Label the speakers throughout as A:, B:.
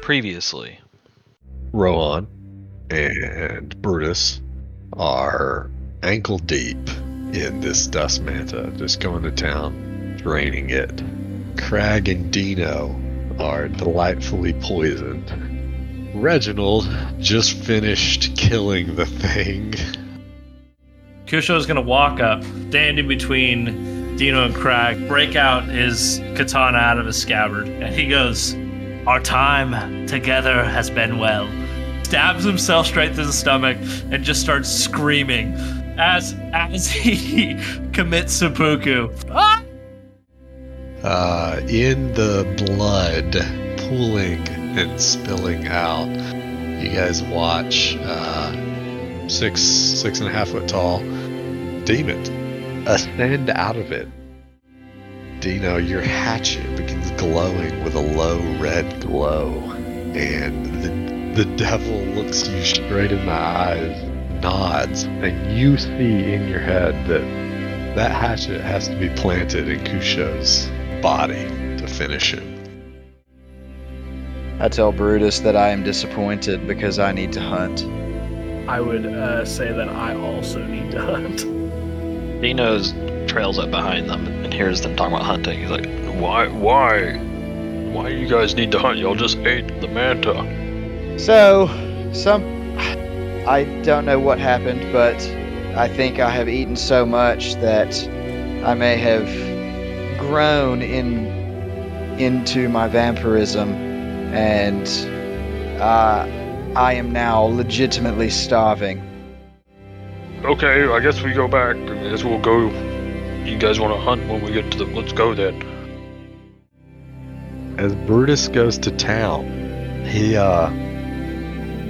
A: previously.
B: Rohan and Brutus are ankle deep in this dust manta, just going to town, draining it. Crag and Dino are delightfully poisoned. Reginald just finished killing the thing.
C: Kusho is gonna walk up, stand in between Dino and Crag, break out his katana out of his scabbard, and he goes, "Our time together has been well." Stabs himself straight through the stomach and just starts screaming as as he commits seppuku. Ah!
B: Uh, in the blood pooling and spilling out. You guys watch uh, six six and a half foot tall demon ascend out of it. Dino, your hatchet begins glowing with a low red glow, and the the devil looks you straight in the eyes, nods, and you see in your head that that hatchet has to be planted in Kusho's body to finish him.
D: I tell Brutus that I am disappointed because I need to hunt.
E: I would uh, say that I also need to hunt.
A: Dino's trails up behind them and hears them talking about hunting. He's like, "Why? Why? Why you guys need to hunt? Y'all just ate the manta."
D: So, some. I don't know what happened, but I think I have eaten so much that I may have grown in into my vampirism, and uh, I am now legitimately starving.
F: Okay, I guess we go back. I guess we'll go. You guys want to hunt when we get to the. Let's go then.
B: as Brutus goes to town, he uh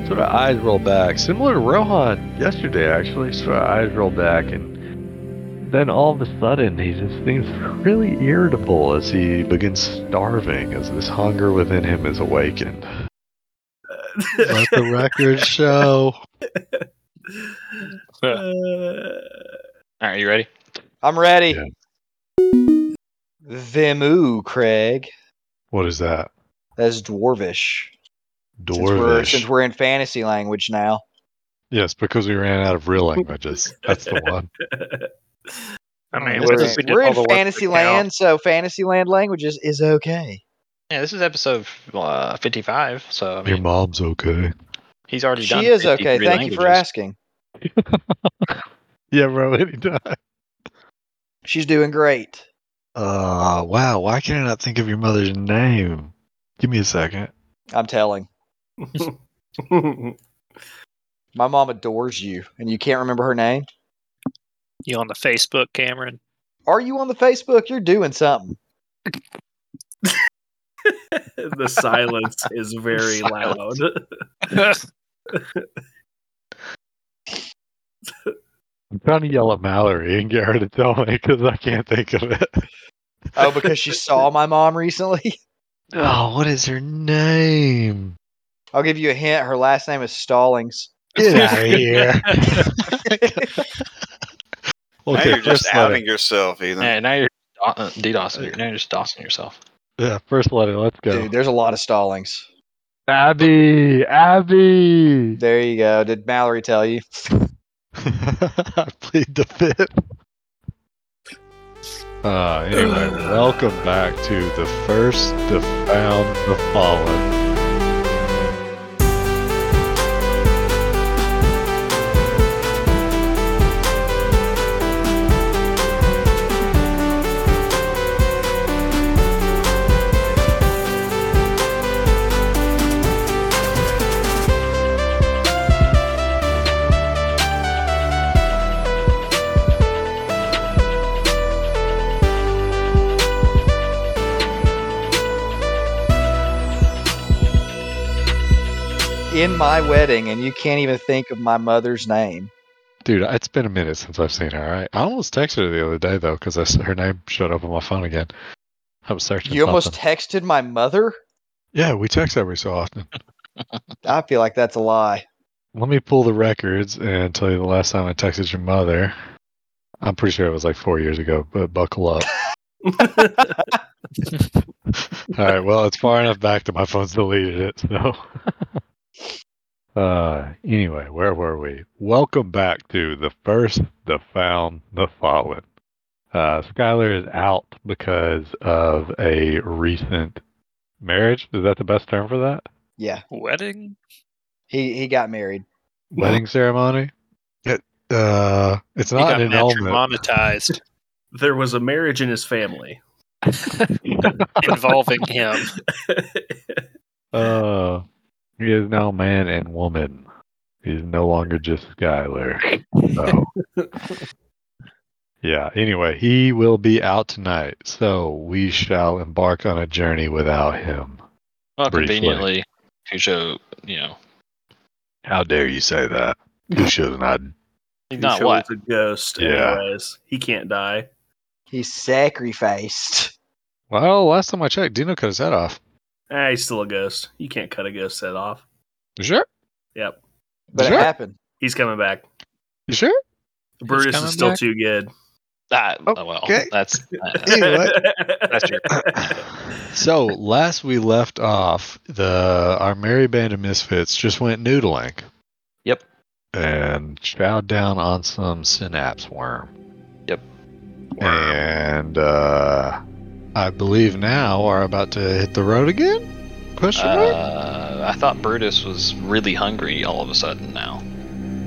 B: sort of eyes roll back, similar to Rohan yesterday actually. Sort of eyes roll back, and then all of a sudden he just seems really irritable as he begins starving, as this hunger within him is awakened. Let the record show.
E: Uh,
A: All right, you ready?
D: I'm ready.
B: Yeah.
D: Vimu, Craig.
B: What is that?
D: That's dwarvish. Since we're, since
B: Dwarvish.
D: we're in fantasy language now.
B: Yes, because we ran out of real languages. That's the one.
F: I mean,
D: Oh, We're,
F: what if we did
D: we're
F: all
D: in
F: the work
D: fantasy
F: for
D: land, so fantasy land languages is okay.
A: Yeah, this is episode uh, 55, so I
B: Your
A: mean,
B: mom's okay.
A: he's already done.
D: She is okay.
A: 53
D: Thank you for
A: languages.
D: asking.
B: Yeah, bro, anytime.
D: She's doing great.
B: Uh, wow. Why can I not think of your mother's name? Give me a second.
D: I'm telling. My mom adores you, and you can't remember her name.
G: You on the Facebook, Cameron?
D: Are you on the Facebook? You're doing something.
E: the silence is very
A: Silence.
E: loud.
B: I'm trying to yell at Mallory and get her to tell me because I can't think of it.
D: Oh, because she saw my mom recently.
B: Oh, what is her name?
D: I'll give you a hint. Her last name is Stallings.
B: Get out of here.
H: now you're just
B: let
H: outing
B: it-
H: yourself, Ethan.
A: Yeah, now you're uh, DDoSing. Now you're just DOSing yourself.
B: Yeah, first letter. Let's go.
D: Dude, there's a lot of Stallings.
B: Abby. Abby.
D: There you go. Did Mallory tell you?
B: I played the fifth. Uh, anyway, welcome back to the first, the found, the fallen.
D: In my wedding, and you can't even think of my mother's name.
B: Dude, it's been a minute since I've seen her. Right? I almost texted her the other day though because her name showed up on my phone again. I was searching.
D: You almost
B: something.
D: texted my mother?
B: yeah, we text every so often.
D: I feel like that's a lie.
B: Let me pull the records and tell you the last time I texted your mother. I'm pretty sure it was like four years ago, but buckle up. All right. Well, it's far enough back that my phone's deleted it. So, uh, anyway, where were we? Welcome back to the first, the found, the fallen. Uh, Skylar is out because of a recent marriage. Is that the best term for that?
D: Yeah,
H: Wedding?
D: he he got married.
B: Wedding ceremony? It, uh, it's
H: He
B: not
H: got
B: an annulment.
H: monetized
I: There was a marriage in his family.
H: involving him.
B: Uh, he is now man and woman. He's no longer just Skylar. So, yeah. Anyway, he will be out tonight, so we shall embark on a journey without him.
A: Well,
B: Briefly.
A: conveniently, Kusho, you know,
B: How dare you say that? You should not.
A: he's
I: He
A: not
I: showed
A: what?
I: it's a ghost.
B: Yeah.
I: Anyways, he can't die.
D: He sacrificed.
B: Well, last time I checked, Dino cut his head off.
I: Ah, he's still a ghost. You can't cut a ghost's head off.
B: Sure.
I: Yep.
D: But
B: Sure.
D: it happened.
I: He's coming back.
B: You sure?
I: Brutus
H: coming
I: is still
H: back?
I: too good.
A: Ah,
B: Oh,
A: well,
B: okay.
A: that's uh,
B: Anyway.
I: That's
H: true.
B: so last we left off, the our merry band of misfits just went noodling.
A: Yep.
B: And chowed down on some synapse worm.
A: Yep.
B: And uh, I believe now are about to hit the road again. Question mark.
A: Uh, I thought Brutus was really hungry all of a sudden now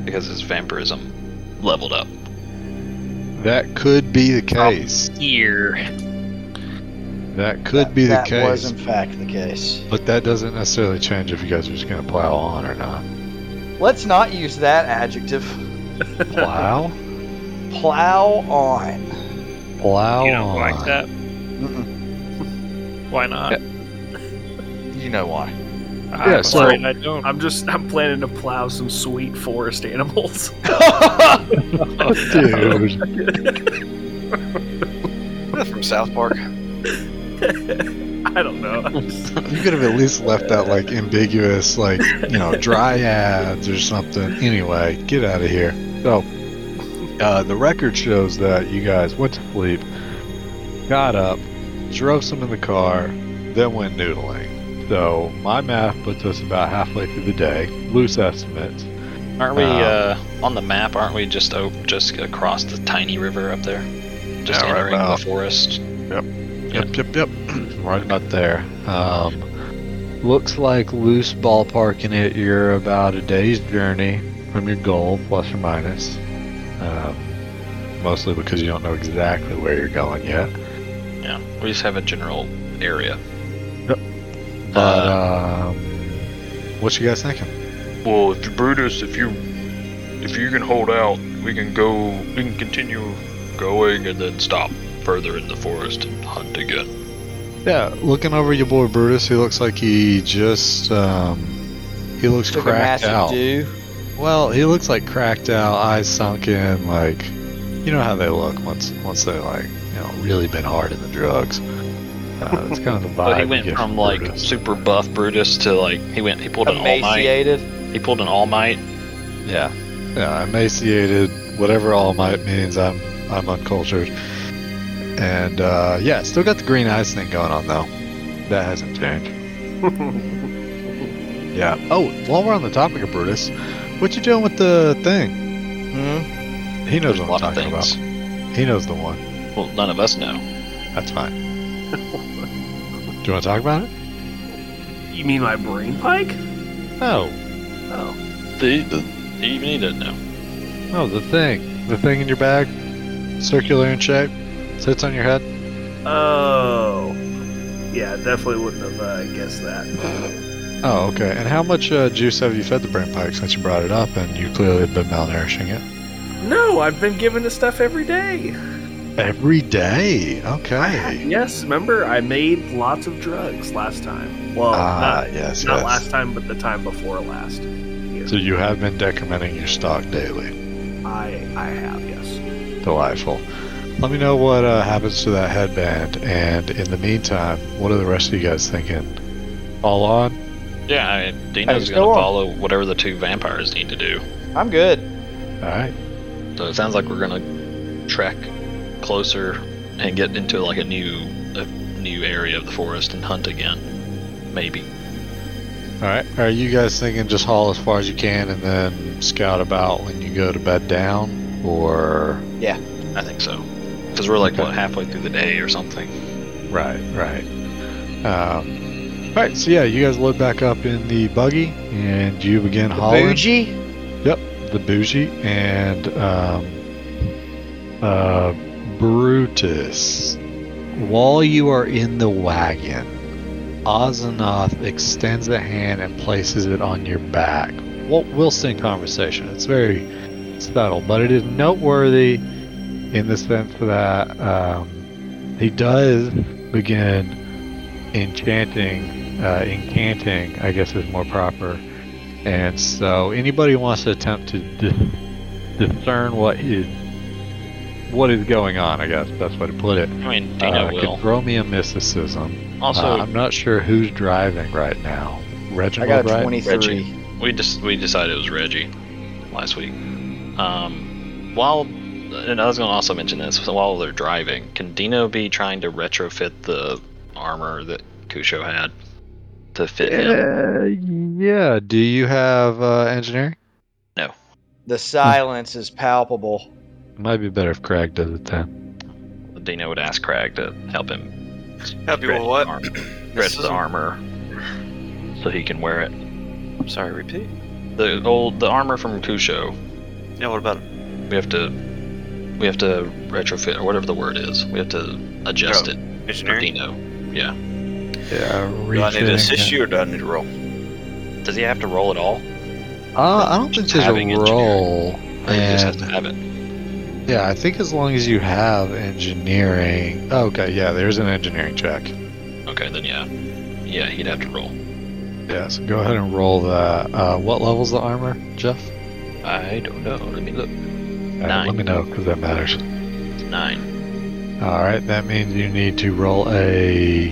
A: because his vampirism leveled up.
B: That could be the case.
H: Here.
B: That could be the
D: that
B: case.
D: was in fact the case.
B: But that doesn't necessarily change if you guys are just gonna plow on or not.
D: Let's not use that adjective.
B: Plow.
D: Plow on.
B: Plow
H: You don't
B: on.
H: like that?
D: Mm-mm.
H: Why not?
D: You know why?
H: I'm
B: Yeah, so-
H: afraid I don't.
I: I'm just I'm planning to plow some sweet forest animals.
B: Dude.
J: from South Park.
I: I don't know. I'm just-
B: You could have at least left out like ambiguous, like you know, dryads or something. Anyway, get out of here. So, uh, the record shows that you guys went to sleep, got up, drove some in the car, then went noodling. So my math puts us about halfway through the day, loose estimates.
A: Aren't we
B: Um,
A: uh, on the map? Aren't we just o just across the tiny river up there? Just
B: Yeah, right
A: entering
B: about-
A: the forest.
B: Yep, yep, yep. right about there. Um, looks like loose ballparking it, you're about a day's journey from your goal, plus or minus. Um, mostly because you don't know exactly where you're going yet.
A: Yeah, we just have a general area.
B: Yep. But
A: Uh,
B: um, what you guys thinking?
F: Well, if Brutus, if you if you can hold out, we can go. We can continue going and then stop further in the forest and hunt again.
B: Yeah, looking over your boy Brutus, he looks like he just um, he looks
D: Took a
B: cracked
D: massive
B: out.
D: do.
B: Well, he looks like cracked out, eyes sunk in, like you know how they look once once they like you know really been hard in the drugs. Uh, that's kind of the vibe.
A: but he
B: you
A: went
B: get
A: from like
B: Brutus.
A: super buff Brutus to like he went he pulled an all might.
D: Emaciated.
A: He pulled an all might.
B: yeah, yeah, emaciated, whatever all might means. I'm I'm uncultured, and uh, yeah, still got the green eyes thing going on though. That hasn't changed. Yeah. Oh, while we're on the topic of Brutus, what you doing with the thing?
D: Hmm?
B: He knows
A: There's a
B: what
A: lot
B: I'm
A: of
B: talking
A: things.
B: about. He knows the one.
A: Well, none of us know.
B: That's fine. Do you want to talk about it?
I: you mean my brain pike?
B: No.
A: The, the even he doesn't know.
B: No, the thing. The thing in your bag, circular in shape, sits on your head.
I: Oh. Yeah, I definitely wouldn't have uh, guessed that.
B: Oh, okay. And how much uh, juice have you fed the brain pike since you brought it up and you clearly have been malnourishing it?
I: No, I've been given this stuff every day.
B: Every day. Okay.
I: Yes, remember I made lots of drugs last time. Well,
B: Ah,
I: not,
B: yes,
I: not
B: yes.
I: last time, but the time before last.
B: So you have been decrementing your stock daily.
I: I I have yes.
B: Delightful. Let me know what uh, happens to that headband. And in the meantime, what are the rest of you guys thinking? All on?
A: Yeah, I mean, Dino's
D: Hey,
A: gonna
D: go on.
A: follow whatever the two vampires need to do.
D: I'm good.
B: All right.
A: So it sounds like we're gonna trek closer and get into like a new uh, new area of the forest and hunt again. Maybe.
B: All right. Are you guys thinking just haul as far as you can and then scout about when you go to bed down, or
A: I think so. Because we're like,
B: Okay.
A: what, halfway through the day or something?
B: Right, right. Um, all right, so yeah, you guys load back up in the buggy and you begin hauling
D: Bougie?
B: the bougie and um, uh, Brutus. While you are in the wagon, Ozanoth extends a hand and places it on your back. Well, Wilson conversation. It's very subtle, but it is noteworthy in the sense that um, he does begin enchanting, uh, incanting, I guess is more proper, and so anybody who wants to attempt to dis- discern what is what is going on, I guess best way to put it.
A: I mean,
B: uh,
A: Dino
B: could
A: will.
B: throw me a mysticism.
A: Also,
B: Uh, I'm not sure who's driving right now.
D: I
B: Reginald,
D: got a
B: right?
D: 23.
A: Reggie. we just we decided it was Reggie last week. Um, while and I was going to also mention this so while they're driving, can Dino be trying to retrofit the armor that Kusho had to fit him?
B: Uh, yeah. Do you have uh, engineering?
D: The silence is palpable.
B: Might be better if Craig does it then.
A: Dino would ask Crag to help him.
I: Help you with
A: stretch
I: what?
A: the armor- Stretch the armor so he can wear it.
K: I'm sorry, repeat.
A: The old the armor from Kusho.
K: Yeah, what about it?
A: We have to we have to retrofit or whatever the word is. We have to adjust
I: Oh,
A: it
H: Yeah.
A: for
H: Engineering?
A: Dino.
B: Yeah.
H: Do I need
B: refitting
H: to assist
B: it.
H: you or do I need to roll?
A: Does he have to roll at all?
B: Uh, I don't think
A: Just
B: there's
A: having
B: a roll.
A: Or he just has to
B: And-
A: have it.
B: Yeah, I think as long as you have engineering. Okay, yeah, there's an engineering check.
A: Okay, then yeah. Yeah, he'd have to roll.
B: Yeah, so go ahead and roll that. Uh, what level's the armor, Jeff?
A: I don't know. Let me look.
B: Uh,
A: Nine.
B: let me know because that matters.
A: Nine.
B: All right, that means you need to roll a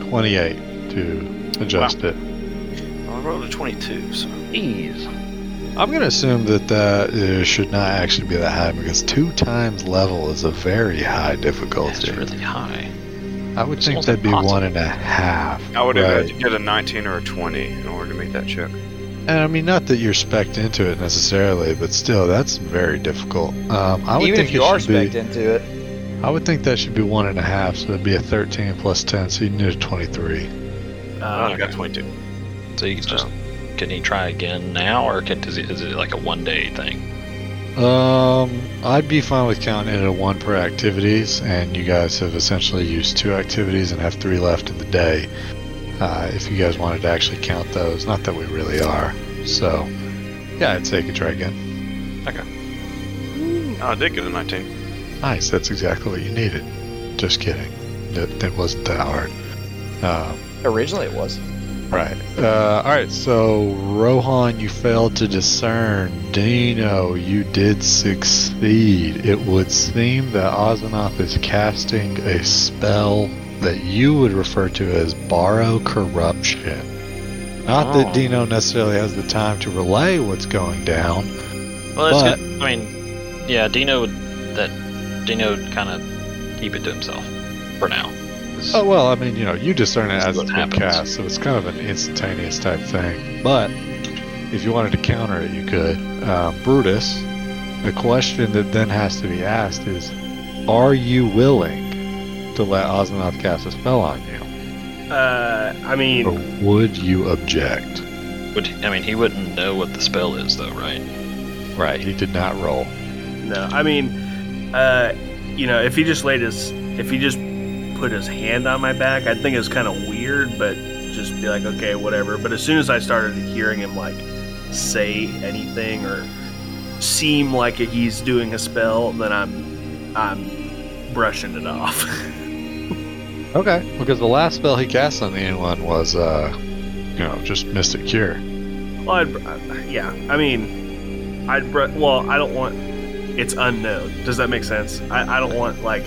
B: 28 to adjust it.
H: I rolled a 22, so.
B: I'm gonna assume that that uh, should not actually be that high because two times level is a very high
A: That's
B: difficulty.
A: really high.
B: I would
A: It's
B: think
A: almost
B: that'd be
A: impossible.
B: one and a half.
H: I would
B: right?
H: have had to get a 19 or a 20 in order to make that check.
B: And I mean, not that you're specced into it necessarily, but still, that's very difficult. Um, I would
D: Even
B: think
D: if you
B: it
D: are
B: should be-
D: specced into it,
B: I would think that should be one and a half, so that'd be a 13 plus 10, so you need a 23.
A: Oh,
H: I
I: Oh,
L: Uh,
H: got 22.
A: So you can just
H: So.
A: can he try again now or can does he, is it like a one day thing?
B: Um, I'd be fine with counting it at one per activities, and you guys have essentially used two activities and have three left in the day. Uh, if you guys wanted to actually count those, not that we really are. So, yeah, I'd say you could try again.
H: Oh, I did get a 19.
B: Nice, that's exactly what you needed. Just kidding. That, that wasn't that hard. Um,
D: originally it was.
B: Right. Uh, all right. So Rohan, you failed to discern. Dino, you did succeed. It would seem that Ozanoth is casting a spell that you would refer to as borrow corruption. Not that
A: Oh.
B: Dino necessarily has the time to relay what's going down.
A: Well that's
B: But-
A: good. I mean yeah, Dino would that Dino would kinda keep it to himself for now.
B: Oh well, I mean, you know, you discern it
A: This is
B: as
A: what
B: it's
A: happens.
B: cast, so it's kind of an instantaneous type thing. But if you wanted to counter it, you could. Uh, Brutus, the question that then has to be asked is, are you willing to let Osmanoth cast a spell on you,
I: Uh, I
B: or
I: mean,
B: would you object?
A: Would I mean he wouldn't know what the spell is though, right?
B: Right, he did not roll.
I: no. I mean, uh, you know, if he just laid his, if he just put his hand on my back, I'd think it was kind of weird, but just be like, okay, whatever. But as soon as I started hearing him like say anything or seem like he's doing a spell, then I'm, I'm brushing it off.
B: Okay, because the last spell he cast on anyone was, uh, you know, just Mystic Cure.
I: Well, I'd, uh, yeah. I mean, I'd. Br- well, I don't want. It's unknown. Does that make sense? I, I don't want like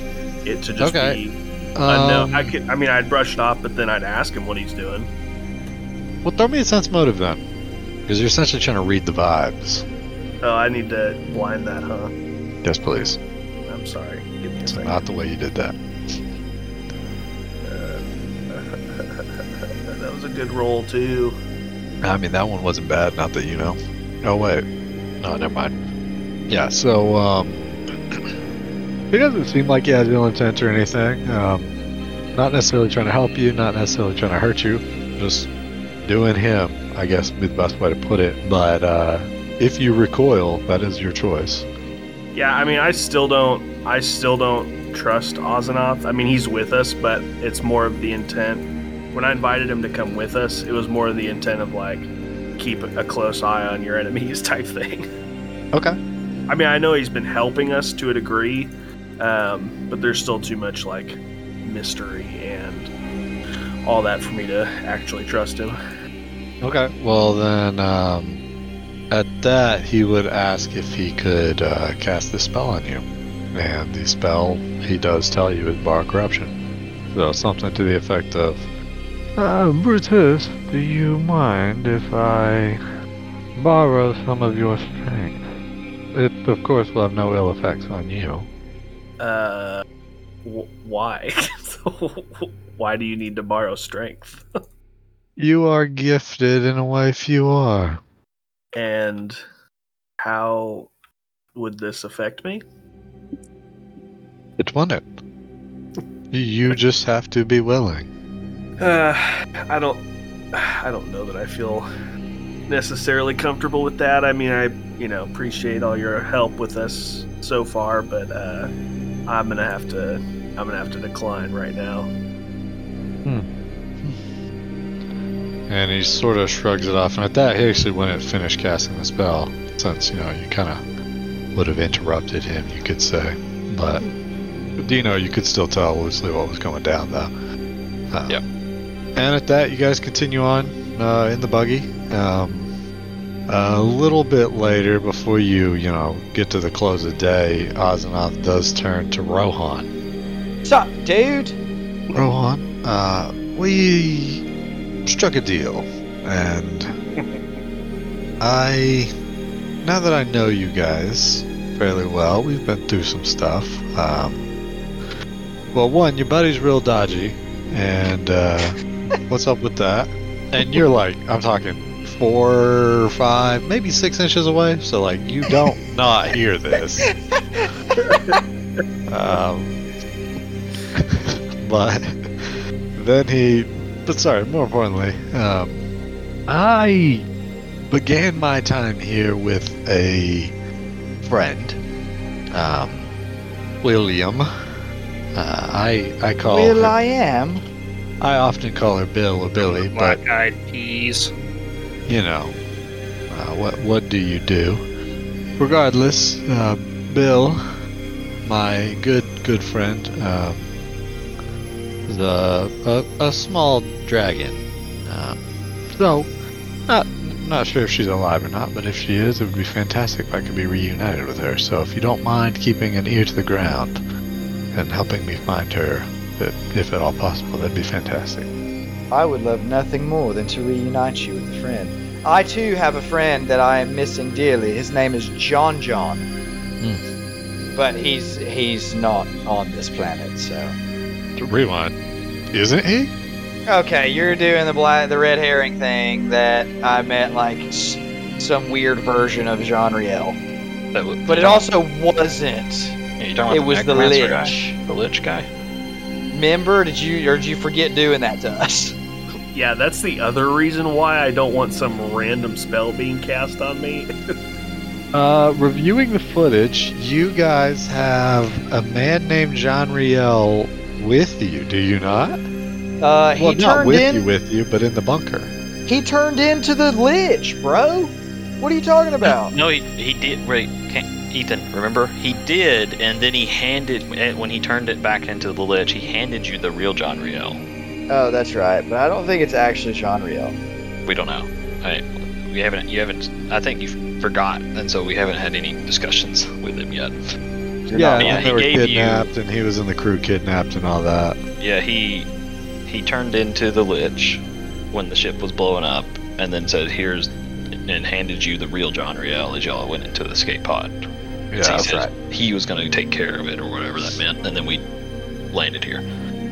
I: it to just
B: Okay.
I: be unknown.
B: Um,
I: I could. I mean, I'd brush it off, but then I'd ask him what he's doing.
B: Well, throw me a sense motive then, because you're essentially trying to read the vibes.
I: Oh, I need to blind that, huh?
B: Yes, please.
I: I'm sorry. Give me a
B: It's
I: second.
B: not the way you did that.
I: Uh, good roll too.
B: I mean, that one wasn't bad, not that you know. Oh, wait. No, never mind. Yeah, so, um, it doesn't seem like he has ill intent or anything. Um, not necessarily trying to help you, not necessarily trying to hurt you. Just doing him, I guess, would be the best way to put it. But, uh, if you recoil, that is your choice.
I: Yeah, I mean, I still don't, I still don't trust Ozanoth. I mean, he's with us, but it's more of the intent. When I invited him to come with us, it was more of the intent of like keep a close eye on your enemies type thing.
B: Okay.
I: I mean, I know he's been helping us to a degree, um, but there's still too much like mystery and all that for me to actually trust him.
B: Okay. Well, then, um, at that, he would ask if he could uh, cast the spell on you. And the spell, he does tell you, is Bar Corruption. So, something to the effect of
M: Uh, Brutus, do you mind if I borrow some of your strength?
B: It, of course, will have no ill effects on you.
I: Uh, wh- why? why do you need to borrow strength?
B: You are gifted in a way few are.
I: and how would this affect me?
B: It won it. You just have to be willing.
I: Uh, I don't, I don't know that I feel necessarily comfortable with that. I mean, I, you know, appreciate all your help with us so far, but uh, I'm gonna have to, I'm gonna have to decline right now.
B: And he sort of shrugs it off. And at that, he actually wouldn't finish casting the spell, since you know you kind of would have interrupted him, you could say. But Dino, you could still tell loosely what was going down, though. Uh,
A: Yep.
B: And at that, you guys continue on uh, in the buggy. Um, a little bit later, before you you know get to the close of day, Ozanoth does turn to Rohan.
D: Sup, dude?
B: Rohan, uh, we struck a deal, and I, now that I know you guys fairly well, we've been through some stuff. Um, well, one, your buddy's real dodgy, and uh, what's up with that? And you're like, I'm talking four, five, maybe six inches away, so like you don't not hear this. um, but then he but sorry more importantly um, i began my time here with a friend um, william uh, i i call
D: Will
B: her-
D: I am.
B: I often call her bill or billy but
C: eyed peas.
B: you know, uh, what what do you do? Regardless, uh, Bill, my good good friend, um, is a, a a small dragon. Um, so, not not sure if she's alive or not, but if she is, it would be fantastic if I could be reunited with her. So, if you don't mind keeping an ear to the ground and helping me find her, if, if at all possible, that'd be fantastic.
D: I would love nothing more than to reunite you with a friend. I too have a friend that I am missing dearly. His name is John John.
B: Hmm.
D: But he's he's not on this planet, so.
B: Rewind, isn't he?
D: Okay, you're doing the black, the red herring thing that I meant like s- some weird version of Jean Riel,
A: That was,
D: but it also wasn't.
A: Yeah, you're talking
D: it
A: about
D: was the
A: necromancer
D: lich.
A: Oh, guy, the lich guy.
D: Remember? Did you or did you forget doing that to us?
I: Yeah, that's the other reason why I don't want some random spell being cast on me.
B: Uh, reviewing the footage, you guys have a man named John Riel with you, do you not?
D: Uh, he
B: well, not
D: turned
B: with
D: in.
B: you, with you, but in the bunker.
D: He turned into the lich, bro. What are you talking about?
A: No, he, he did. Wait, can't, Ethan, remember he did, and then he handed eh, when he turned it back into the lich. He handed you the real John Riel.
D: Oh, that's right. But I don't think it's actually Jean Riel.
A: We don't know. I, we haven't. You haven't. I think you forgot, and so we haven't had any discussions with him yet.
B: yeah,
A: yeah, he
B: and they were
A: gave you-
B: kidnapped, and he was in the crew kidnapped and all that.
A: Yeah, he he turned into the lich when the ship was blowing up, and then said, "Here's," and handed you the real John Riel as y'all went into the escape pod.
B: Yeah,
A: he said He was going to take care of it or whatever that meant, and then we landed here.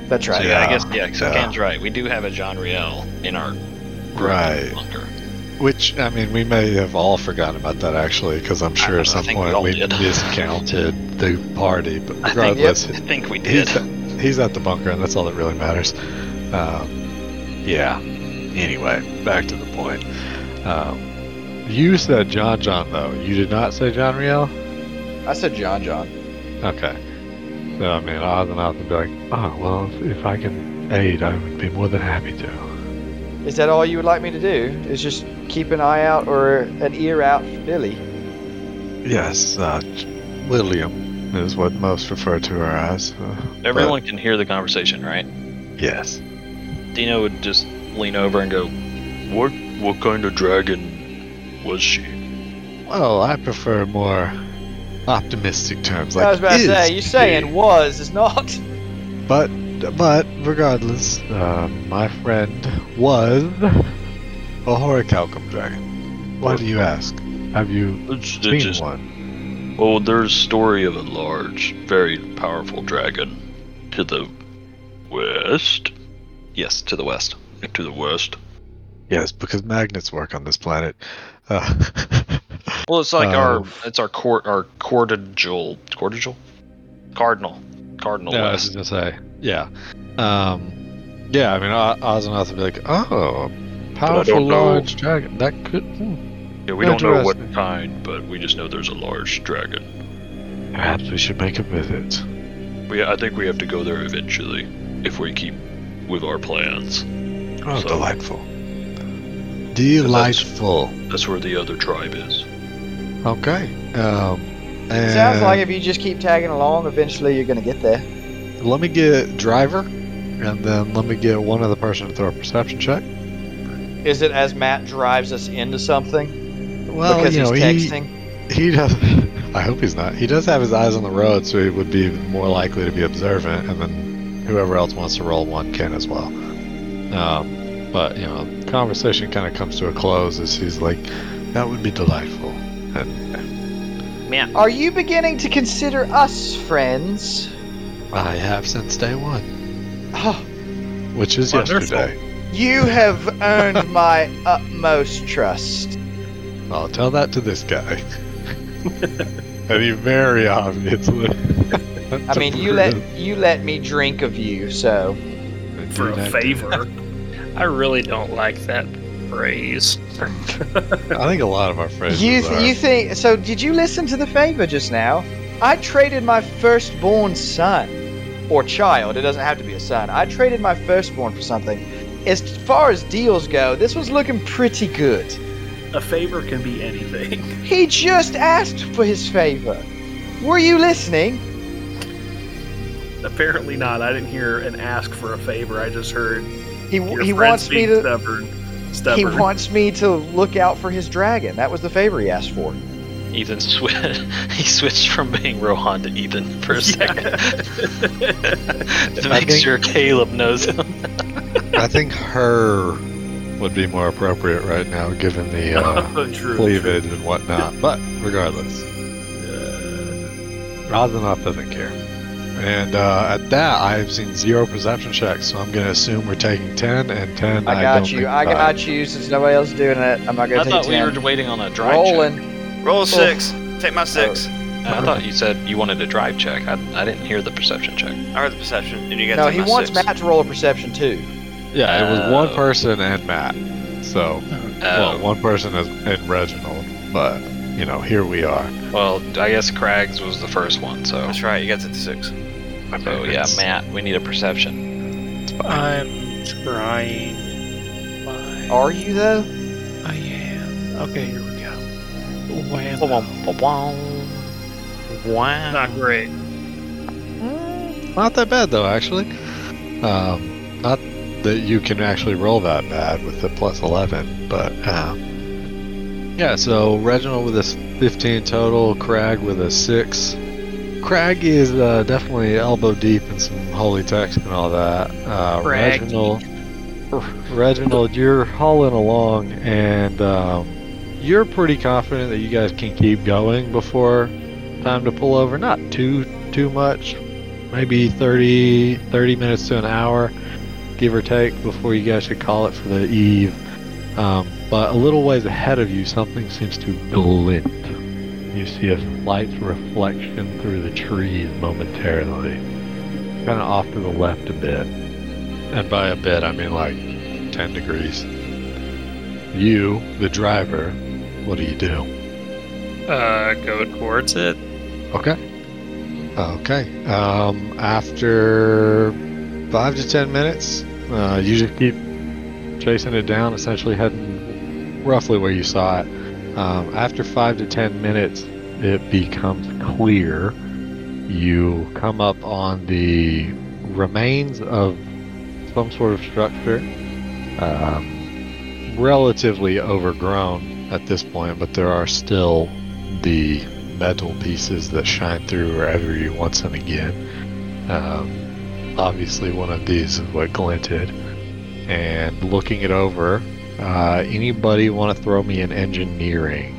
D: That's
A: So
D: right.
A: yeah, I guess yeah. So
B: yeah.
A: Cam's right. We do have a John Riel in our
B: Right.
A: Wonder.
B: Which I mean, we may have all forgotten about that actually, because I'm sure
A: I
B: at some
A: think we all
B: point we
A: did.
B: discounted the party. But
A: I think,
B: regardless,
A: I think we did.
B: he's he's at the bunker, and that's all that really matters. Um, yeah. Anyway, back to the point. Um, you said John John though. You did not say John Riel.
D: I said John John.
B: Okay. So I mean, odds and odds would be like, oh well, if, if I can aid, I would be more than happy to.
D: Is that all you would like me to do? Is just keep an eye out or an ear out for Billy?
B: Yes, uh, William is what most refer to her as. uh,
A: Everyone can hear the conversation, right?
B: Yes.
A: Dino would just lean over and go,
F: What what kind of dragon was she?
B: Well, I prefer more optimistic terms. Like
D: I was about to
B: is
D: say, you're
B: she.
D: saying was is not.
B: But, but regardless, uh, my friend was a horicalcum dragon. Why do you ask? Have you
F: It's,
B: seen
F: it's just
B: one?
F: oh, there's story of a large, very powerful dragon to the west.
A: yes, to the west.
F: To the west.
B: Yes, because magnets work on this planet. Uh,
A: Well, it's like
B: Um,
A: our, it's our court, our cordial, cordial, cardinal, cardinal
B: Yeah, I was
A: west.
B: gonna say, yeah, um, yeah. I mean, O- Ozanoth would be like, oh, a powerful
F: know.
B: large dragon. That could. hmm,
F: Yeah, we don't know what
B: Interesting.
F: kind, but we just know there's a large dragon.
B: Perhaps we should make a visit.
F: We I think we have to go there eventually if we keep with our plans.
B: Oh,
F: So-
B: delightful. Delightful.
F: That's where the other tribe is.
B: Okay. Um,
D: It sounds like
B: and
D: if you just keep tagging along, eventually you're gonna get there.
B: Let me get driver, and then let me get one other person to throw a perception check.
D: Is it as Matt drives us into something
B: Well,
D: because
B: you know,
D: he's texting?
B: he he does. I hope he's not. He does have his eyes on the road, so he would be more likely to be observant, and then whoever else wants to roll one can as well. Um, but you know, conversation kind of comes to a close as he's like, "That would be delightful." And
D: Are you beginning to consider us friends?
B: I have since day one,
D: Oh,
B: which is
N: Wonderful.
B: yesterday.
D: you have earned my utmost trust.
B: I'll tell that to this guy. and he very obviously.
D: I mean, you let you let me drink of you, so
I: for a favor.
C: I really don't like that phrase.
B: I think a lot of our friends. uh,
D: you th- you think so? Did you listen to the favor just now? I traded my firstborn son or child. It doesn't have to be a son. I traded my firstborn for something. As far as deals go, this was looking pretty good.
I: a favor can be anything.
D: He just asked for his favor. Were you listening?
I: Apparently not. I didn't hear an ask for a favor. I just heard
D: He
I: your
D: he
I: friend's
D: wants me
I: being
D: to.
I: stubborn. Stubborn.
D: He wants me to look out for his dragon. That was the favor he asked for.
A: Ethan swi- he switched from being Rohan to Ethan for a second to make
B: think-
A: sure Caleb knows him.
B: I think her would be more appropriate right now, given the uh,
I: Oh, true.
B: cleavage and whatnot. But regardless,
I: true.
B: Razanov doesn't care. And uh, at that, I've seen zero perception checks, so I'm going to assume we're taking 10 and 10.
D: I
B: don't
D: got you.
B: think
D: I
B: five.
D: got you. Since nobody else is doing it, I'm not
A: I
D: gonna take
A: thought we
D: ten.
A: were waiting on a drive check.
D: Rolling.
H: Roll a six. Take my six.
A: I thought you said you wanted a drive check. I, I didn't hear the perception check.
H: I heard the perception, and you got
D: No,
H: to
D: he
H: take my
D: wants
H: six.
D: Matt to roll a perception too.
B: Yeah, it was one
A: Oh.
B: person and Matt. So, well,
A: Oh,
B: one person is, and Reginald. But, you know, here we are.
A: well, I guess Crags was the first one, so.
H: That's right. You got to take the six.
B: I mean,
A: So yeah,
B: it's-
A: Matt, we need a perception.
B: it's fine.
C: I'm trying. My,
D: Are you though?
C: I am. Okay, here we go. Wow.
A: Wow.
C: Not great.
B: Not that bad though, actually. Um, not that you can actually roll that bad with the plus eleven, but um, yeah. So Reginald with a s- fifteen total, Crag with a six. Crag is uh, definitely elbow deep in some holy text and all that. Uh,
C: Crag.
B: Reginald, Reginald, you're hauling along, and um, you're pretty confident that you guys can keep going before time to pull over. Not too too much, maybe 30, 30 minutes to an hour, give or take, before you guys should call it for the eve.
O: Um, but a little ways ahead of you, something seems to glint. You see a slight reflection through the trees momentarily, kind of off to the left a bit.
B: And by a bit, I mean like 10 degrees.
O: You, the driver, what do you do?
P: Uh, go towards it.
B: Okay. Okay. Um, after five to 10 minutes,
O: Uh, you just keep chasing it down, essentially heading roughly where you saw it. Um, after five to ten minutes, it becomes clear. You come up on the remains of some sort of structure, um, relatively overgrown at this point, but there are still the metal pieces that shine through wherever every once and again. Um, obviously, one of these is what glinted. And looking it over, uh, anybody want to throw me an engineering?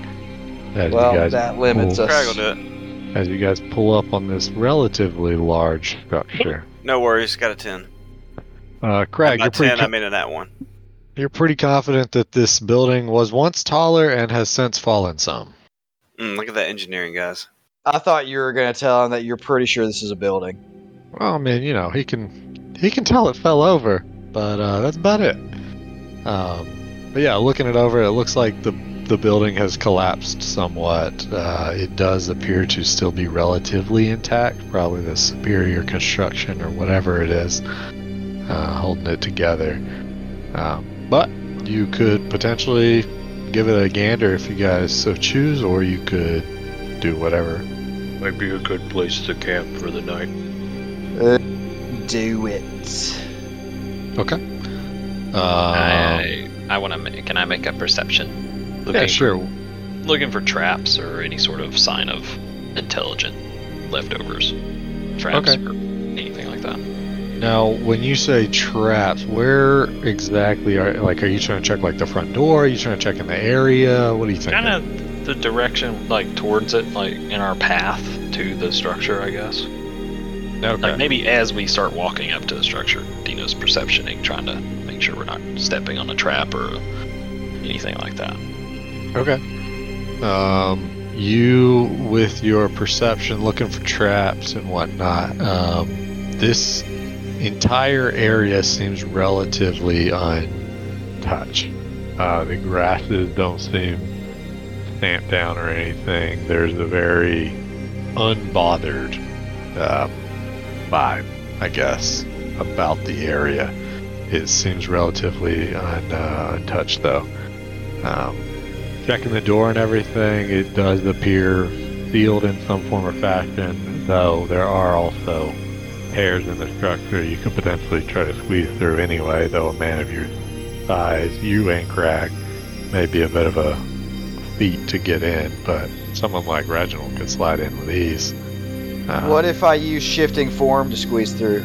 O: As you
D: Well,
O: guys
D: that limits
O: pull-
H: Craig will
D: us.
H: do it.
O: As you guys pull up on this relatively large structure,
H: No worries. Got a ten.
O: uh, Craig,
H: By
O: you're pretty
H: ten,
O: co-
H: I mean in that one.
B: you're pretty confident that this building was once taller and has since fallen some.
H: Mm, look at that engineering, guys.
D: I thought you were going to tell him that you're pretty sure this is a building.
B: Well, I mean, you know, he can he can tell it fell over, but uh, that's about it.
O: um,
B: But yeah, looking it over, it looks like the the building has collapsed somewhat. Uh, it does appear to still be relatively intact, probably the superior construction or whatever it is uh, holding it together. Um, but you could potentially give it a gander if you guys so choose, or you could do whatever.
F: Might be a good place to camp for the night.
D: Do it.
B: Okay. Um,
A: I I want to. Can I make a perception? Looking,
B: yeah, sure.
A: Looking for traps or any sort of sign of intelligent leftovers, traps
B: Okay.
A: or anything like that.
B: Now, when you say traps, where exactly are like are you trying to check like the front door? Are you trying to check in the area? What do you think?
A: Kind of the direction, like towards it, like in our path to the structure, I guess.
B: okay.
A: Like maybe as we start walking up to the structure, Dino's perceptioning, trying to make sure we're not stepping on a trap or anything like that.
B: Okay. Um, you with your perception, looking for traps and whatnot. Um, this entire area seems relatively untouched.
O: uh, the grasses don't seem stamped down or anything. There's a very
B: unbothered
O: uh,
B: um, vibe, I guess, about the area. It seems relatively un, uh, untouched, though. Um,
O: checking the door and everything. It does appear sealed in some form or fashion, though there are also hairs in the structure you could potentially try to squeeze through anyway. Though a man of your size, you and Craig,
B: may be a bit of a feat to get in, but someone like Reginald could slide in with ease. Uh,
D: What if I use shifting form to squeeze through?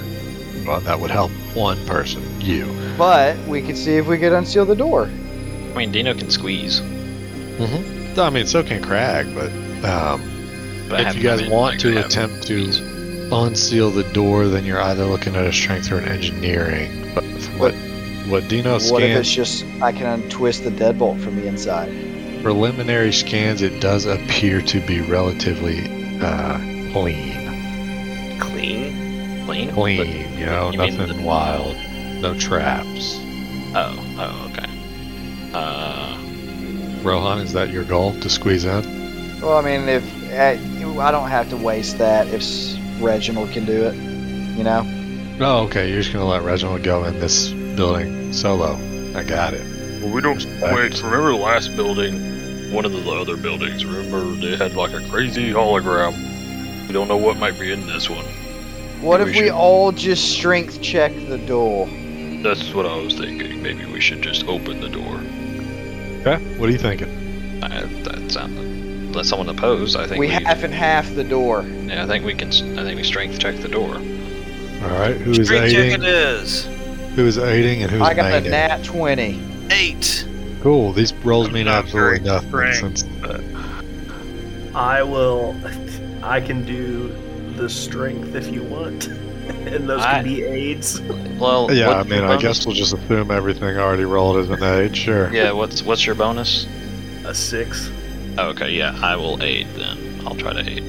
B: Well, that would help one person, you.
D: But we could see if we could unseal the door.
A: I mean, Dino can squeeze,
B: I mean, so can Crag, but um,
A: but I
B: if
A: have
B: you guys
A: none in-
B: want
A: like, I
B: to
A: have-
B: attempt to unseal the door, then you're either looking at a strength or an engineering. But from what what Dino
D: what if it's
B: scans,
D: just I can untwist the deadbolt from the inside?
B: preliminary scans, it does appear to be relatively uh, clean.
H: Clean.
A: clean.
B: Clean, you know,
A: you mean
B: nothing
A: the-
B: wild, no traps.
A: Oh, oh, okay. Uh,
B: Rohan, is that your goal to squeeze in?
D: Well, I mean, if uh, I don't have to waste that if s- Reginald can do it, you know.
B: Oh, okay. You're just gonna let Reginald go in this building solo. I got it.
F: Well, we don't wait. Remember the last building, one of the other buildings. Remember they had like a crazy hologram. We don't know what might be in this one.
D: What
F: Yeah,
D: if
F: we
D: we,
F: should-
D: all just strength check the door?
F: That's what I was thinking. Maybe we should just open the door.
B: Okay. What are you thinking?
A: I, that sounded. Unless someone oppose, I think we.
D: We half and half the door.
A: yeah, I think we can. s- I think we strength check the door.
B: All right. Who is
H: Street check
B: aiding?
H: it is.
B: Who is aiding and who's
D: I got a
B: aiding?
D: nat twenty.
H: Eight.
B: Cool. These rolls mean
Q: Not very
B: absolutely nothing.
Q: strength,
B: Since
I: I will. I can do the strength if you want. and those
A: I-
I: can be aids.
A: Well,
B: yeah,
A: what-
B: I mean,
A: your
B: I
A: bonus-
B: guess we'll just assume everything already rolled as an aid. Sure.
A: Yeah, what's what's your bonus?
I: A six.
A: Oh, okay, yeah, I will aid then. I'll try to aid.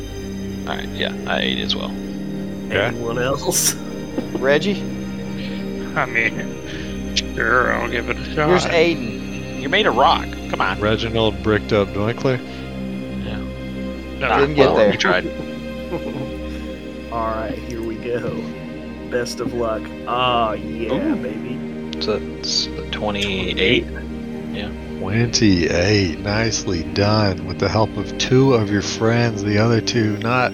A: All right, yeah, I aid as well.
I: Anyone else?
D: Reggie,
R: I mean, sure, I'll give it a shot.
D: here's Aiden.
A: You made a rock. Come on.
B: Reginald bricked up Doinkler.
R: No,
D: Didn't get
A: well,
D: there.
A: You tried.
I: All right, here we go. Best of luck. Ah, yeah,
A: Ooh.
I: baby.
A: So it's a 28.
B: 28. Nicely done with the help of two of your friends. The other two not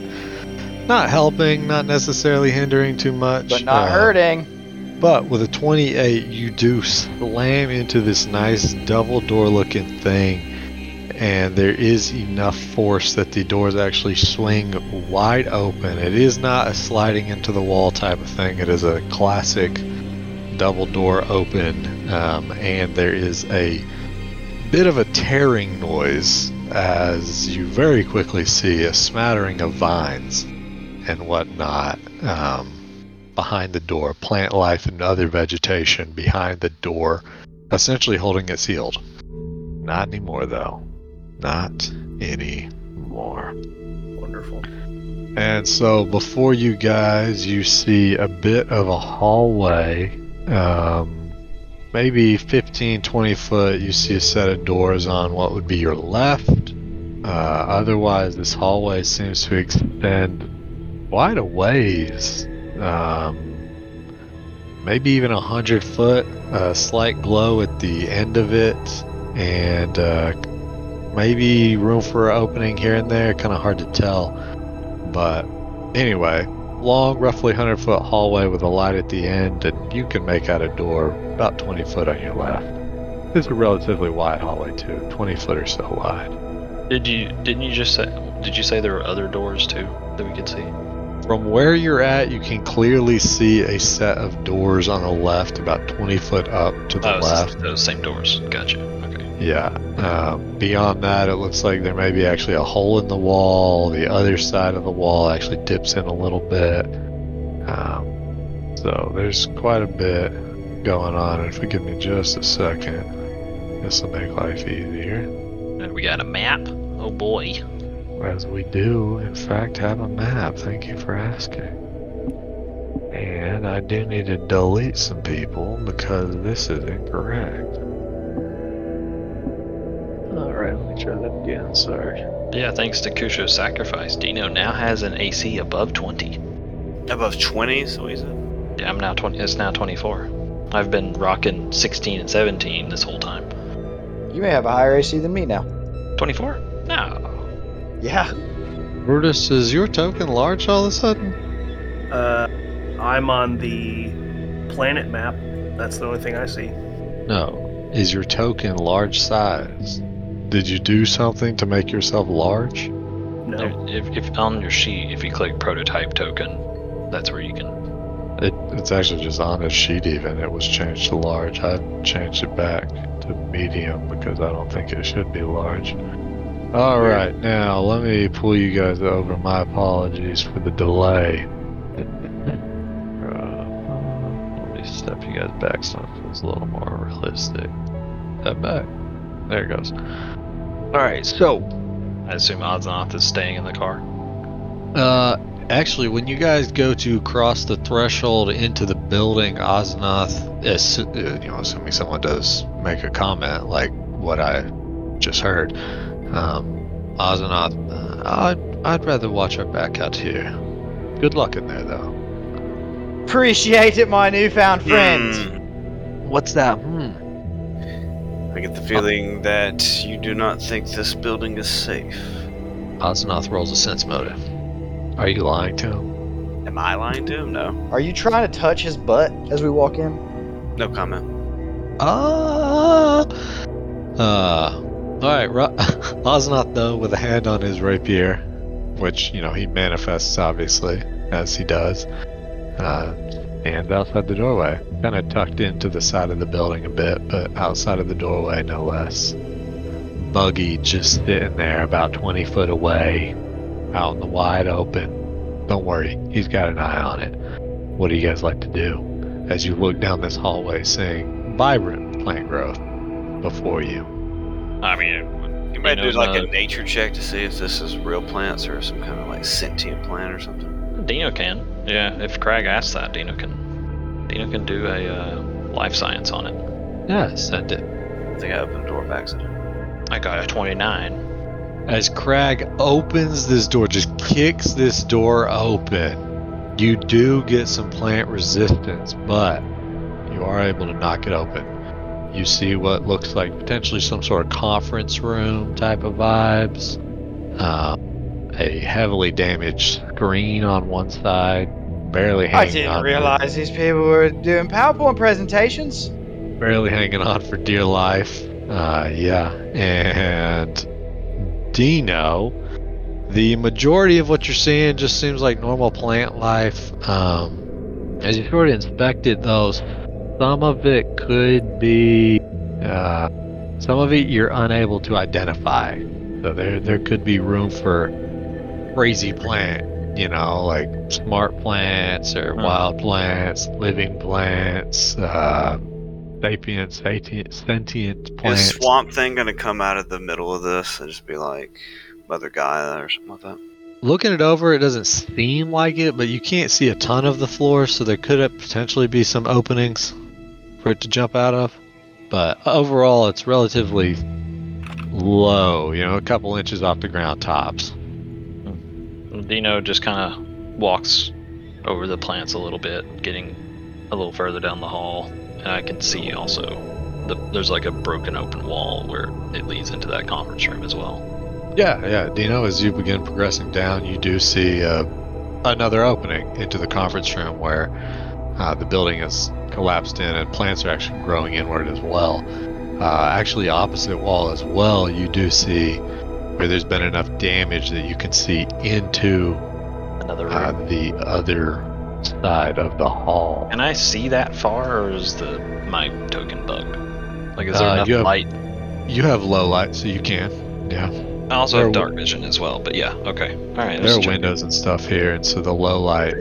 B: not helping, not necessarily hindering too much,
D: But not
B: uh,
D: hurting.
B: But with a 28, you do slam into this nice double door looking thing, and there is enough force that the doors actually swing wide open. It is not a sliding into the wall type of thing, it is a classic double door open, um, and there is a bit of a tearing noise as you very quickly see a smattering of vines and whatnot. Um, behind the door, plant life and other vegetation behind the door, essentially holding it sealed. Not anymore, though. Not anymore.
I: Wonderful.
B: And so before you guys, you see a bit of a hallway, um, maybe 15, 20 foot. You see a set of doors on what would be your left. Uh, otherwise, this hallway seems to extend quite a ways, um, maybe even 100 foot. A slight glow at the end of it, and uh, maybe room for an opening here and there. Kind of hard to tell. But anyway, long, roughly 100 foot hallway with a light at the end, and you can make out a door about 20 foot on your left. It's a relatively wide hallway, too, 20 foot or so wide.
A: Did you didn't you just say did you say there were other doors too that we could see?
B: From where you're at, you can clearly see a set of doors on the left, about 20 foot up to the
A: oh, it's
B: left.
A: those same doors. Gotcha. Okay.
B: Yeah. Uh, beyond that, it looks like there may be actually a hole in the wall. The other side of the wall actually dips in a little bit. Um, so there's quite a bit going on. If we give me just a second, this will make life easier.
A: And we got a map. Oh boy.
B: As we do, in fact, have a map. Thank you for asking. And I do need to delete some people because this is incorrect. Alright, let me try that again. Sorry.
A: Yeah, thanks to Kusho's sacrifice, Dino now has an AC above 20.
S: Above 20, so he's a.
A: Yeah, I'm now 20. It's now 24. I've been rocking 16 and 17 this whole time.
D: You may have a higher AC than me now.
A: 24? No.
D: Yeah.
B: Brutus, is your token large all of a sudden?
I: Uh, I'm on the planet map. That's the only thing I see.
B: No. Is your token large size? Did you do something to make yourself large?
I: No.
A: There- If, if on your sheet, if you click prototype token, that's where you can.
B: It, it's actually just on his sheet, even. It was changed to large. I changed it back to medium because I don't think it should be large. Alright, now let me pull you guys over. My apologies for the delay. Uh, let me step you guys back so it's a little more realistic. Step back. There it goes. Alright, so
A: I assume Oddsnoth is staying in the car.
B: uh, actually, when you guys go to cross the threshold into the building, Osnoth, is, uh, you know, assuming someone does make a comment like what I just heard, um, Osnoth, uh, I'd, I'd rather watch our back out here. Good luck in there, though.
D: Appreciate it, my newfound friend.
H: Mm,
S: Hmm.
B: What's that? Hmm.
S: I get the feeling that you do not think this building is safe.
B: Osnoth rolls a sense motive. Are you lying to him?
S: Am I lying to him? No.
D: Are you trying to touch his butt as we walk in?
S: No comment.
B: Ah. Uh, all right, Ro- Osnoth though with a hand on his rapier, which you know he manifests obviously as he does, uh, and outside the doorway, kind of tucked into the side of the building a bit, but outside of the doorway no less. Buggy just sitting there about 20 foot away, out in the wide open. Don't worry, he's got an eye on it. What do you guys like to do as you look down this hallway, seeing vibrant plant growth before you?
A: I mean,
S: You might
A: know,
S: do like
A: uh,
S: a nature check to see if this is real plants or some kind of like sentient plant or something.
A: Dino can. Yeah, if Craig asks that, Dino can. Dino can do a uh, life science on it.
B: Yeah, send it.
S: I think I opened the door by accident.
A: I got a 29.
B: As Crag opens this door, just kicks this door open, you do get some plant resistance, but you are able to knock it open. You see what looks like potentially some sort of conference room type of vibes, uh, a heavily damaged screen on one side, barely
D: I
B: hanging on
D: didn't
B: for-
D: realize these people were doing PowerPoint presentations.
B: barely hanging on for dear life. Uh, yeah. And Dino, the majority of what you're seeing just seems like normal plant life. Um, as you sort of inspected those, some of it could be, uh, some of it you're unable to identify. So there, there could be room for crazy plant, you know, like smart plants or wild plants, living plants, uh, sapient, sapient, sentient
S: Is
B: plants.
S: Swamp Thing gonna come out of the middle of this and just be like Mother Gaia or something like that?
B: Looking it over, it doesn't seem like it, but you can't see a ton of the floor, so there could potentially be some openings for it to jump out of. But overall, it's relatively low, you know, a couple inches off the ground tops.
A: Dino just kind of walks over the plants a little bit, getting a little further down the hall, and I can see also the, there's like a broken open wall where it leads into that conference room as well.
B: Yeah, yeah, Dino. As you begin progressing down, you do see uh, another opening into the conference room where uh, the building has collapsed in, and plants are actually growing inward as well. Uh, actually, opposite wall as well, you do see where there's been enough damage that you can see into
A: Another room.
B: uh, the other side of the hall.
A: Can I see that far, or is the my token bug? Like, is there
B: Uh,
A: enough
B: you have-
A: light?
B: You have low light, so you can. Yeah.
A: I also
B: there
A: have
B: are-
A: dark vision as well, but yeah, okay. All right.
B: there
A: let's
B: are
A: check.
B: windows and stuff here, and so the low light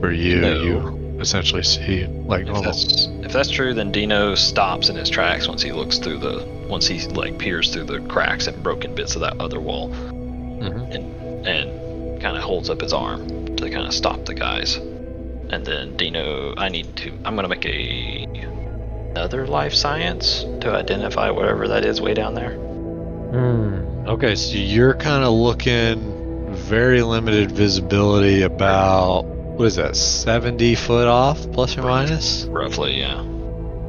B: for you,
A: No.
B: you essentially see like
A: If
B: normal.
A: that's, if that's true, then Dino stops in his tracks once he looks through the once he like peers through the cracks and broken bits of that other wall,
B: Mhm.
A: and and kind of holds up his arm to kind of stop the guys. And then Dino, I need to. I'm gonna make a another life science to identify whatever that is way down there. Hmm.
B: Okay, so you're kind of looking very limited visibility about what is that 70 foot off plus or minus
A: Roughly, yeah.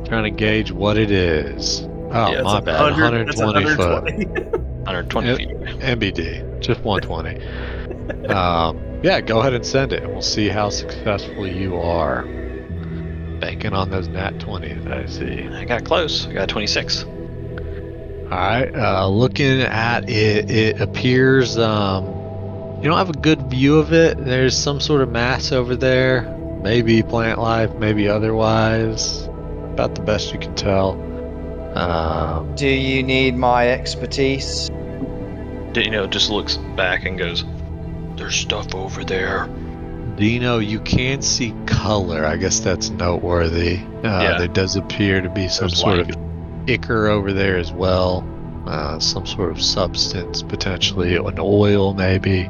B: trying to gauge what it is oh
A: Yeah,
B: my
A: it's
B: bad
A: 100 that's
B: 120 foot
A: 120 feet. away.
B: mbd just 120 um, yeah go ahead and send it and we'll see how successful you are banking on those nat 20s i see
A: I got close. I got 26.
B: All right. Uh, looking at it, it appears um, you don't have a good view of it. There's some sort of mass over there, maybe plant life, maybe otherwise. About the best you can tell. Um,
D: Do you need my expertise?
A: Dino just looks back and goes, "There's stuff over there."
B: Dino, you can see color. I guess that's noteworthy. Uh,
A: Yeah.
B: There does appear to be some
A: There's
B: sort
A: light.
B: of ichor over there as well. Uh, some sort of substance, potentially an oil, maybe.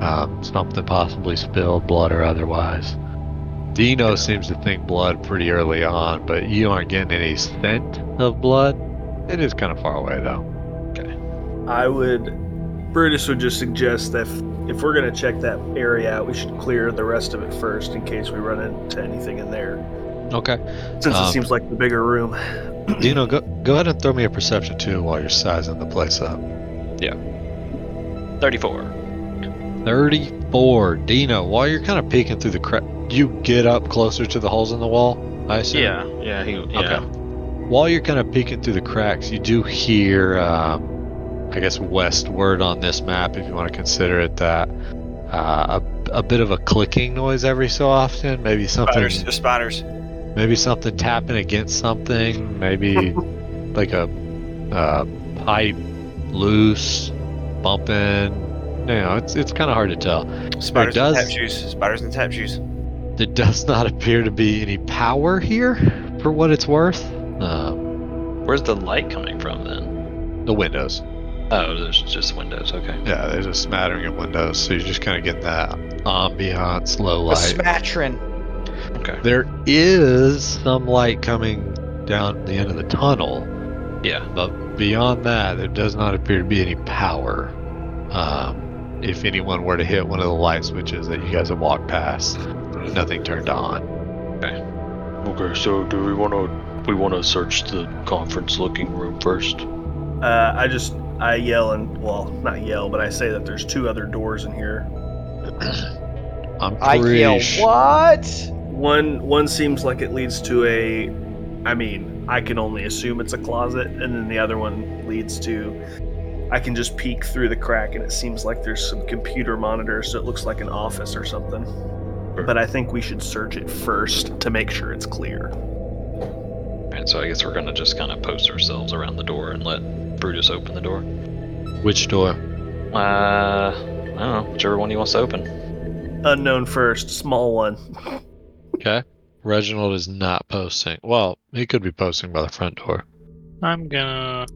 B: Um, something possibly spilled, blood or otherwise. Dino seems to think blood pretty early on, but you aren't getting any scent of blood. It is kind of far away, though.
I: I would. Brutus would just suggest that if, if we're going to check that area out, we should clear the rest of it first in case we run into anything in there.
B: Okay.
I: Since
B: Um,
I: it seems like the bigger room.
B: Dino, go, go ahead and throw me a perception, too, while you're sizing the place up.
A: 34.
B: 34. Dino, while you're kind of peeking through the crack, you get up closer to the holes in the wall, I assume?
A: Yeah. He.
B: Okay. While you're kind of peeking through the cracks, you do hear, um, I guess, westward on this map, if you want to consider it that, uh, a, a bit of a clicking noise every so often. Maybe something,
S: Spiders, there's spiders.
B: maybe something tapping against something. Maybe like a uh, pipe loose, bumping. You know, it's it's kind of hard to tell.
S: Spiders
B: does- Hmm.
S: and tap shoes. Spiders and tap shoes.
B: There does not appear to be any power here, for what it's worth. Um,
A: Where's the light coming from then?
B: the windows.
A: Oh, there's just windows. Okay.
B: Yeah, there's a smattering of windows, so you're just kind of getting that ambiance, low
D: A
B: light.
D: smatrin.
A: Okay.
B: There is some light coming down the end of the tunnel,
A: Yeah.
B: but beyond that, there does not appear to be any power. Um, if anyone were to hit one of the light switches that you guys have walked past, nothing turned on.
F: Okay, so do we want to we want to search the conference looking room first?
I: Uh, I just I yell and well, not yell, but I say that there's two other doors in here.
B: I'm
D: I
B: pretty
D: yell,
B: su-
D: what?
I: One one seems like it leads to a, I mean, I can only assume it's a closet, and then the other one leads to, I can just peek through the crack, and it seems like there's some computer monitors, so it looks like an office or something. But I think we should search it first to make sure it's clear.
A: And so I guess we're gonna just kind of post ourselves around the door and let Brutus open the door.
B: Which door?
A: Uh, I don't know. Whichever one he wants to open.
I: Unknown first, small one.
B: Okay. Reginald is not posting. Well, he could be posting by the front door.
R: I'm gonna.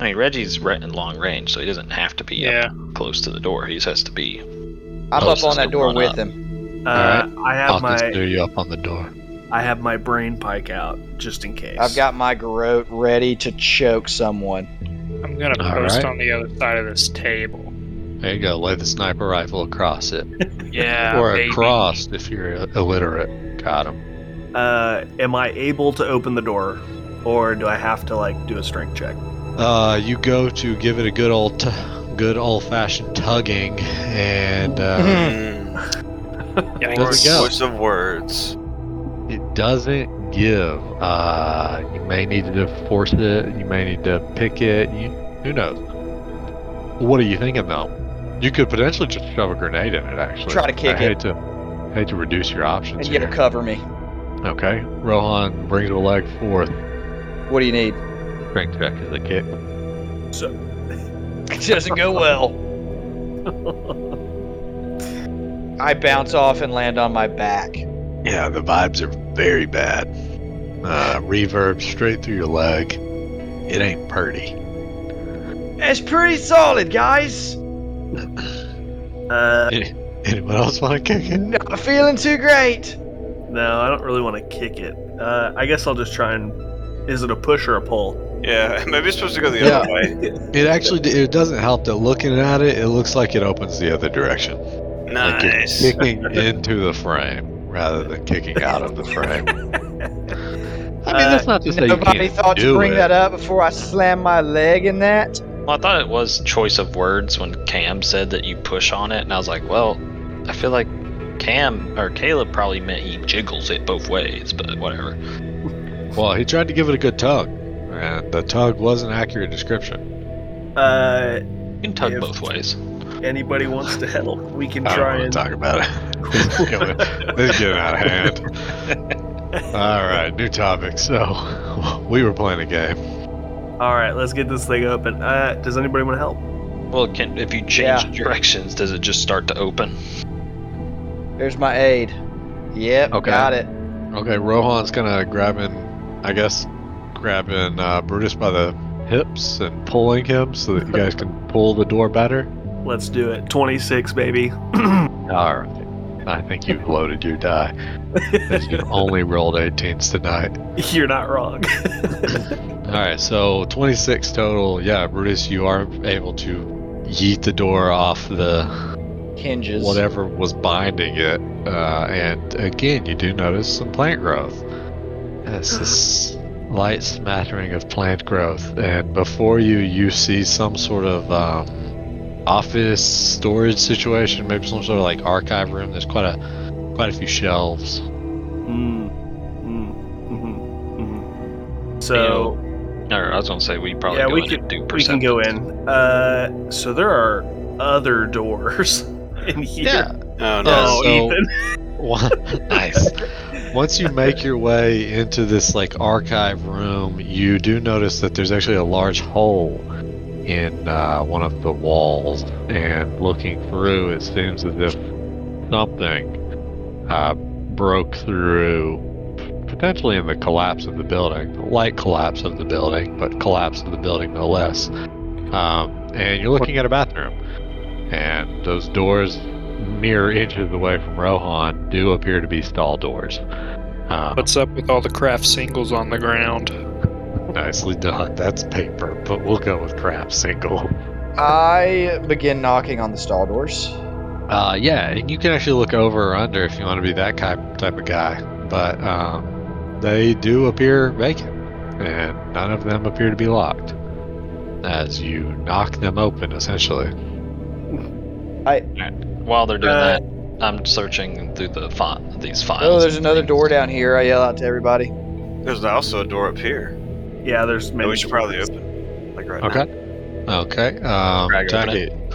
A: I mean, Reggie's right in long range, so he doesn't have to be
R: Yeah.
A: up close to the door. He just has to be.
D: I'm
A: Oh,
D: up on
A: sister,
D: that door
A: run
D: with
A: up.
D: him.
I: Uh, I have
B: I'll
I: my
B: consider you up on the door.
I: I have my brain pike out just in case.
D: I've got my garrote ready to choke someone.
R: I'm gonna
B: All
R: post
B: right.
R: on the other side of this table.
B: There you go. Lay the sniper rifle across it,
R: Yeah.
B: or
R: baby.
B: across if you're illiterate. Got him.
I: Uh, am I able to open the door, or do I have to like do a strength check?
B: Uh, you go to give it a good old, t- good old-fashioned tugging, and uh,
S: Mm,
R: Yeah,
B: There we go.
S: choice of words.
B: it doesn't give. Uh, you may need to force it. You may need to pick it. You, who knows? What are you thinking though? You could potentially just shove a grenade in it. Actually,
D: Try to kick
B: I
D: it.
B: Hate to, hate to reduce your options
D: And
B: here.
D: you'll cover me.
B: Okay, Rohan brings a leg forth.
D: What do you need?
B: Strength check is a kick.
D: It doesn't go well. I bounce off and land on my back.
B: Yeah, the vibes are very bad. Uh, reverb straight through your leg. It ain't purty.
D: It's pretty solid, guys.
I: Uh,
B: Anyone else want to kick it?
D: Not feeling too great.
I: no, I don't really want to kick it. Uh, I guess I'll just try and. Is it a push or a pull?
S: Yeah, maybe it's supposed to go the other way.
B: It actually d- it doesn't help that looking at it, it looks like it opens the other direction, Like it-
S: Nice.
B: kicking into the frame rather than kicking out of the frame. I mean, that's not to say you
D: Nobody
B: can't
D: thought to
B: do
D: bring
B: it.
D: that up before I slam my leg in that.
A: Well, I thought it was choice of words when Cam said that you push on it, and I was like, well, I feel like Cam or Caleb probably meant he jiggles it both ways, but whatever.
B: Well, he tried to give it a good tug, and the tug was an accurate description.
I: Uh,
A: You can tug
I: If-
A: both ways.
I: anybody wants to help, we can
B: I don't
I: try
B: want
I: and.
B: to talk about it. this is going- this is getting out of hand. All right, new topic. So, we were playing a game.
I: All right, let's get this thing open. Uh, does anybody want to help?
A: Well, can, if you change
D: Yeah.
A: directions, does it just start to open?
D: There's my aid. Yep,
B: Okay.
D: got it.
B: Okay, Rohan's gonna grab in, I guess, grabbing uh, Brutus by the hips and pulling him so that you guys can pull the door better.
I: Let's do it. 26, baby.
B: All right, I think you've loaded your die. You've only rolled 18s tonight.
I: You're not wrong.
B: All right, so 26 total. Yeah, Brutus, you are able to yeet the door off the
D: Hinges.
B: whatever was binding it. Uh, and again, you do notice some plant growth. It's this light smattering of plant growth. And before you, you see some sort of um, office storage situation, maybe some sort of like archive room. There's quite a quite a few shelves.
I: Mm, mm, mhm, mhm. So.
A: Or I was gonna say we probably
I: Yeah,
A: go
I: we
A: in
I: could-
A: and do
I: We can
A: perception.
I: go in. Uh, so there are other doors in here.
S: Oh, no.
I: Oh,
B: Yeah, so-
I: Ethan.
B: One- nice. Once you make your way into this like archive room, you do notice that there's actually a large hole in uh, one of the walls, and looking through, it seems as if something uh, broke through, potentially in the collapse of the building, the light collapse of the building, but collapse of the building no less. Um, and you're looking at a bathroom, and those doors, mere inches away from Rohan, do appear to be stall doors. Um,
R: What's up with all the craft singles on the ground?
B: nicely done. That's paper, but we'll go with crap single.
D: I begin knocking on the stall doors.
B: Uh, yeah, and you can actually look over or under if you want to be that type type of guy. But um, they do appear vacant, and none of them appear to be locked. As you knock them open, essentially.
D: I
A: While they're doing
I: Uh,
A: that, I'm searching through the font these files.
D: oh, there's another door down here. I yell out to everybody.
H: There's also a door up here.
I: Yeah, there's
H: that
I: maybe.
H: we should probably open. Like right now.
B: Okay. Okay. Um,
H: Craig, open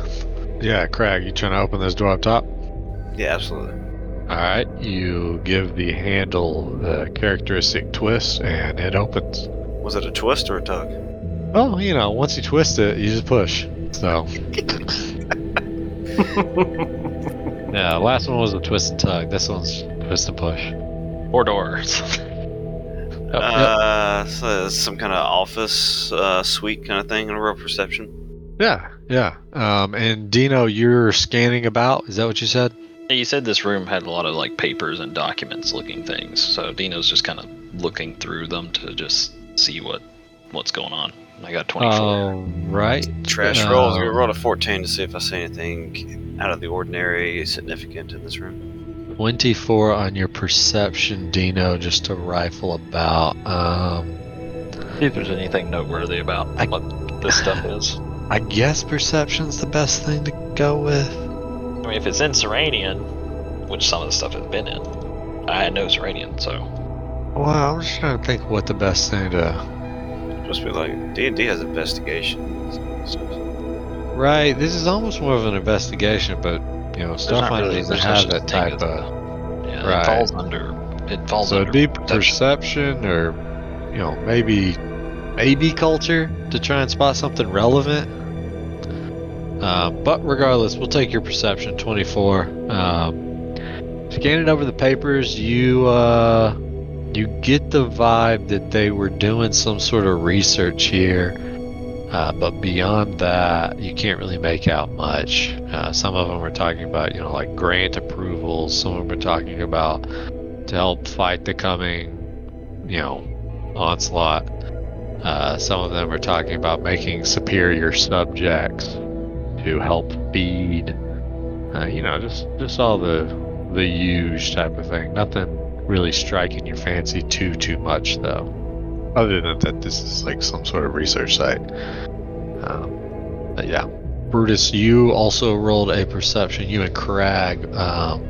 B: Jack, yeah, Craig, you trying to open this door up top?
H: Yeah, absolutely.
B: All right, you give the handle the characteristic twist, and it opens.
H: Was it a twist or a tug?
B: Well, you know, once you twist it, you just push. So. yeah, last one was a twist and tug. This one's twist and push.
A: Four doors.
B: Oh,
H: Uh, so it's some kind of office uh, suite kind of thing, and a real perception.
B: Yeah, yeah. Um, and Dino, you're scanning about. Is that what you said?
A: you said this room had a lot of like papers and documents looking things, so Dino's just kind of looking through them to just see what what's going on. I got 24.
B: All right.
H: Trash rolls. We
B: Um,
H: rolled a 14 to see if I see anything out of the ordinary, significant in this room.
B: 24 on your perception, Dino, just to rifle about. Um,
A: See if there's anything noteworthy about
B: I-
A: what this stuff is.
B: I guess perception's the best thing to go with.
A: I mean, if it's in Serenian, which some of the stuff has been in, I had no Serenian, so
B: Well, I'm just trying to think what the best thing to.
H: Must be like D and D has investigations.
B: Right, this is almost more of an investigation, but you know,
A: not
B: Starfinder
A: really-
B: doesn't
A: there's no
B: have
A: such
B: that
A: thing
B: type
A: as
B: of.
A: yeah,
B: Right.
A: it falls under. It falls
B: So
A: under.
B: it'd be
A: perception.
B: perception, or you know, maybe maybe culture to try and spot something relevant. Um, but regardless, we'll take your perception 24. Um, scanning over the papers, you uh, you get the vibe that they were doing some sort of research here. Uh, but beyond that, you can't really make out much. Uh, some of them are talking about, you know, like grant approvals. Some of them are talking about to help fight the coming, you know, onslaught. Uh, some of them are talking about making superior subjects to help feed. Uh, you know, just just all the the huge type of thing. Nothing really striking your fancy too too much though. Other than that, this is like some sort of research site. Um, but yeah, Brutus, you also rolled a perception. You and Crag. Um,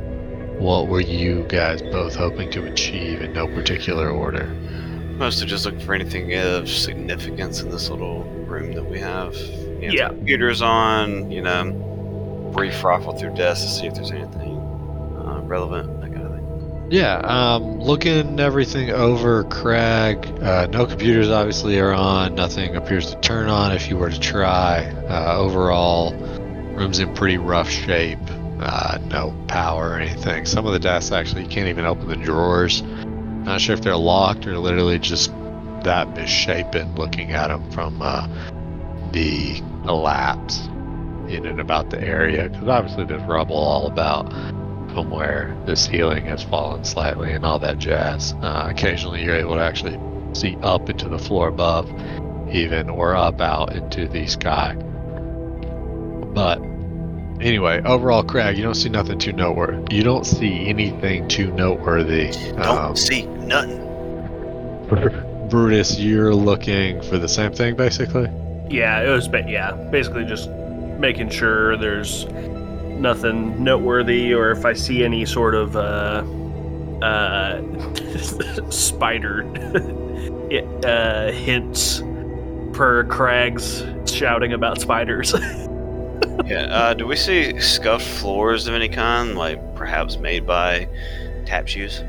B: what were you guys both hoping to achieve in no particular order?
H: Mostly just looking for anything of significance in this little room that we have. You know,
I: Yeah.
H: Computers on. You know, brief rifle through desks to see if there's anything uh, relevant. That kind of thing.
B: Yeah, um, looking everything over, Crag. Uh, no computers obviously are on. Nothing appears to turn on if you were to try. Uh, overall, room's in pretty rough shape. Uh, no power or anything. Some of the desks actually you can't even open the drawers. Not sure if they're locked or literally just that misshapen looking at them from uh, the collapse in and about the area. Because obviously there's rubble all about from where the ceiling has fallen slightly and all that jazz. Uh, occasionally, you're able to actually see up into the floor above, even or up out into the sky. But anyway, overall, Crag, you don't see nothing too noteworthy. You don't see anything too noteworthy. Um,
H: Don't see nothing.
B: Brutus, you're looking for the same thing, basically.
I: Yeah, it was. But yeah, basically just making sure there's nothing noteworthy, or if I see any sort of uh, uh, spider it, uh, hints per Craig's shouting about spiders.
H: yeah. Uh, do we see scuffed floors of any kind, like perhaps made by tap shoes?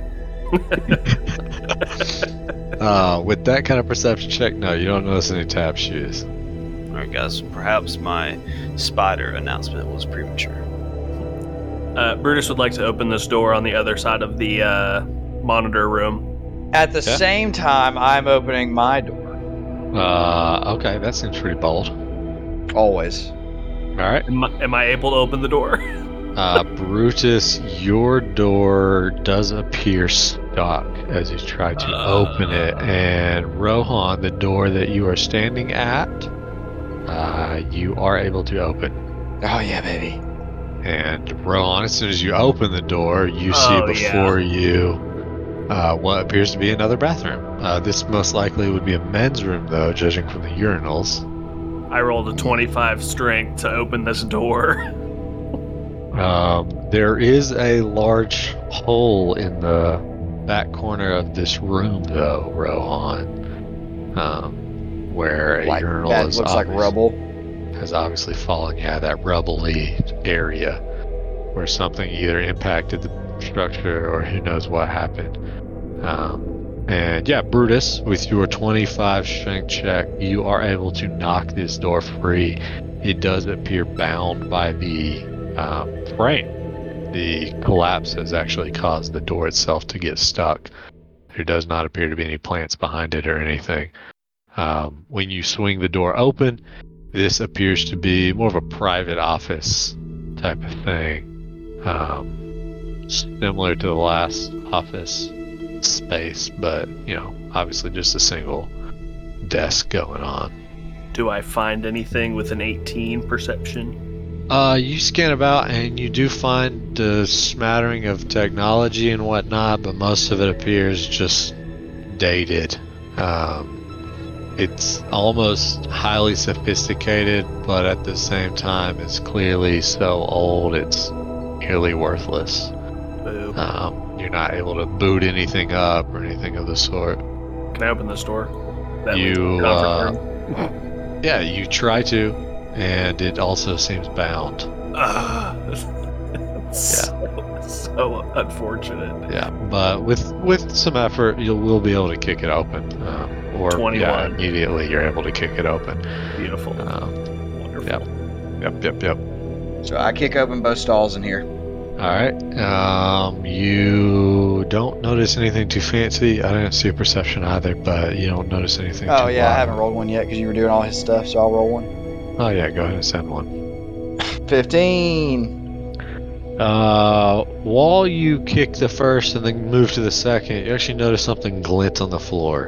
B: Uh, with that kind of perception check, no, you don't notice any tap shoes.
H: All right, guys. Perhaps my spider announcement was premature.
I: Uh, Brutus would like to open this door on the other side of the uh, monitor room.
D: At the yeah. same time, I'm opening my door.
B: Uh, okay, that seems pretty bold.
D: Always.
B: All right.
I: Am I, am I able to open the door?
B: uh, Brutus, your door does appear stuck as you try to uh... open it, and Rohan, the door that you are standing at, uh, you are able to open.
D: Oh yeah, baby.
B: And Rohan, as soon as you open the door, you oh, see before yeah. you uh, what appears to be another bathroom. Uh, this most likely would be a men's room, though, judging from the urinals.
I: I rolled a 25 strength to open this door.
B: um, there is a large hole in the back corner of this room, though, Rohan, um, where a
D: like,
B: urinal
D: that
B: is
D: looks like rubble
B: has obviously fallen. Yeah, that rubbly area where something either impacted the structure or who knows what happened. Um, and yeah, Brutus, with your 25 strength check, you are able to knock this door free. It does appear bound by the um, frame. The collapse has actually caused the door itself to get stuck. There does not appear to be any plants behind it or anything. Um, when you swing the door open, this appears to be more of a private office type of thing, um, similar to the last office space, but you know, obviously just a single desk going on.
I: Do I find anything with an 18 perception?
B: Uh, you scan about and you do find a smattering of technology and whatnot, but most of it appears just dated. Um, it's almost highly sophisticated, but at the same time, it's clearly so old it's nearly worthless. Um, you're not able to boot anything up or anything of the sort.
I: Can I open this door?
B: That you, uh, yeah, you try to, and it also seems bound.
I: yeah. Ah, So, so unfortunate.
B: Yeah, but with with some effort, you will be able to kick it open. Um, or 21. yeah, immediately you're able to kick it open.
I: Beautiful. Um, Wonderful.
B: Uh, Yep. Yep. Yep. Yep.
D: So I kick open both stalls in here.
B: All right. Um, you don't notice anything too fancy. I didn't see a perception either, but you don't notice anything.
D: Oh
B: yeah,
D: wild. I haven't rolled one yet because you were doing all his stuff, so I'll roll one.
B: Oh yeah, go ahead and send one.
D: Fifteen.
B: Uh, while you kick the first and then move to the second, you actually notice something glint on the floor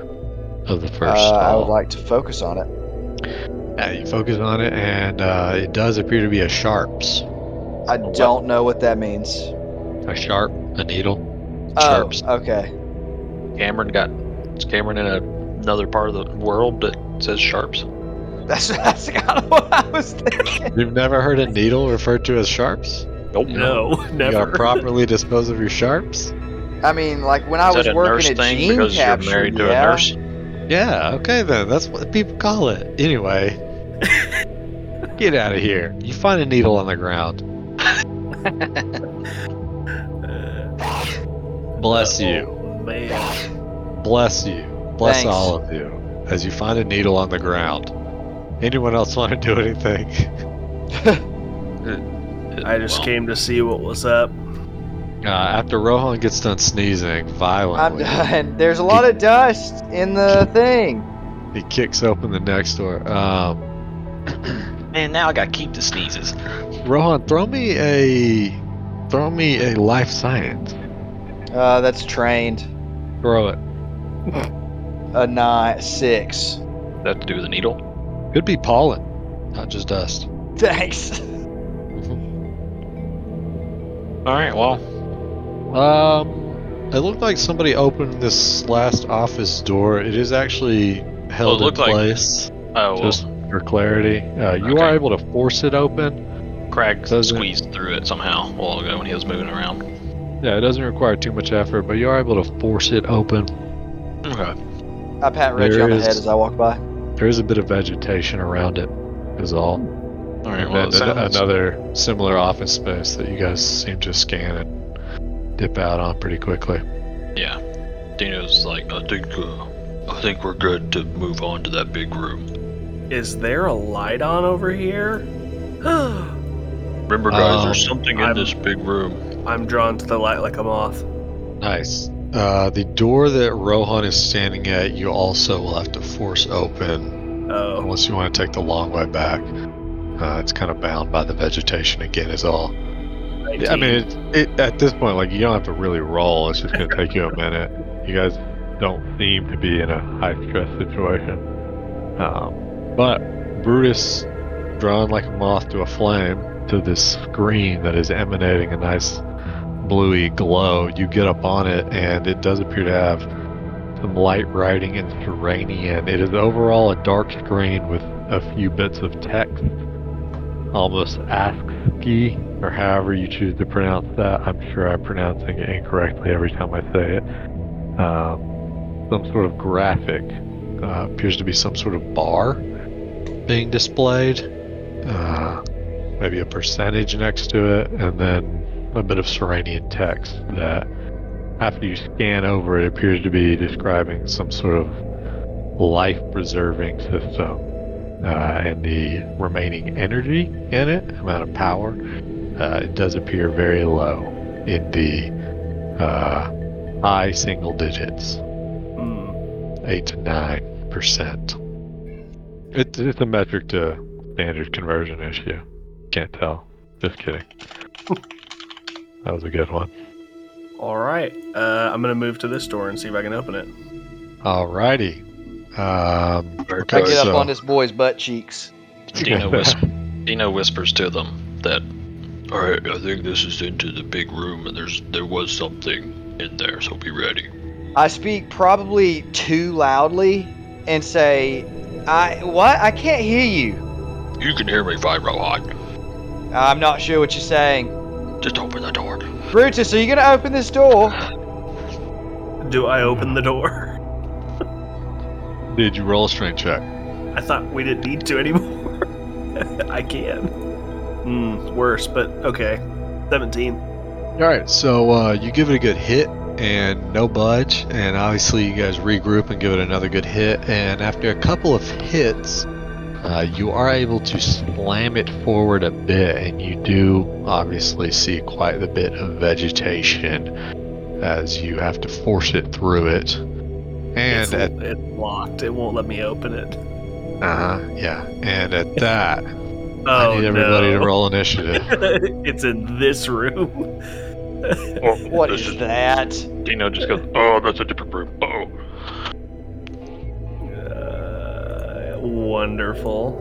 B: of the first. Uh,
D: I would like to focus on it.
B: Yeah, you focus on it, and uh, it does appear to be a sharps.
D: I don't know what that means.
B: A sharp, a needle.
D: Oh, sharps. okay.
A: Cameron got. Is Cameron in a, another part of the world that says sharps?
D: That's, that's kind of what I was thinking.
B: You've never heard a needle referred to as sharps?
I: Nope. No, no never.
B: You gotta properly dispose of your sharps.
D: I mean, like when I
A: is
D: was working at
A: thing?
D: Gene
A: because
D: Capture,
A: you're married to
D: yeah.
A: a nurse.
B: Yeah, okay then. That's what people call it. Anyway, get out of here. You find a needle on the ground. Bless you.
I: Oh, Man.
B: Bless you. Bless
D: Thanks.
B: all of you as you find a needle on the ground. Anyone else want to do anything?
I: I just came to see what was up.
B: Uh, after Rohan gets done sneezing violently,
D: I'm done. There's a lot of dust in the thing.
B: He kicks open the next door. Um,
A: Man, now I gotta keep the sneezes.
B: Rohan, throw me a, throw me a life science.
D: Uh, that's trained.
B: Throw it.
D: a nine six.
A: That to do with the needle?
B: Could be pollen, not just dust.
D: Thanks.
A: All right. Well,
B: um, it looked like somebody opened this last office door. It is actually
A: Well, it
B: held in
A: looked like-
B: place.
A: oh, well,
B: Just for clarity, uh, you
A: Okay.
B: are able to force it open.
A: Crag
B: doesn't-
A: squeezed through it somehow a while ago when he was moving around.
B: Yeah, it doesn't require too much effort, but you are able to force it open.
A: Okay.
D: I pat Reggie
B: There
D: on the
B: is-
D: head as I walk by.
B: There is a bit of vegetation around it, is all.
A: All right.
B: And
A: Well, it
B: then
A: sounds,
B: another similar office space that you guys seem to scan and dip out on pretty quickly.
A: Yeah. Dino's like, I think, uh, I think we're good to move on to that big room.
I: Is there a light on over here?
F: Remember,
B: Uh,
F: guys,
B: Um,
F: there's something in
I: I'm-
F: this big room.
I: I'm drawn to the light like a moth.
B: Nice. Uh, the door that Rohan is standing at, you also will have to force open
I: Oh.
B: unless you want to take the long way back. Uh, it's kind of bound by the vegetation again, is all. Yeah, I mean, it, it, at this point, like you don't have to really roll. It's just going to take you a minute. You guys don't seem to be in a high stress situation. Um, but Brutus, drawn like a moth to a flame to this screen that is emanating a nice bluey glow. You get up on it, and it does appear to have some light writing in Serenian. It is overall a dark screen with a few bits of text, almost ASCII, or however you choose to pronounce that. I'm sure I'm pronouncing it incorrectly every time I say it. Um, some sort of graphic uh, appears to be some sort of bar being displayed. Uh, maybe a percentage next to it, and then a bit of Serenian text that, after you scan over, it appears to be describing some sort of life preserving system uh, and the remaining energy in it, amount of power. Uh, it does appear very low in the uh, high single digits,
I: Hmm.
B: eight to nine percent. It's it's a metric to standard conversion issue. Can't tell. Just kidding. that was a good one.
I: All right. Uh, I'm gonna move to this door and see if I can open it.
B: Alrighty. Um,
D: I
B: okay,
D: get up
B: so-
D: on this boy's butt cheeks.
A: Dino, whisper, Dino whispers to them that
F: All right, I think this is into the big room, and there's there was something in there, so be ready.
D: I speak probably too loudly and say, "I what? I can't hear you.
F: You can hear me fine, Rohan.
D: I'm not sure what you're saying."
F: Just open the door.
D: Brutus, are you gonna open this door?
I: Do I open the door?
B: Did you roll a strength check?
I: I thought we didn't need to anymore. I can. Hmm. Worse, but okay. Seventeen.
B: All right, so uh, you give it a good hit and no budge, and obviously you guys regroup and give it another good hit, and after a couple of hits, uh, you are able to slam it forward a bit, and you do obviously see quite a bit of vegetation as you have to force it through it. And
I: it's,
B: at
I: it's locked. It won't let me open it.
B: uh huh, yeah, and at that,
I: Oh
B: I need everybody
I: no.
B: to roll initiative.
I: it's in this room.
D: What is that?
F: Dino just goes, "Oh, that's a different room." Oh,
I: Uh, wonderful.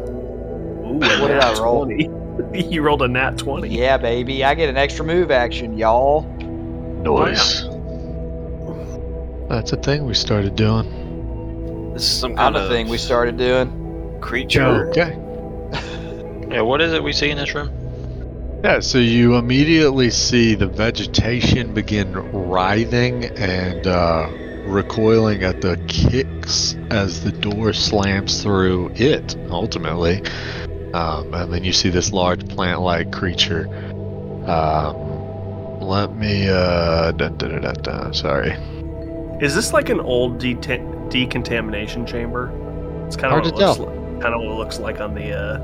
I: Ooh, a
D: What did
I: nat
D: I roll?
I: 20. you rolled a nat 20.
D: Yeah, baby, I get an extra move action, y'all.
B: Noise. That's a thing we started doing.
H: This is some
D: I'm
H: kind
D: a
H: of
D: thing we started doing.
H: creature.
B: Okay.
A: yeah, what is it we see in this room?
B: Yeah, so you immediately see the vegetation begin writhing and uh, recoiling at the kicks as the door slams through it, ultimately. Um, and then you see this large plant like creature. Um, let me. Uh, da, da, da, da, da, sorry.
I: Is this like an old deta- decontamination chamber? It's kind
B: Hard
I: of what
B: to
I: it looks
B: tell.
I: Like, kind of what it looks like on the. Uh,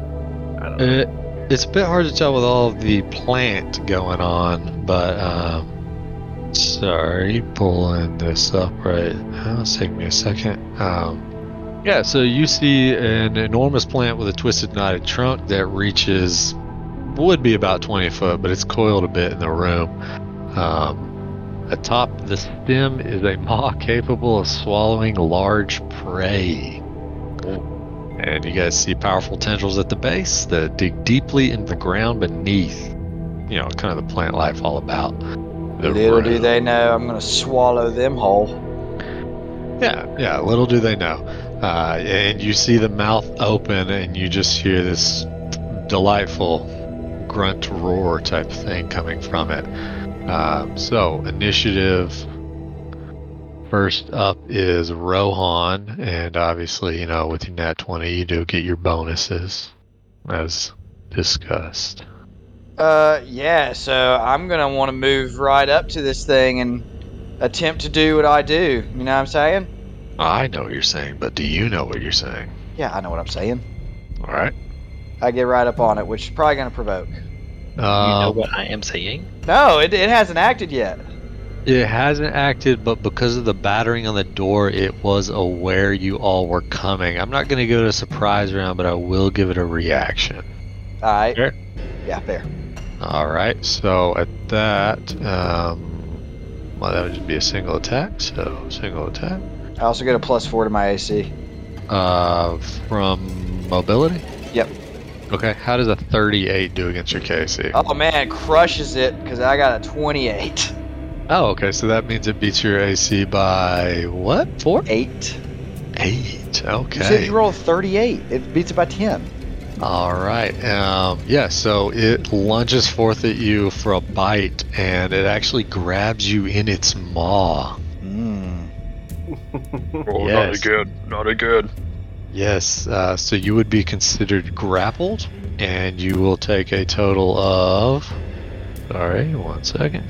I: I don't know.
B: It, it's a bit hard to tell with all of the plant going on, but um, sorry, pulling this up right now. It's taking me a second. Um, yeah, so you see an enormous plant with a twisted, knotted trunk that reaches would be about 20 foot, but it's coiled a bit in the room. Um, atop the stem is a maw capable of swallowing large prey. And you guys see powerful tendrils at the base that dig deeply into the ground beneath. You know, kind of the plant life all about. The
D: Little do
B: room.
D: they know I'm gonna swallow them whole.
B: Yeah, yeah, little do they know. Uh, and you see the mouth open and you just hear this delightful grunt roar type thing coming from it. Um, so, initiative first up is Rohan. And obviously, you know, with your nat 20, you do get your bonuses as discussed.
D: Uh, yeah, so I'm gonna want to move right up to this thing and attempt to do what I do. You know what I'm saying?
B: I know what you're saying, but do you know what you're saying?
D: Yeah, I know what I'm saying.
B: All right. Uh,
D: I get right up on it, which is probably gonna provoke.
A: you know what I am saying?
D: No, it, it hasn't acted yet.
B: It hasn't acted, but because of the battering on the door, it was aware you all were coming. I'm not going to go to surprise round, but I will give it a reaction.
D: All right. Fair? Yeah, fair.
B: All right. So at that, um, well, that would just be a single attack. So single attack.
D: I also get a plus four to my AC.
B: Uh, from mobility.
D: Yep.
B: Okay. How does a 38 do against your KC?
D: Oh man, crushes it because I got a 28.
B: Oh, okay. So that means it beats your AC by what? Four?
D: Eight.
B: Eight. Okay.
D: You said you roll 38. It beats it by 10.
B: All right. Um, yeah. So it lunges forth at you for a bite, and it actually grabs you in its maw.
D: Mm.
F: oh, yes. not again. Not again.
B: Yes. Uh, so you would be considered grappled, and you will take a total of. Sorry, one second.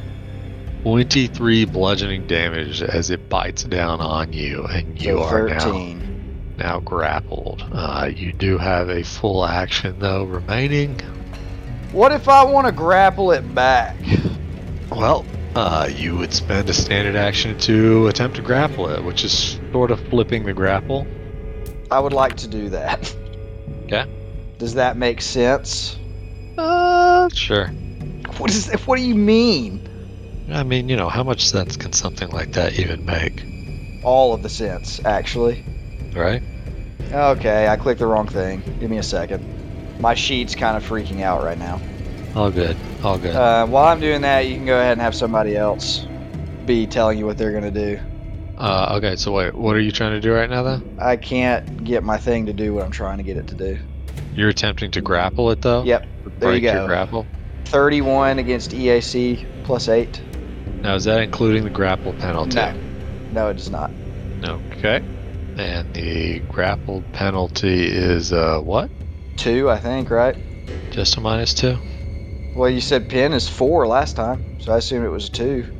B: 23 bludgeoning damage as it bites down on you, and you
D: so
B: are
D: 13.
B: now now grappled. Uh, you do have a full action though remaining.
D: What if I want to grapple it back?
B: Well, uh, you would spend a standard action to attempt to grapple it, which is sort of flipping the grapple.
D: I would like to do that.
B: Okay.
D: Does that make sense?
B: Uh, sure.
D: What is? That? What do you mean?
B: I mean, you know, how much sense can something like that even make?
D: All of the sense, actually
B: right?
D: Okay, I clicked the wrong thing. Give me a second. My sheet's kind of freaking out right now.
B: All good. All good.
D: Uh, while I'm doing that, you can go ahead and have somebody else be telling you what they're going to do.
B: Uh, okay, so wait, what are you trying to do right now, though?
D: I can't get my thing to do what I'm trying to get it to do.
B: You're attempting to grapple it, though?
D: Yep. There you
B: Break
D: go.
B: Your grapple?
D: 31 against EAC plus 8.
B: Now, is that including the grapple penalty?
D: No, no it does not.
B: Okay. And the grappled penalty is uh, what?
D: Two, I think, right?
B: Just a minus two.
D: Well, you said pin is four last time, so I assume it was a two.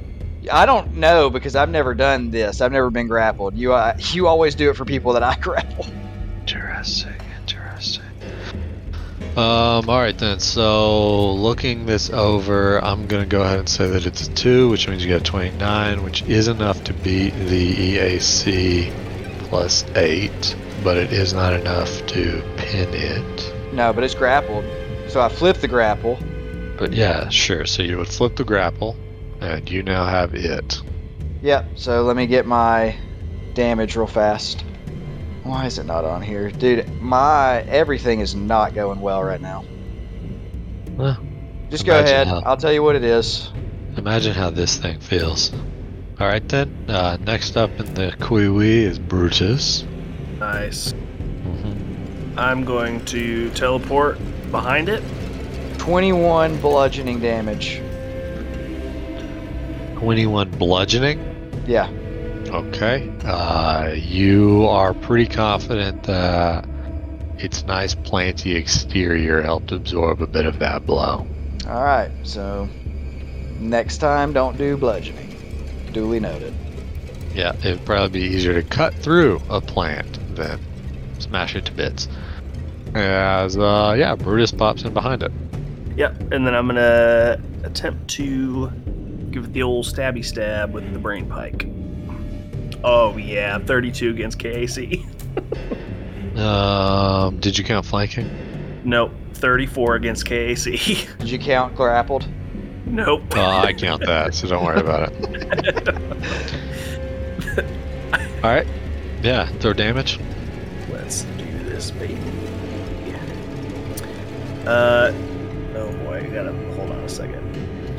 D: I don't know because I've never done this. I've never been grappled. You, uh, you always do it for people that I grapple.
B: Interesting. Interesting. Um. All right then. So looking this over, I'm gonna go ahead and say that it's a two, which means you got 29, which is enough to beat the EAC plus eight, but it is not enough to pin it.
D: No, but it's grappled. So I flip the grapple.
B: But yeah, sure. So you would flip the grapple, and you now have it.
D: Yep. So let me get my damage real fast. Why is it not on here, dude? My everything is not going well right now.
B: Well,
D: Just go
B: Imagine
D: ahead.
B: how-
D: I'll tell you what it is.
B: imagine how this thing feels. All right then. Uh, next up in the Kiwi is Brutus. Mm-hmm.
I: Nice. I'm going to teleport behind it.
D: 21 bludgeoning damage.
B: 21 bludgeoning.
D: Yeah.
B: Okay. Uh, you are pretty confident that its nice planty exterior helped absorb a bit of that blow.
D: All right. So next time, don't do bludgeoning. Duly noted.
B: Yeah, it'd probably be easier to cut through a plant than smash it to bits. As uh, yeah, Brutus pops in behind it.
I: Yep. And then I'm gonna attempt to give it the old stabby stab with the brain pike. Oh yeah, 32 against KAC.
B: Um, did you count flanking?
I: nope. 34 against KAC.
D: Did you count grappled?
I: nope.
B: Oh, I count that, so don't worry about it. All right. Yeah, throw damage.
I: Let's do this, baby. Uh, oh boy, I gotta hold on a second.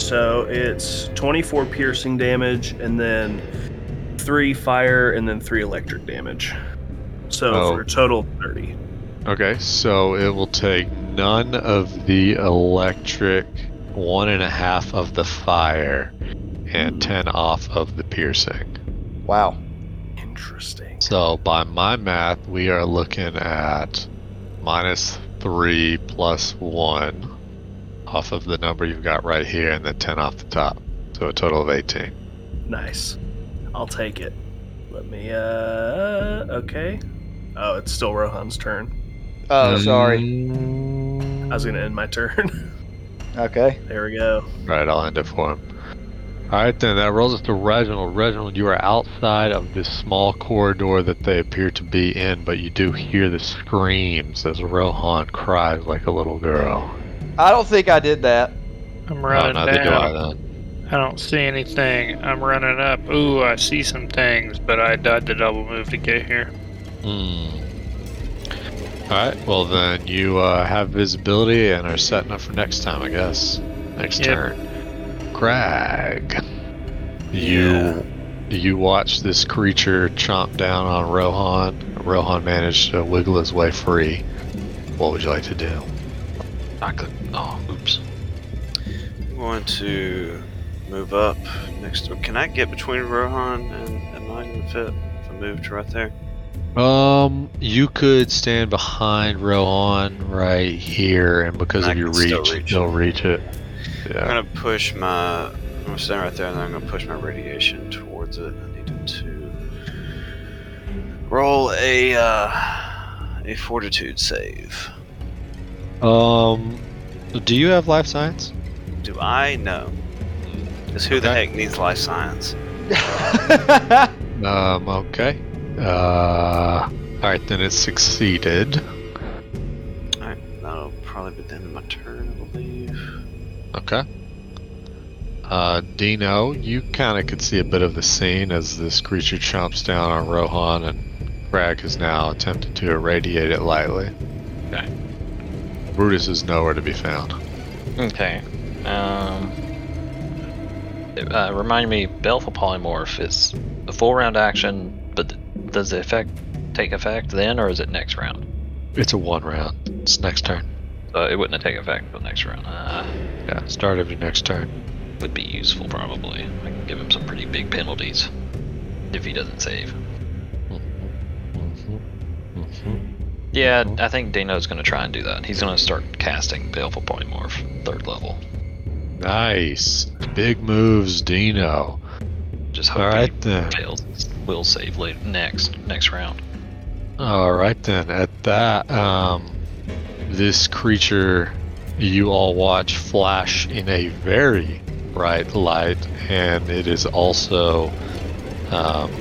I: So it's 24 piercing damage, and then three fire, and then three electric damage. So
B: Oh.
I: for a total of 30.
B: Okay, so it will take none of the electric, one and a half of the fire, and ten off of the piercing.
D: Wow.
I: Interesting.
B: So by my math, we are looking at minus three plus one off of the number you've got right here, and then ten off the top. So a total of eighteen.
I: Nice. I'll take it. Let me, uh, okay. Oh, it's still Rohan's turn.
B: Mm.
D: Oh, sorry.
I: I was gonna end my turn.
D: Okay.
I: There we go.
B: Right, I'll end it for him. Alright then, that rolls us to Reginald. Reginald, you are outside of this small corridor that they appear to be in, but you do hear the screams as Rohan cries like a little girl.
D: I don't think I did that.
R: I'm running no, down. Do I, then. I don't see anything. I'm running up. Ooh, I see some things, but I died the double move to get here.
B: Hmm. Alright, well then you uh, have visibility and are setting up for next time, I guess. Next yep. turn. Crag. You yeah. you watch this creature chomp down on Rohan. Rohan managed to wiggle his way free. What would you like to do?
A: I could. Oh, oops.
H: I'm going to move up next. To, can I get between Rohan and and I can fit if I move to right there?
B: Um, you could stand behind Rohan right here, and because and of your reach, reach, you'll reach it.
H: Yeah. I'm gonna push my. I'm gonna stand right there, and then I'm gonna push my radiation towards it. I needed to roll a uh, a fortitude save.
B: Um, do you have life science?
H: Do I? No. Because who okay. the heck needs life science?
B: um. Okay. Uh. All right. Then it succeeded.
H: All right. That'll probably be the end of my turn, I believe.
B: Okay. Uh, Dino, you kind of could see a bit of the scene as this creature chomps down on Rohan, and Crag has now attempted to irradiate it lightly.
A: Okay.
B: Brutus is nowhere to be found.
A: Okay. Um. Uh, remind me, Baleful Polymorph is a full round action, but th- does the effect take effect then, or is it next round?
B: It's a one round. It's next turn.
A: Uh, it wouldn't take effect for the next round. Uh,
B: yeah, start of your next turn.
A: Would be useful, probably. I can give him some pretty big penalties if he doesn't save. Mm-hmm. Mm-hmm. Yeah, mm-hmm. I think Dino's going to try and do that. He's going to start casting Baleful Polymorph, third level.
B: Nice. Big moves, Dino.
A: Just hope All right, he then. fails. Will save later next next round.
B: All right then. At that, um, this creature you all watch flash in a very bright light and it is also um,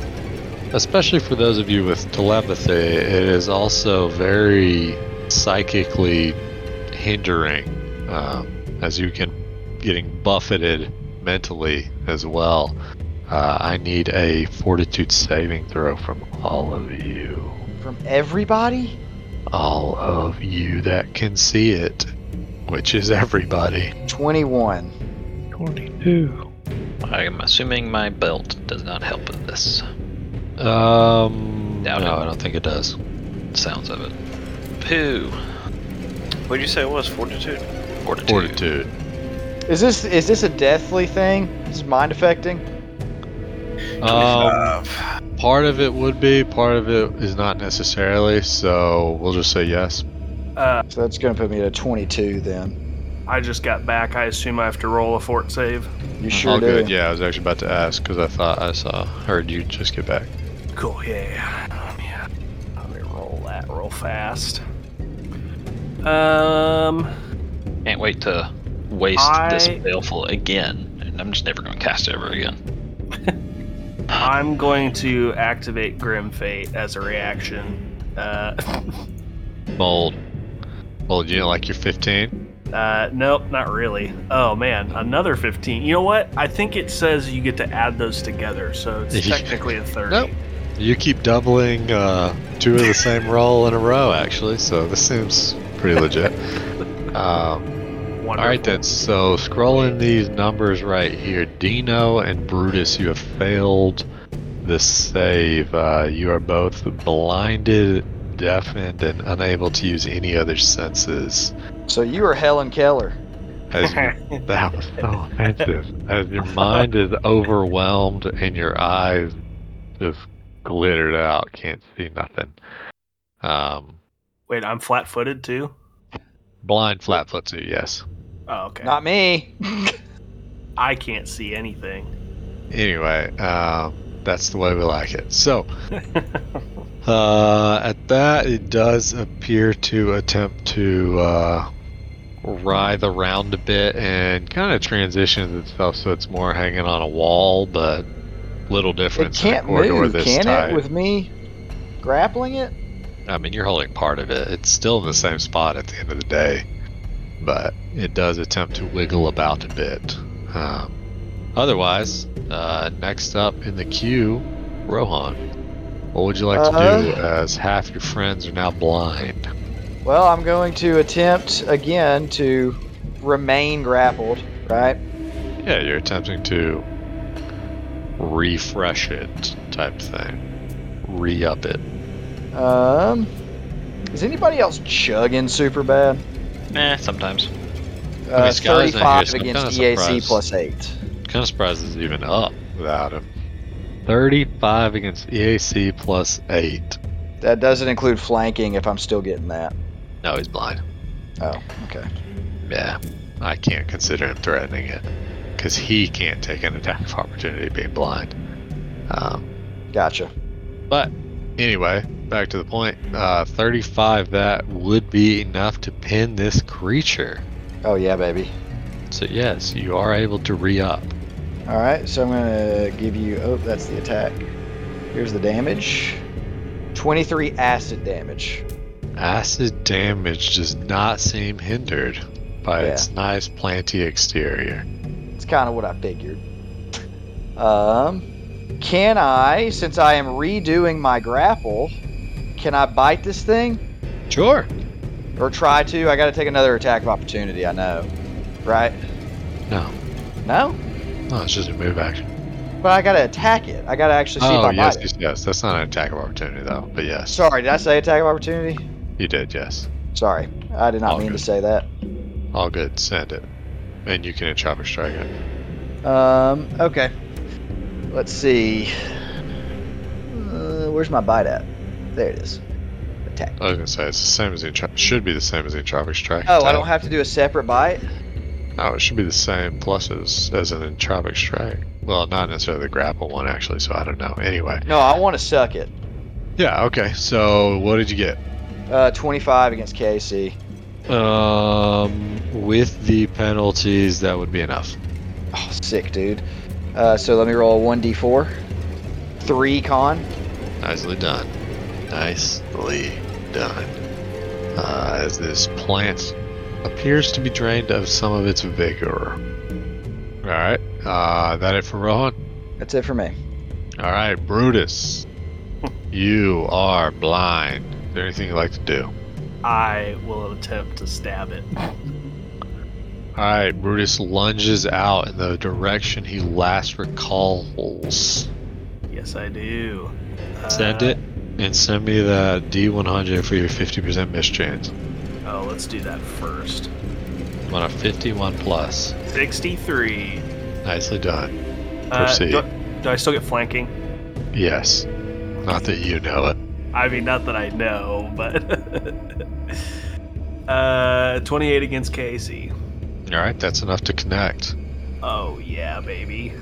B: especially for those of you with telepathy it is also very psychically hindering um, as you can getting buffeted mentally as well uh, i need a fortitude saving throw from all of you
D: from everybody
B: all of you that can see it, which is everybody.
D: 21.
R: 22.
A: I'm assuming my belt does not help with this.
B: Um, Doubt no, it. I don't think it does.
A: Sounds of it. Pooh.
H: What did you say it was? Fortitude?
A: Fortitude.
B: Fortitude.
D: Is this is this a deathly thing? Is mind affecting?
B: 25. Um, part of it would be, part of it is not necessarily, so we'll just say yes.
D: Uh, so that's going to put me at a 22 then.
I: I just got back. I assume I have to roll a fort save.
D: You sure
B: All
D: do.
B: Oh, good. Yeah, I was actually about to ask because I thought I saw, heard you just get back.
I: Cool, yeah, yeah. Let me roll that real fast. Um.
A: Can't wait to waste I... this baleful again, and I'm just never going to cast it ever again.
I: I'm going to activate Grim Fate as a reaction. Uh,
B: Bold. Bold, you know, like your 15?
I: Uh, nope, not really. Oh man, another 15. You know what? I think it says you get to add those together, so it's technically a 30. Nope.
B: You keep doubling uh, two of the same roll in a row, actually, so this seems pretty legit. Um, Wonderful. All right, then. So scrolling these numbers right here, Dino and Brutus, you have failed the save. Uh, you are both blinded, deafened, and unable to use any other senses.
D: So you are Helen Keller.
B: As your, that was so offensive. As your mind is overwhelmed and your eyes just glittered out, can't see nothing. Um.
I: Wait, I'm flat-footed too.
B: Blind flat foot suit, yes.
I: Oh, okay.
D: Not me.
I: I can't see anything.
B: Anyway, uh, that's the way we like it. So, uh, at that, it does appear to attempt to uh, writhe around a bit and kind of transitions itself so it's more hanging on a wall, but little
D: It
B: difference.
D: can't
B: in the corridor
D: move,
B: this
D: can
B: time.
D: it? With me grappling it?
B: I mean, you're holding part of it. It's still in the same spot at the end of the day, but it does attempt to wiggle about a bit. Um, otherwise, uh, next up in the queue, Rohan. What would you like to do as half your friends are now blind?
D: Well, I'm going to attempt again to remain grappled, right?
B: Yeah, you're attempting to refresh it type thing, re up it.
D: Um, is anybody else chugging super bad?
A: Nah, sometimes.
D: Uh, 35 against EAC plus 8.
B: Kind of surprised it's even up without him. 35 against EAC plus 8.
D: That doesn't include flanking if I'm still getting that.
B: No, he's blind.
D: Oh, okay.
B: Yeah, I can't consider him threatening it because he can't take an attack of opportunity being blind. Um,
D: Gotcha.
B: but anyway, back to the point. Uh, 35 that would be enough to pin this creature.
D: Oh, yeah, baby.
B: So, yes, you are able to re up.
D: All right, so I'm gonna give you. Oh, that's the attack. Here's the damage. 23 acid damage.
B: Acid damage does not seem hindered by
D: Yeah.
B: its nice planty exterior.
D: It's kind of what I figured. Um, can I, since I am redoing my grapple, can I bite this thing
B: Sure.
D: or try to? I got to take another attack of opportunity. I know, right?
B: No.
D: No,
B: No, Oh, it's just a move action.
D: but I got to attack it. I got to actually see if
B: Oh,
D: I
B: yes,
D: bite it.
B: yes, yes. That's not an attack of opportunity, though. But yes,
D: Sorry, did I say attack of opportunity?
B: you did, yes.
D: Sorry, I did not mean to say that.
B: All good. Send it. And you can entrapper strike it.
D: Um, okay. Let's see. Uh, where's my bite at? There it is. Attack.
B: I was going to say, it's the same as the entrapper. Should be the same as the entrapper strike.
D: Oh, I don't have to do a separate bite?
B: No, it should be the same pluses as an entropic strike. Well, not necessarily the grapple one, actually, so I don't know. Anyway.
D: No, I want to suck it.
B: Yeah, okay. So, what did you get?
D: Uh, 25 against KC.
B: Um, with the penalties, that would be enough.
D: Oh, sick, dude. Uh, so let me roll 1d4. 3 con.
B: Nicely done. Nicely done. Uh, as this plant appears to be drained of some of its vigor. Alright, uh, that it for Rohan?
D: That's it for me.
B: Alright, Brutus. you are blind. Is there anything you'd like to do?
I: I will attempt to stab it.
B: Alright, Brutus lunges out in the direction he last recalls.
I: Yes, I do.
B: Send
I: Uh,
B: it and send me that D100 for your 50% miss chance.
I: Oh, let's do that first.
B: I'm on a 51 plus.
I: 63.
B: Nicely done.
I: Uh,
B: Proceed.
I: do, I, do I still get flanking?
B: Yes. Not that you know it.
I: I mean, not that I know, but. uh, 28 against KC.
B: Alright, that's enough to connect.
I: Oh, yeah, baby.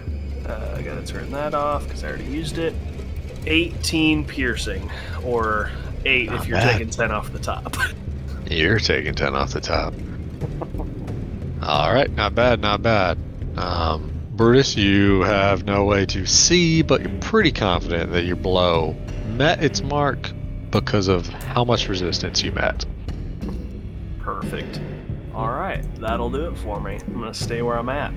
I: Uh, I gotta turn that off because I already used it. 18 piercing, or 8 if you're
B: bad.
I: taking 10 off the top.
B: You're taking 10 off the top. Alright, not bad, not bad. Um, Brutus, you have no way to see, but you're pretty confident that your blow met its mark because of how much resistance you met.
I: Perfect. Alright, that'll do it for me. I'm gonna stay where I'm at.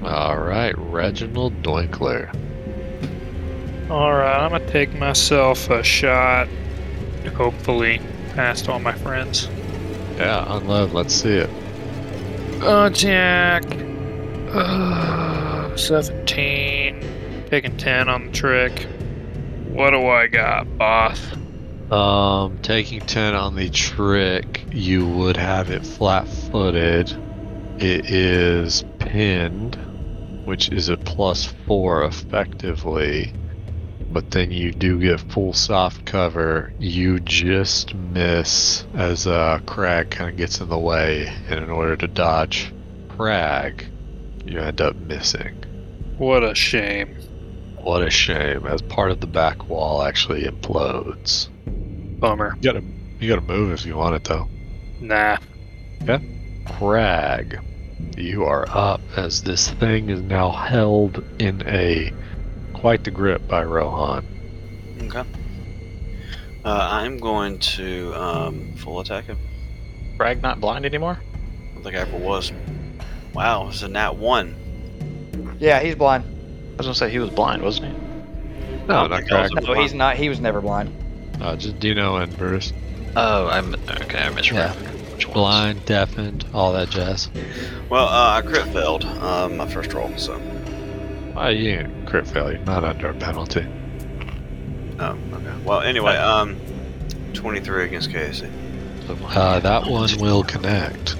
B: Alright, Reginald Doinkler.
R: Alright, I'm gonna take myself a shot. Hopefully, past all my friends.
B: Yeah, unload, let's see it.
R: Attack! Uh, 17. Taking 10 on the trick. What do I got, boss?
B: Um, taking 10 on the trick, you would have it flat footed. It is pinned, which is a plus 4 effectively. But then you do get full soft cover. You just miss as uh, Crag kind of gets in the way. And in order to dodge Crag, you end up missing.
R: What a shame.
B: What a shame, as part of the back wall actually implodes.
R: Bummer.
B: You gotta, you gotta move if you want it though.
R: Nah.
B: Yeah. Crag, you are up as this thing is now held in a quite the grip by Rohan.
H: Okay. Uh, I'm going to um, full attack him.
A: Crag not blind anymore?
H: I don't think I ever was. Wow, it's a nat one.
D: Yeah, he's blind.
A: I was gonna say he was blind, wasn't he?
B: No, not Crag.
D: No, he's not. He was never blind.
B: Uh, just Dino and Brutus.
A: Oh, I'm okay. I misread. Which ones?
B: Blind, deafened, all that jazz.
H: Well, uh, I crit failed um, my first roll, so.
B: Why Ah, you ain't crit failure? Not under a penalty.
H: Oh, okay. Well, anyway, um, 23 against KAC.
B: Uh, that one will connect.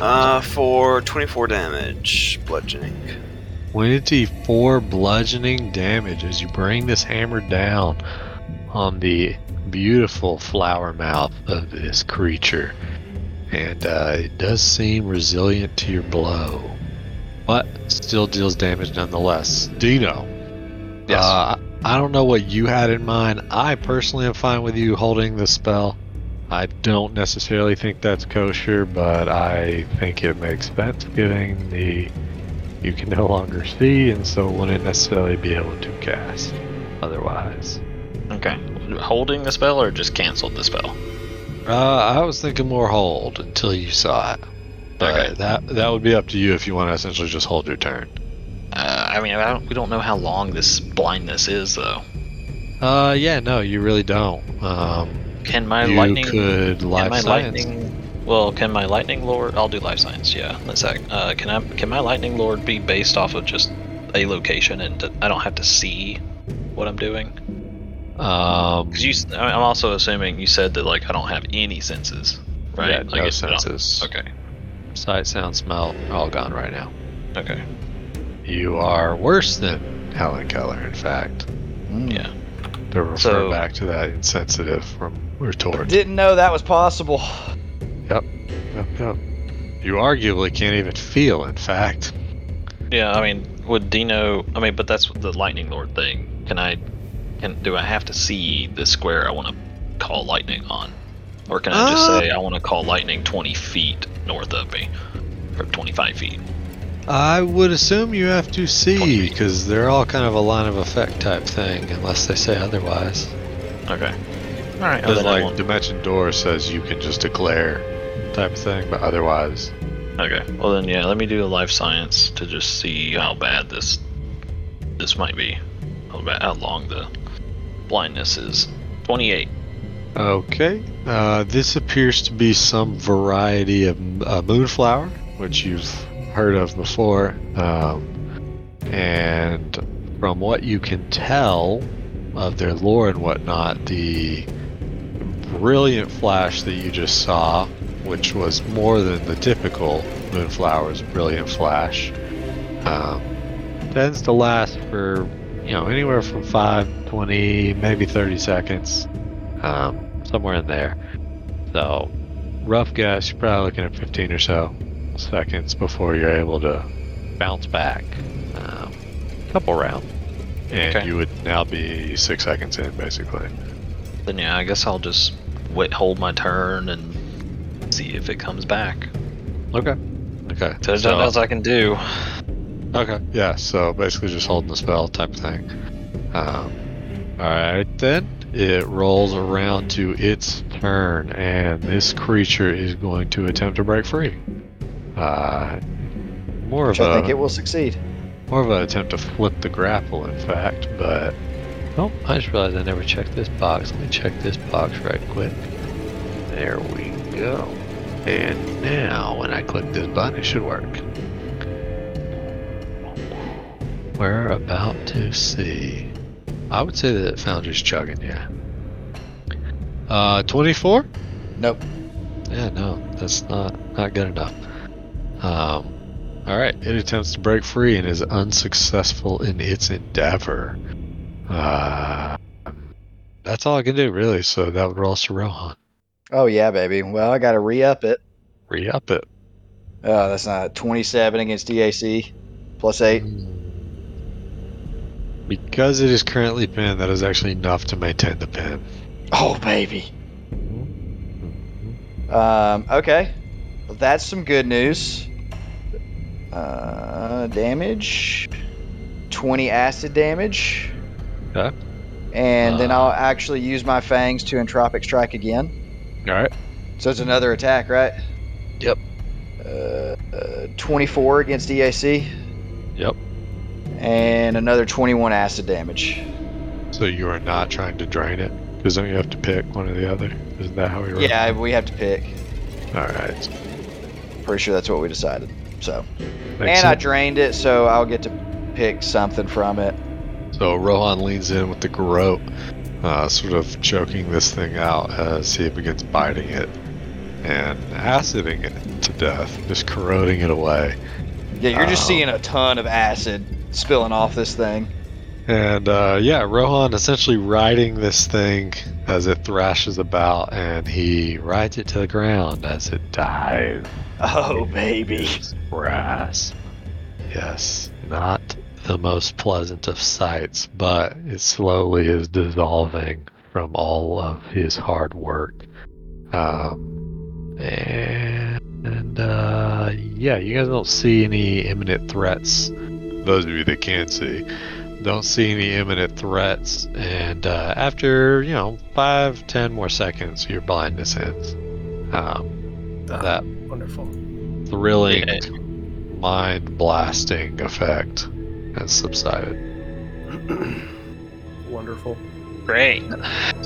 H: Uh, for 24 damage, bludgeoning.
B: 24 bludgeoning damage as you bring this hammer down on the beautiful flower mouth of this creature. And uh, it does seem resilient to your blow, but still deals damage nonetheless. Dino.
A: Yes.
B: Uh, I don't know what you had in mind. I personally am fine with you holding the spell. I don't necessarily think that's kosher, but I think it makes sense giving the you can no longer see, and so wouldn't necessarily be able to cast otherwise.
A: Okay. Holding the spell or just canceled the spell?
B: Uh, I was thinking more hold until you saw it. But
A: Okay.
B: that that would be up to you if you want to essentially just hold your turn.
A: Uh, I mean, I don't, we don't know how long this blindness is, though.
B: Uh, yeah, no, you really don't. Um,
A: Can my
B: you
A: lightning?
B: could
A: can
B: life
A: my
B: science.
A: lightning? Well, can my lightning lord? I'll do life science. Yeah, in a sec. Uh, can I? Can my lightning lord be based off of just a location, and t- I don't have to see what I'm doing?
B: Um,
A: Because you, s- I- I'm also assuming you said that like I don't have any senses, right?
B: yeah,
A: Like,
B: no
A: it's- I don't-
B: senses.
A: Okay.
B: Sight, sound, smell, are all gone right now.
A: Okay.
B: You are worse than Helen Keller, in fact. Hmm.
D: Mm.
A: Yeah.
B: To refer
A: So-
B: back to that insensitive from retort.
D: Mm. Didn't know that was possible.
B: Yep. Yep. Yep. You arguably can't even feel, in fact.
A: Yeah, I mean, would Dino? I mean, but that's the lightning lord thing. Can I? Can do I have to see the square I want to call lightning on, or can I just
B: Uh.
A: say I want to call lightning 20 feet north of me, or 25 feet?
B: I would assume you have to see, because they're all kind of a line of effect type thing, unless they say otherwise.
A: Okay. All right.
B: Because, like, Dimension Door says you can just declare type of thing, but otherwise.
A: okay. Well then, yeah. Let me do a life science to just see how bad this this might be, how, ba- how long the blindness is. 28.
B: Okay. Uh, this appears to be some variety of uh, moonflower, which you've heard of before. Um, and from what you can tell of their lore and whatnot, the brilliant flash that you just saw, which was more than the typical moonflower's brilliant flash, um, tends to last for you know anywhere from 5 20 maybe 30 seconds um, somewhere in there. So, rough guess, you're probably looking at 15 or so seconds before you're able to bounce back. Um, couple rounds. And
A: Okay.
B: you would now be six seconds in, basically.
A: Then yeah, I guess I'll just wait, hold my turn and see if it comes back.
B: Okay. Okay.
A: So there's nothing else I can do.
B: Okay. Yeah. So basically, just holding the spell type of thing. Um, all right then. It rolls around to its turn, and this creature is going to attempt to break free. Uh, more
D: Which
B: of a
D: I think it will succeed.
B: more of an attempt to flip the grapple, in fact. But oh, I just realized I never checked this box. Let me check this box right quick. There we go. And now, when I click this button, it should work. We're about to see. I would say that Foundry's chugging, yeah. Uh, 24?
D: Nope.
B: Yeah, no, that's not not good enough. Um, all right, it attempts to break free and is unsuccessful in its endeavor. Uh, that's all I can do, really. So that would roll us to Rohan.
D: Oh yeah, baby. Well, I gotta re up it.
B: Re up it.
D: Oh, that's not twenty-seven against DAC, plus eight.
B: Because it is currently pinned, that is actually enough to maintain the pin.
D: Oh baby. Um. Okay. Well, that's some good news. Uh, damage 20 acid damage.
B: Okay. Uh.
D: And then I'll actually use my fangs to entropic strike again.
B: All right.
D: So it's another attack, right?
B: Yep.
D: Uh, uh, 24 against EAC
B: Yep.
D: and another 21 acid damage.
B: So you are not trying to drain it, because then you have to pick one or the other. Isn't that how we roll?
D: Yeah, we have to pick.
B: All right.
D: Pretty sure that's what we decided. So, and
B: Makes
D: I
B: sense.
D: drained it, so I'll get to pick something from it.
B: So Rohan leans in with the grope, uh, sort of choking this thing out as he begins biting it and aciding it to death, just corroding it away.
D: Yeah, you're just
B: Um,
D: seeing a ton of acid spilling off this thing.
B: And uh, yeah, Rohan essentially riding this thing as it thrashes about, and he rides it to the ground as it dies.
D: Oh, baby.
B: Grass. Yes, not the most pleasant of sights, but it slowly is dissolving from all of his hard work. Um, and uh, yeah, you guys don't see any imminent threats. Those of you that can see don't see any imminent threats. And uh, after you know five, ten more seconds, your blindness ends. Um, that
I: Wonderful.
B: thrilling, mind blasting effect has subsided.
I: Wonderful.
A: Great.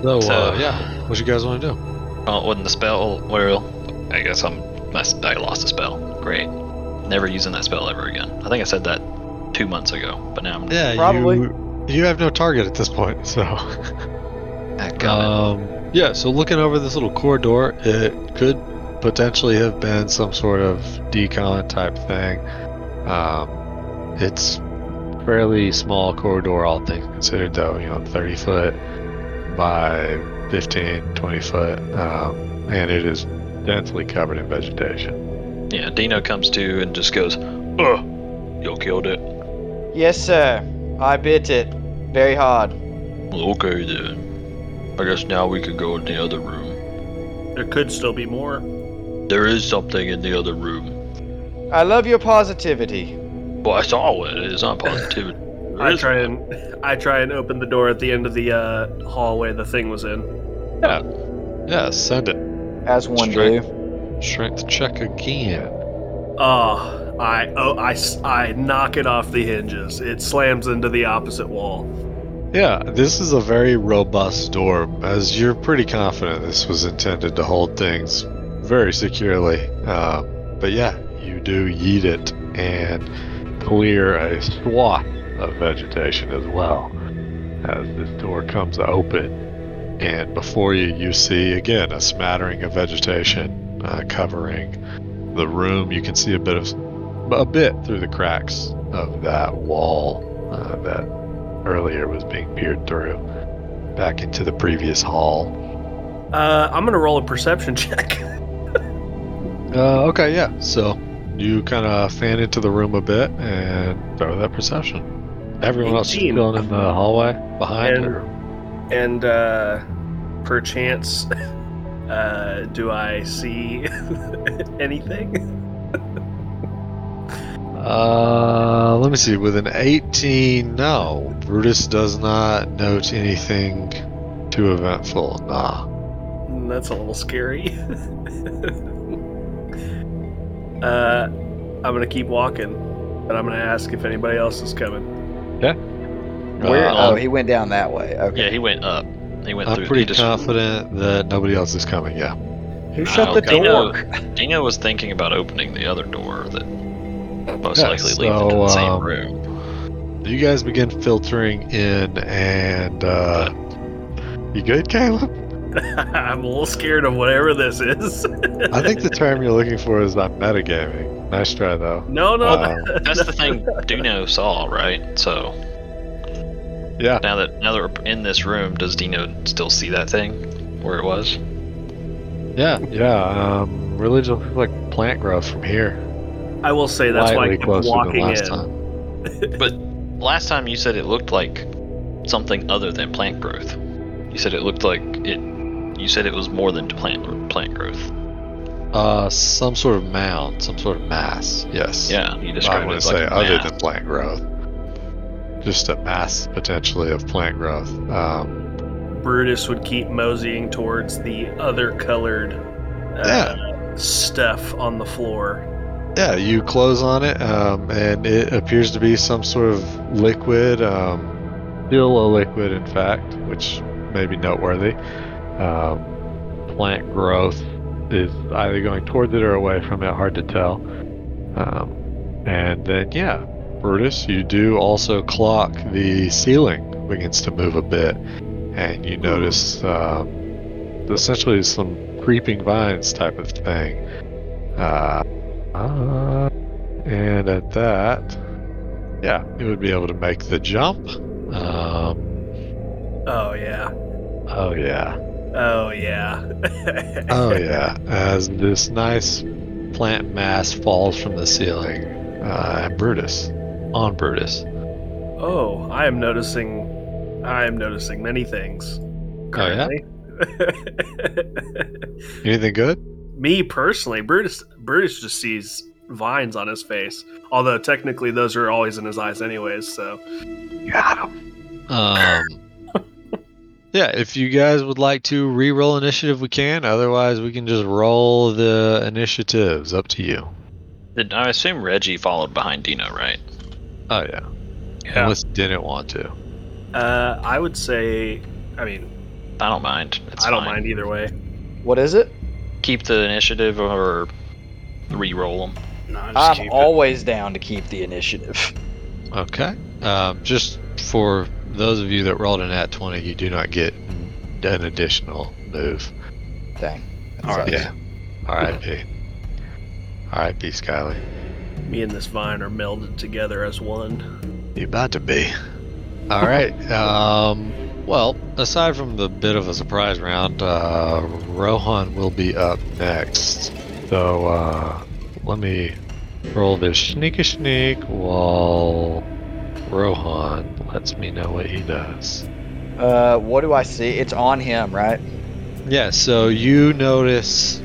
B: So,
A: So-
B: uh, yeah, what you guys want to do?
A: Oh, it wasn't the spell. Well, I guess I'm. I s- I lost a spell. Great. Never using that spell ever again. I think I said that two months ago, but now I'm.
B: Yeah,
D: Probably.
B: You, you have no target at this point, so. um, yeah, so looking over this little corridor, it could potentially have been some sort of decon type thing. Um, it's fairly small corridor, all things considered, though, you know, 30 foot by 15, 20 foot, um, and it is densely covered in vegetation.
A: Yeah, Dino comes to and just goes, "Ugh, you killed it."
D: Yes, sir. I bit it very hard.
F: Well, okay then. I guess now we could go in the other room.
I: There could still be more.
F: There is something in the other room.
D: I love your positivity.
F: Well, I saw it. It's not positivity. There
I: I
F: is-
I: try and I try and open the door at the end of the uh, hallway the thing was in.
B: Yeah. Yeah, send it.
D: As one
B: Strength-
D: do.
B: Strength check again.
I: Oh, I oh I, s- I knock it off the hinges. It slams into the opposite wall.
B: Yeah, this is a very robust door, as you're pretty confident this was intended to hold things very securely. Uh, but yeah, you do yeet it and clear a swath of vegetation as well as this door comes open. And before you, you see again a smattering of vegetation uh, covering the room. You can see a bit of a bit through the cracks of that wall uh, that earlier was being peered through back into the previous hall.
I: Uh, I'm gonna roll a perception check.
B: Uh, okay, yeah. So you kind of fan into the room a bit and throw that perception. Everyone else is
I: 18.
B: going in the hallway behind
I: And-
B: her.
I: And uh, perchance, uh, do I see anything?
B: Uh, let me see. With an 18, no. Brutus does not note anything too eventful. Nah.
I: Mm, That's a little scary. uh, I'm gonna keep walking, and I'm gonna ask if anybody else is coming.
D: Where?
B: Uh,
D: oh, he went down that way. Okay.
A: Yeah, he went up. He went through.
B: I'm
A: he
B: pretty
A: just-
B: confident that nobody else is coming. Yeah.
D: Who shut
A: Oh,
D: the
A: okay.
D: door?
A: Dino, Dino was thinking about opening the other door that most
B: Yeah,
A: likely leads into the
B: so,
A: same
B: um,
A: room.
B: You guys begin filtering in, and uh, you good, Caleb?
I: I'm a little scared of whatever this is.
B: I think the term you're looking for is not metagaming. Nice try, though.
I: no, no,
B: Uh,
A: That's the thing Dino saw, right? So
B: Yeah,
A: now that now that we're in this room, does Dino still see that thing where it was?
B: yeah, yeah. Um, really just looks like plant growth from here.
I: I will say that's why
B: Slightly
I: I kept
B: closer than
I: walking
B: last
I: in.
B: time.
A: But last time you said it looked like something other than plant growth. You said it looked like it. You said it was more than plant plant growth.
B: Uh, some sort of mound, some sort of mass. Yes.
A: Yeah, you described
B: I
A: it
B: would
A: as
B: say
A: like a
B: other
A: mass.
B: than plant growth, just a mass potentially of plant growth. Um,
I: Brutus would keep moseying towards the other colored uh, stuff on the floor.
B: yeah, you close on it, um, and it appears to be some sort of liquid, um, still a liquid, in fact, which may be noteworthy. Um, plant growth is either going towards it or away from it, hard to tell. Um, and then, yeah, Brutus, you do also clock the ceiling begins to move a bit, and you notice um, essentially some creeping vines type of thing. Uh, uh, and at that, yeah, it would be able to make the jump. Um,
I: Oh yeah.
B: oh yeah.
I: Oh yeah.
B: Oh yeah, as this nice plant mass falls from the ceiling, uh, and Brutus, on Brutus.
I: Oh, I am noticing. I am noticing many things.
B: Oh yeah,
I: currently.
B: anything good?
I: Me personally, Brutus. Brutus just sees vines on his face. Although technically, those are always in his eyes, anyways. So.
B: Got him. Um, yeah, if you guys would like to re-roll initiative, we can. Otherwise, we can just roll the initiatives. Up to you.
A: Did, I assume Reggie followed behind Dino, right?
B: Oh yeah,
A: Yeah.
B: unless you didn't want to.
I: Uh, I would say. I mean,
A: I don't mind. It's
I: I don't
A: fine.
I: mind either way.
D: What is it?
A: Keep the initiative or re-roll them.
H: No, just
D: I'm
H: keep
D: always down to keep the initiative.
B: Okay. Um, just for those of you that rolled an at 20, you do not get an additional move.
D: Dang.
B: All right. Yeah. RIP. RIP, Skyly.
I: Me and this vine are melded together as one.
B: You about to be. All right. Um, well, aside from the bit of a surprise round, uh, Rohan will be up next. So uh, let me roll this sneaky sneak while Rohan lets me know what he does.
D: Uh, what do I see? It's on him, right?
B: Yeah, so you notice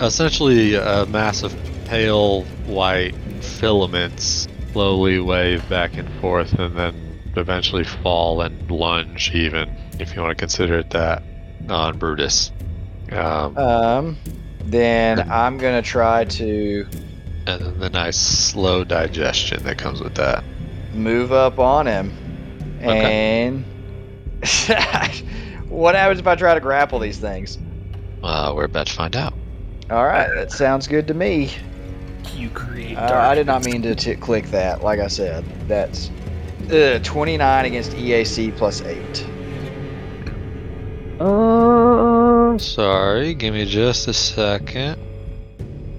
B: essentially a mass of pale white filaments slowly wave back and forth and then eventually fall and lunge, even, if you want to consider it that, on Brutus. Um,
D: Um, then I'm gonna try to
B: and then the nice slow digestion that comes with that.
D: move up on him,
B: Okay.
D: and what happens if I try to grapple these things?
B: Uh, we're about to find out.
D: All right, that sounds good to me.
I: You create.
D: Uh, I did not mean to t- click that. Like I said, that's uh, 29 against EAC plus eight.
B: Um, sorry, give me just a second.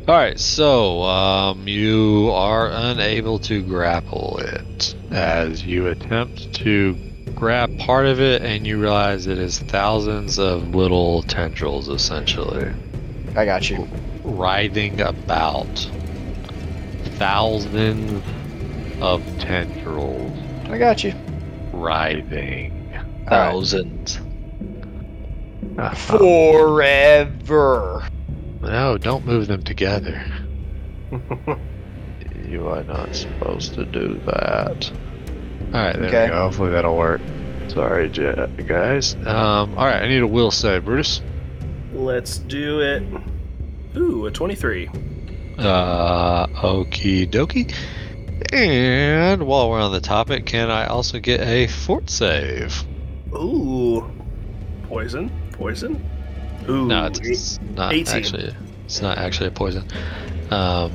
B: All right, so um, you are unable to grapple it as you attempt to grab part of it, and you realize it is thousands of little tendrils, essentially
D: I got you.
B: writhing about. Thousands of tendrils
D: I got you.
B: writhing.
D: right.
A: Thousands.
B: Uh,
D: Forever.
B: oh, No, don't move them together. you are not supposed to do that. Alright, there
D: Okay.
B: we go. Hopefully that'll work. Sorry, Ja guys. Um, alright, I need a will save, Brutus.
I: Let's do it. Ooh, a 23.
B: Uh, okie dokie. And while we're on the topic, can I also get a fort save?
I: Ooh. Poison? Poison? Ooh.
B: no, it's, it's not
I: 18.
B: actually. It's not actually a poison. Um,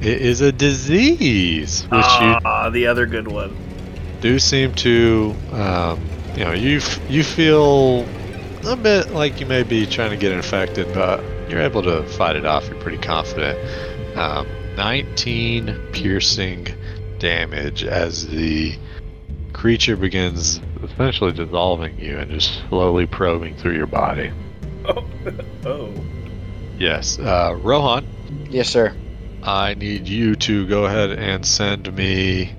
B: it is a disease, which you
I: Ah, the other good one.
B: do seem to, um, you know, you f- you feel a bit like you may be trying to get infected, but you're able to fight it off. You're pretty confident. Um, 19 piercing damage as the creature begins essentially dissolving you and just slowly probing through your body.
I: Oh.
B: Yes, uh, Rohan,
D: Yes, sir.
B: I need you to go ahead and send me.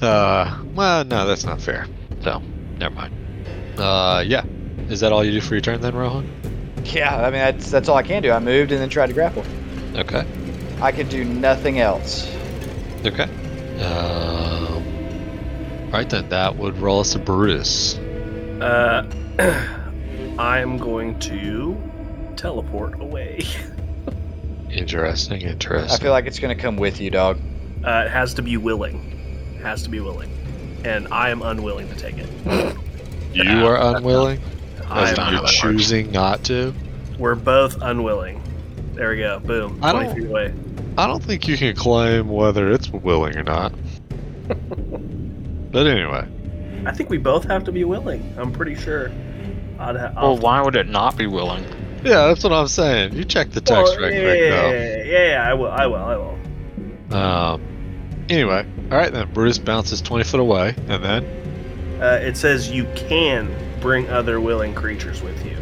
B: Uh, well, no, that's not fair. So, never mind. Uh, yeah. Is that all you do for your turn then, Rohan?
D: Yeah, I mean that's that's all I can do. I moved and then tried to grapple.
A: Okay.
D: I could do nothing else.
A: Okay. Um, right then, that would roll us a Brutus.
I: Uh, I'm going to teleport away.
B: Interesting, interesting.
D: I feel like it's gonna come with you, dog.
I: Uh, it has to be willing. It has to be willing, and I am unwilling to take it.
B: You are unwilling?
I: I
B: As
I: am
B: in you're
I: not.
B: choosing not to?
I: We're both unwilling. There we go. Boom.
B: I
I: 20
B: don't-
I: feet away.
B: I don't think you can claim whether it's willing or not. but anyway,
I: I think we both have to be willing. I'm pretty sure. I'd ha-
A: Well, why would it not be willing?
B: yeah, that's what I'm saying. You check the
I: Well,
B: text right
I: yeah,
B: quick,
I: yeah,
B: though.
I: yeah, yeah, yeah, I will. I will. I will.
B: Um, anyway, all right then. Brutus bounces 20 foot away, and then
I: Uh, it says you can bring other willing creatures with you.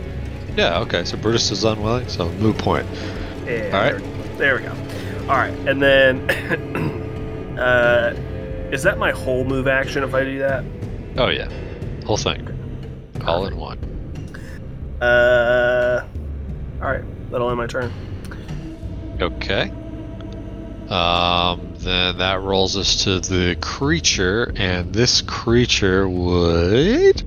B: yeah, okay. So Brutus is unwilling, so moot point.
I: Yeah,
B: All right.
I: There we go. All right, and then, uh, is that my whole move action if I do that?
B: Oh yeah, whole thing, all in one.
I: Uh, all right, that'll end my turn.
B: Okay. Um, then that rolls us to the creature, and this creature would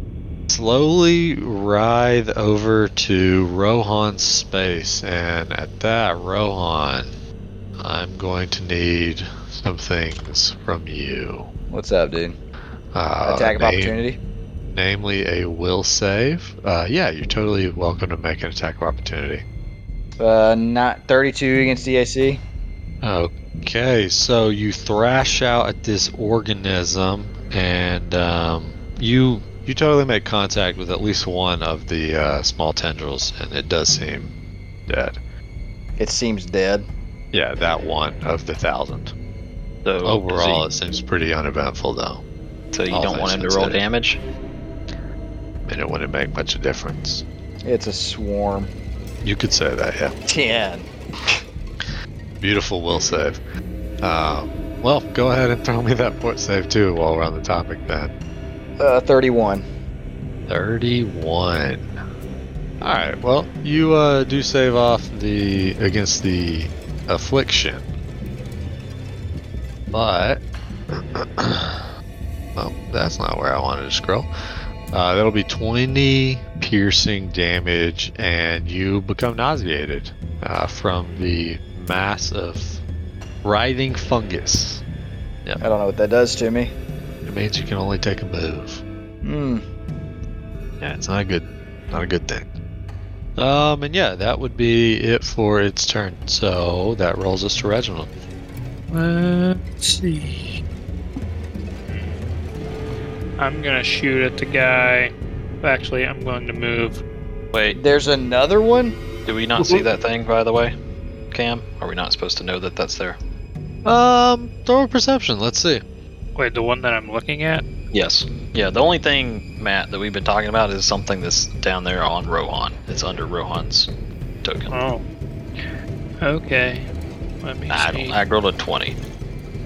B: slowly writhe over to Rohan's space, and at that, Rohan, I'm going to need some things from you.
D: What's up, dude?
B: Uh,
D: Attack of
B: name-
D: opportunity.
B: Namely, a will save. Uh, yeah, you're totally welcome to make an attack of opportunity.
D: Uh, not 32 against DAC.
B: Okay, so you thrash out at this organism, and um, you you totally make contact with at least one of the uh, small tendrils, and it does seem dead.
D: It seems dead.
B: Yeah, that one of the thousand.
A: So
B: Overall, it
A: Oh, is
B: seems pretty uneventful, though.
A: he- so you
B: all
A: don't want
B: things
A: him to roll
B: considered.
A: damage.
B: And it wouldn't make much of a difference.
D: It's a swarm.
B: You could say that, yeah.
D: 10.
B: Beautiful will save. Uh, well, go ahead and throw me that port save too while we're on the topic then.
D: Uh, 31.
B: 31. All right. Well, you uh, do save off the against the affliction, but well, that's not where I wanted to scroll. Uh, that'll be 20 piercing damage, and you become nauseated uh, from the mass of writhing fungus.
D: I don't know what that does to me.
B: It means you can only take a move.
D: Hmm.
B: Yeah, it's not a good, not a good thing. Um, and yeah, that would be it for its turn. So that rolls us to Reginald.
R: Let's see. I'm gonna shoot at the guy. Actually, I'm going to move.
A: Wait,
D: There's another one?
A: do we not see that thing by the way, Cam? Are we not supposed to know that that's there?
B: Um, throw a perception. Let's see.
R: Wait, the one that I'm looking at?
A: Yes. Yeah. The only thing, Matt, that we've been talking about is something that's down there on Rohan. It's under Rohan's token.
R: Oh. Okay. Let me
A: I
R: see.
A: don't. I rolled a twenty.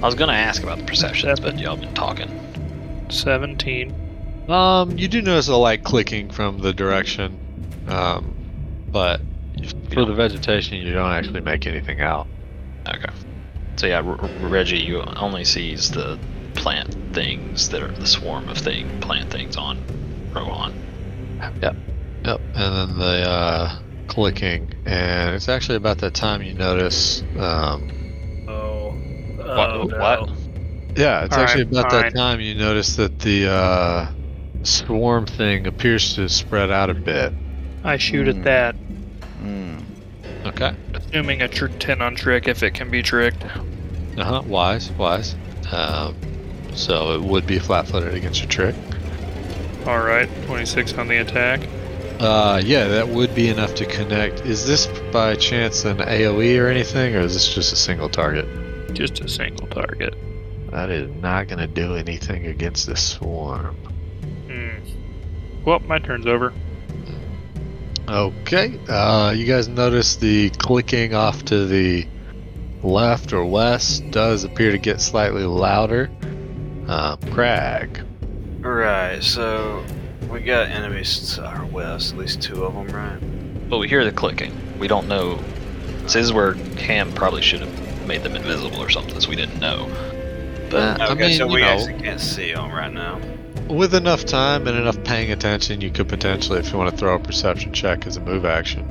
A: I was gonna ask about the perceptions, but y'all been talking.
R: 17.
B: Um, you do notice a light clicking from the direction, um, but for the vegetation, you don't actually make anything out.
A: Okay. So yeah, R- R- Reggie, you only sees the plant things that are the swarm of thing plant things on Rohan.
B: Yep, and then the uh, clicking, and it's actually about that time you notice. Um,
I: Oh. Oh,
A: what?
I: no.
A: what?
B: yeah, it's
R: All right,
B: actually about
R: fine.
B: that time you notice that the uh, swarm thing appears to spread out a bit.
R: I shoot at
D: Hmm.
R: that,
D: Hmm.
B: Okay.
R: assuming a tr- 10 on trick if it can be tricked.
B: Uh huh. Wise, wise. Um, so it would be flat-footed against your trick.
R: Alright, 26 on the attack.
B: Uh, yeah, that would be enough to connect. Is this by chance an AOE or anything, or is this just a single target?
R: Just a single target.
B: That is not gonna do anything against this swarm.
R: Hmm. Well, my turn's over.
B: Okay. Uh, you guys notice the clicking off to the left or west does appear to get slightly louder. Um, Crag.
H: Right, so we got enemies to our west, at least two of them, right?
A: But we hear the clicking. We don't know. So this is where Cam probably should have made them invisible or something, so we didn't know. But
H: okay,
A: I mean,
H: so
A: you
H: we
A: know,
H: actually can't see them right now.
B: With enough time and enough paying attention, you could potentially, if you want to throw a perception check as a move action.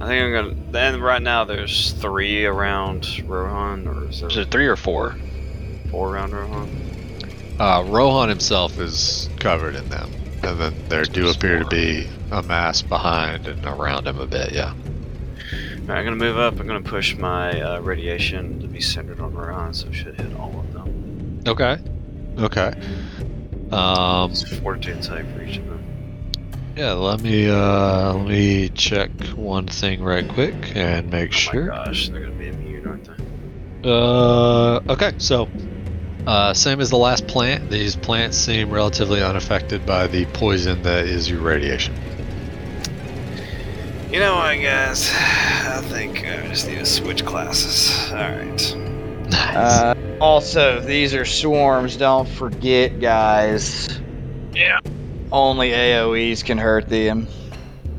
H: I think I'm gonna. Then right now there's three around Rohan, or is there
A: is it three or four?
H: four around Rohan?
B: Uh, Rohan himself is covered in them, and then there do appear to be a mass behind and around him a bit. Yeah.
H: Alright, I'm gonna move up. I'm gonna push my uh, radiation to be centered on Rohan, so it should hit all of them.
B: Okay. Okay. Um,
H: It's a fortitude save for each of them. Oh
B: yeah. Let me uh, let me check one thing right quick and
H: Oh
B: make sure.
H: Gosh, they're gonna be immune, aren't they?
B: Uh, okay, so uh, same as the last plant, these plants seem relatively unaffected by the poison that is your radiation.
H: You know what, guys? I think I just need to switch classes. Alright.
D: Uh, also, these are swarms. Don't forget, guys.
H: Yeah.
D: Only AOE's can hurt them.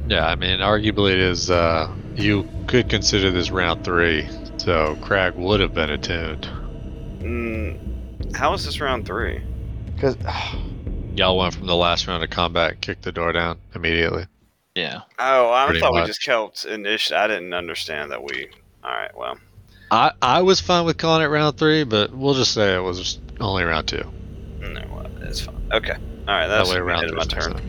B: Yeah, I mean, arguably it is. Uh, you could consider this round three, so Crag would have been attuned.
H: Mm, how is this round three?
D: Cause
B: Y'all went from the last round of combat, kicked the door down immediately.
A: Yeah.
H: Oh, I
B: Pretty
H: thought
B: much.
H: we just helped initially. I didn't understand that we. Alright, well.
B: I I was fine with calling it round three, but we'll just say it was only round two.
H: No, well, it's fine. Okay. Alright, that's
B: that way, round
H: end
B: three
H: of my
B: is
H: turn.
B: excellent.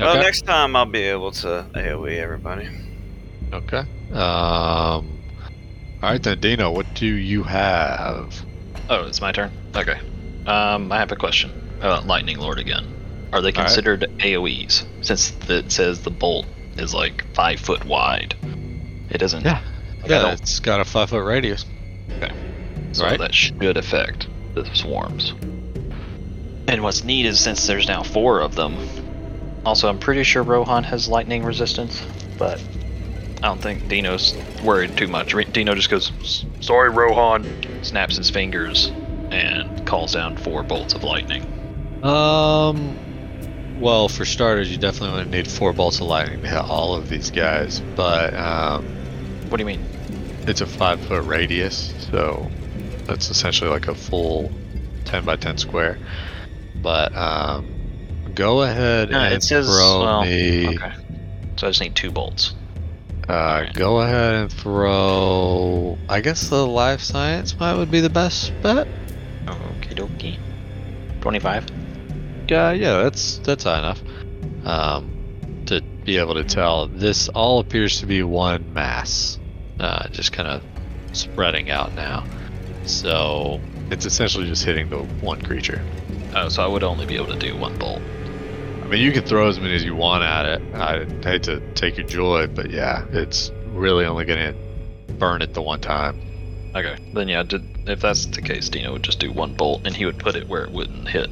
H: Well,
B: Okay.
H: next time I'll be able to AoE everybody.
B: Okay. Um. All right then, Dino. What do you have?
A: Oh, it's my turn. Okay. Um, I have a question about Lightning Lord again. Are they
B: All right.
A: considered AOE's? Since it says the bolt is like five foot wide, it doesn't.
B: Yeah.
A: like, I
B: Yeah,
A: don't-
B: Uh, it's got a five foot radius.
A: so
B: right.
A: that should affect the swarms. And what's neat is since there's now four of them. Also, I'm pretty sure Rohan has lightning resistance, but I don't think Dino's worried too much. Re- Dino just goes, "S- "Sorry, Rohan," snaps his fingers, and calls down four bolts of lightning.
B: Um. Well, for starters, you definitely would need four bolts of lightning to hit all of these guys, but um,
A: What do you mean?
B: it's a five foot radius, so that's essentially like a full ten by ten square. But um, go ahead
A: No,
B: and
A: it says
B: throw
A: well,
B: me.
A: okay. So I just need two bolts.
B: Uh, go ahead and throw. I guess the life science might would be the best bet.
A: Okie dokie. Twenty-five.
B: Yeah, yeah, that's that's high enough. Um, to be able to tell, this all appears to be one mass, uh, just kind of spreading out now. So it's essentially just hitting the one creature.
A: Oh, so I would only be able to do one bolt.
B: I mean, you can throw as many as you want at it. I hate to take your joy, but yeah, it's really only gonna burn it the one time.
A: Okay. Then yeah, did, if that's the case, Dino would just do one bolt, and he would put it where it wouldn't hit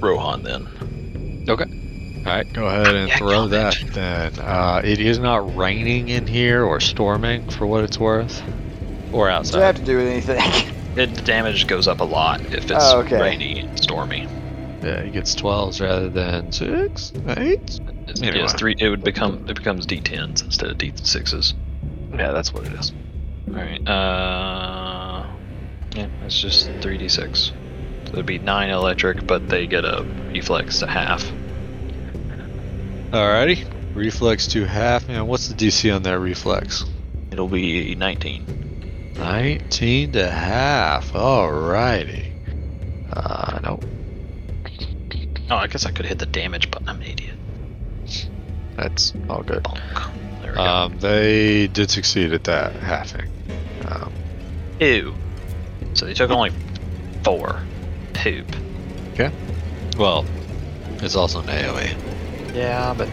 A: Rohan. Then.
B: All right, go ahead and throw that then. Uh, it is not raining in here or storming for what it's worth, or
D: Does that have
B: outside.
D: to do with anything?
A: It, the damage goes up a lot if it's
D: Oh, okay.
A: rainy and stormy.
B: Yeah, he gets 12s rather than 6, 8?
A: It's,
B: Anyway.
A: it's three. It would become it becomes d10s instead of d6s. Yeah, that's what it is. All right. Uh, yeah, it's just three d6. So it'd be nine electric, but they get a reflex to half.
B: Alrighty. Reflex to half. Man, what's the DC on that reflex?
A: It'll be 19.
B: 19 to half. Alrighty. Uh, nope.
A: Oh, I guess I could hit the damage button. I'm an idiot.
B: That's all good.
A: Bonk. There we
B: Um, they did succeed at that halving. Um,
A: go. Ew. So they took only four. Poop.
B: well, it's also an AoE.
A: Yeah, but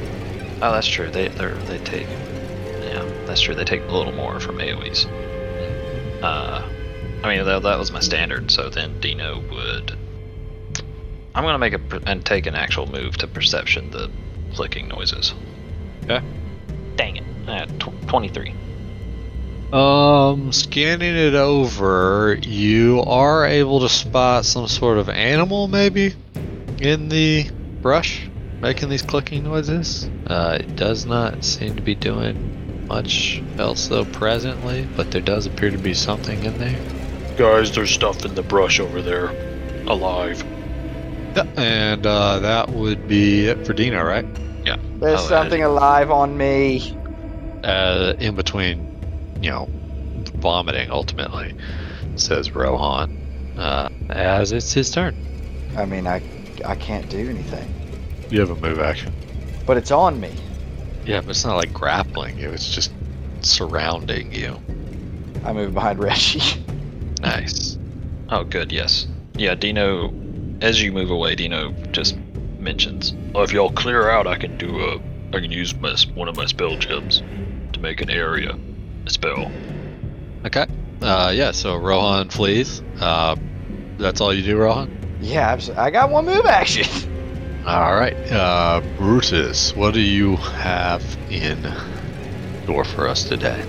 A: oh, that's true. They they they take. Yeah, that's true. They take a little more from AOE's. Uh, I mean that that was my standard. So then Dino would. I'm gonna make a per- and take an actual move to perception the clicking noises.
B: Okay.
A: Dang it. Uh, tw- 23.
B: Um, scanning it over, you are able to spot some sort of animal, maybe, in the brush. making these clicking noises. Uh, it does not seem to be doing much else though presently, but there does appear to be something in there.
F: Guys, there's stuff in the brush over there. Alive.
B: Yeah, and uh, that would be it for Dino, right?
A: Yeah.
D: There's
B: I'll
D: something alive on me.
B: uh, in between, you know, vomiting ultimately, says Rohan, uh, as it's his turn.
D: I mean, I I can't do anything,
B: You have a move action.
D: but it's on me.
B: Yeah, but it's not like grappling you, it's just surrounding you.
D: I move behind Reggie.
A: Nice. Oh, good. Yes. Yeah, Dino. As you move away, Dino just mentions,
F: Well, "Oh, if y'all clear out, I can do a. I can use my, one of my spell gems to make an area spell.
B: Okay. Uh, yeah, so Rohan flees. Uh, that's all you do, Rohan?
D: yeah, absolutely. I got one move action.
B: Alright. Uh, Brutus, what do you have in store for us today?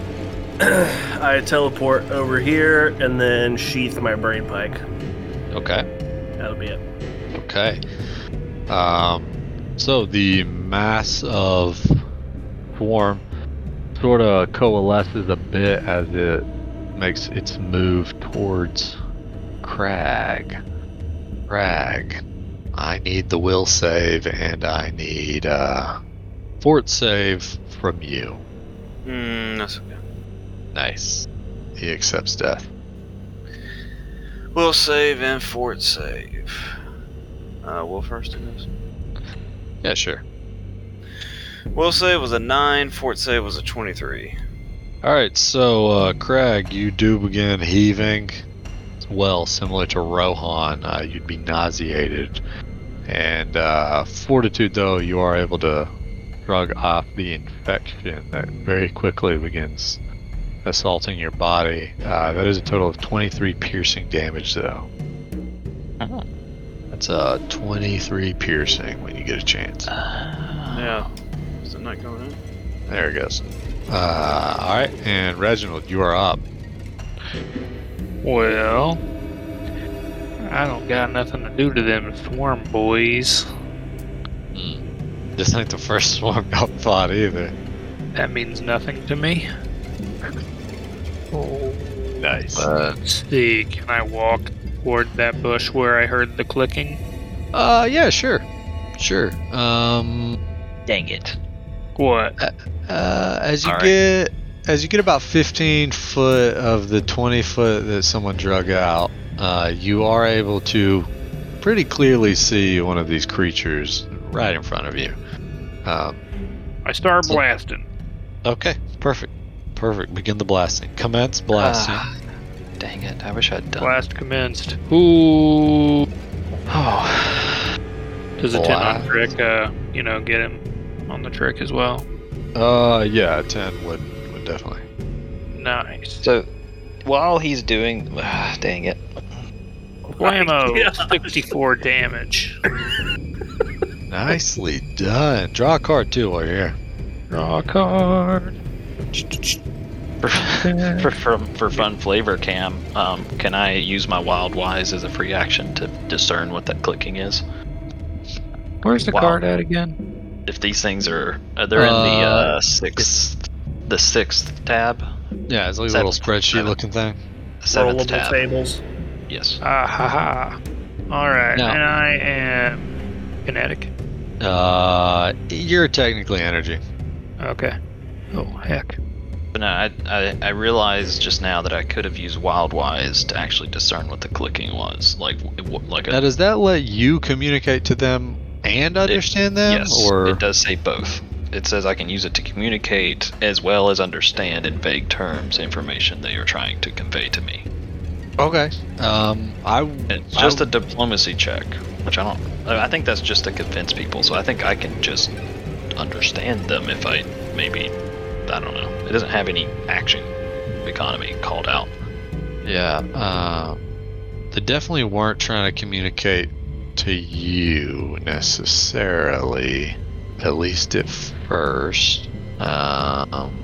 I: I teleport over here and then sheath my brain pike.
B: Okay.
I: That'll be it.
B: Okay. Um, so the mass of form sort of coalesces a bit as it makes its move towards Crag. Crag. I need the will save and I need uh fort save from you.
H: Hmm, that's okay.
B: Nice. He accepts death.
H: Will save and fort save. Uh, will first in this.
B: Yeah, sure.
H: Will save was a nine. Fort save was a twenty-three.
B: All right, so uh, Craig, you do begin heaving. Well, similar to Rohan, uh, you'd be nauseated, and uh, fortitude though you are able to shrug off the infection that very quickly begins assaulting your body. Uh, that is a total of 23 piercing damage though. That's uh, 23 piercing when you get a chance.
H: Yeah. Is the night going in?
B: There it goes. Uh, all right, and Reginald, you are up.
R: Well, I don't got nothing to do to them swarm boys.
B: This ain't the first swarm got fought either.
R: That means nothing to me.
B: Nice.
R: Let's see, can I walk toward that bush where I heard the clicking?
B: Uh, yeah, sure, sure. Um,
T: Dang it.
R: What?
B: uh, as you
T: All right.
B: get as you get about 15 foot of the 20 foot that someone drug out, uh, you are able to pretty clearly see one of these creatures right in front of you. Um,
R: I start blasting.
B: okay, perfect, perfect. Begin the blasting. Commence blasting.
T: Ah.
A: Dang it, I wish I'd done.
R: Blast commenced. Ooh.
A: Oh.
R: Does a 10 on
B: Blast.
R: trick, uh, you know, get him on the trick as well?
B: Uh, yeah, 10 would would definitely.
R: Nice.
A: So, while he's doing, dang it.
R: Whammo! 64 damage.
B: Nicely done. Draw a card too while you're here.
R: Draw a card.
A: For, for, for fun flavor, Cam, um, can I use my Wild Wise as a free action to discern what that clicking is?
R: Where's the
A: Wow.
R: card at again?
A: If these things are, uh, they're in the
B: Uh,
A: uh, sixth, the sixth tab,
B: Yeah, it's like a
A: Seven.
B: little spreadsheet looking thing.
A: seventh
I: Rollable
A: tab.
I: tables.
A: Yes.
R: Ah, ha, ha. All right,
B: No.
R: and I am kinetic.
B: Uh, you're technically energy.
R: Okay. Oh, heck.
A: But no, I, I I realized just now that I could have used Wild Wise to actually discern what the clicking was, like w- w- like a
B: Now, does that let you communicate to them and understand them,
A: Yes,
B: or
A: it does say both. It says I can use it to communicate as well as understand in vague terms information they are trying to convey to me.
B: okay? Um, I
A: It's just
B: I-
A: a diplomacy check, which I don't. I I think that's just to convince people. So I think I can just understand them if I maybe I don't know. It doesn't have any action economy called out.
B: yeah. Um, they definitely weren't trying to communicate to you necessarily, at least at first. Um,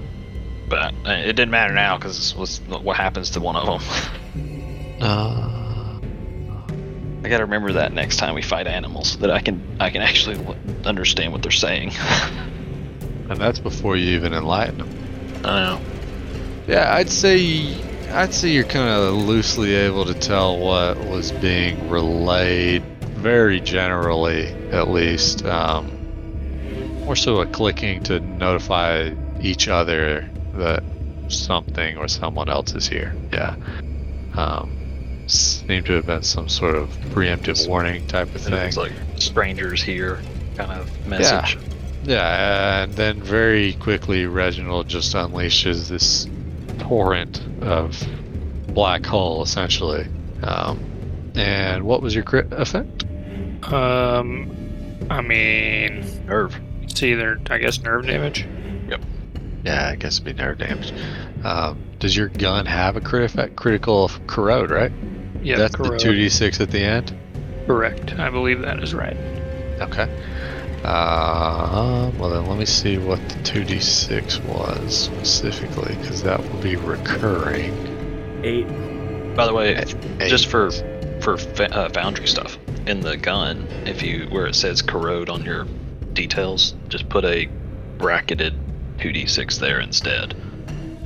A: But uh, it didn't matter now because what happens to one of them.
B: Uh,
A: I gotta remember that next time we fight animals, that I can I can actually l- understand what they're saying.
B: and that's before you even enlighten them.
A: I know.
B: Yeah, I'd say I'd say you're kind of loosely able to tell what was being relayed, very generally at least. Um, more so a clicking to notify each other that something or someone else is here. Yeah. Um, seemed to have been some sort of preemptive warning type of
A: And
B: thing.
A: it's like strangers here kind of message.
B: Yeah. yeah, and then very quickly Reginald just unleashes this torrent of black hole, essentially. Um, and what was your crit effect?
R: Um, I mean,
A: nerve.
R: It's either, I guess, nerve damage.
B: Yeah, I guess it'd be nerve damage. Um, does your gun have a crit effect? Critical of corrode, right?
R: Yeah,
B: That's
R: corrode.
B: the 2d6 at the end?
R: Correct. I believe that is right.
B: Okay. Uh, well, then let me see what the 2d6 was specifically, because that will be recurring.
I: Eight.
A: By the way, just for for fa- uh, foundry stuff in the gun, if you where it says corrode on your details, just put a bracketed 2d6 there instead.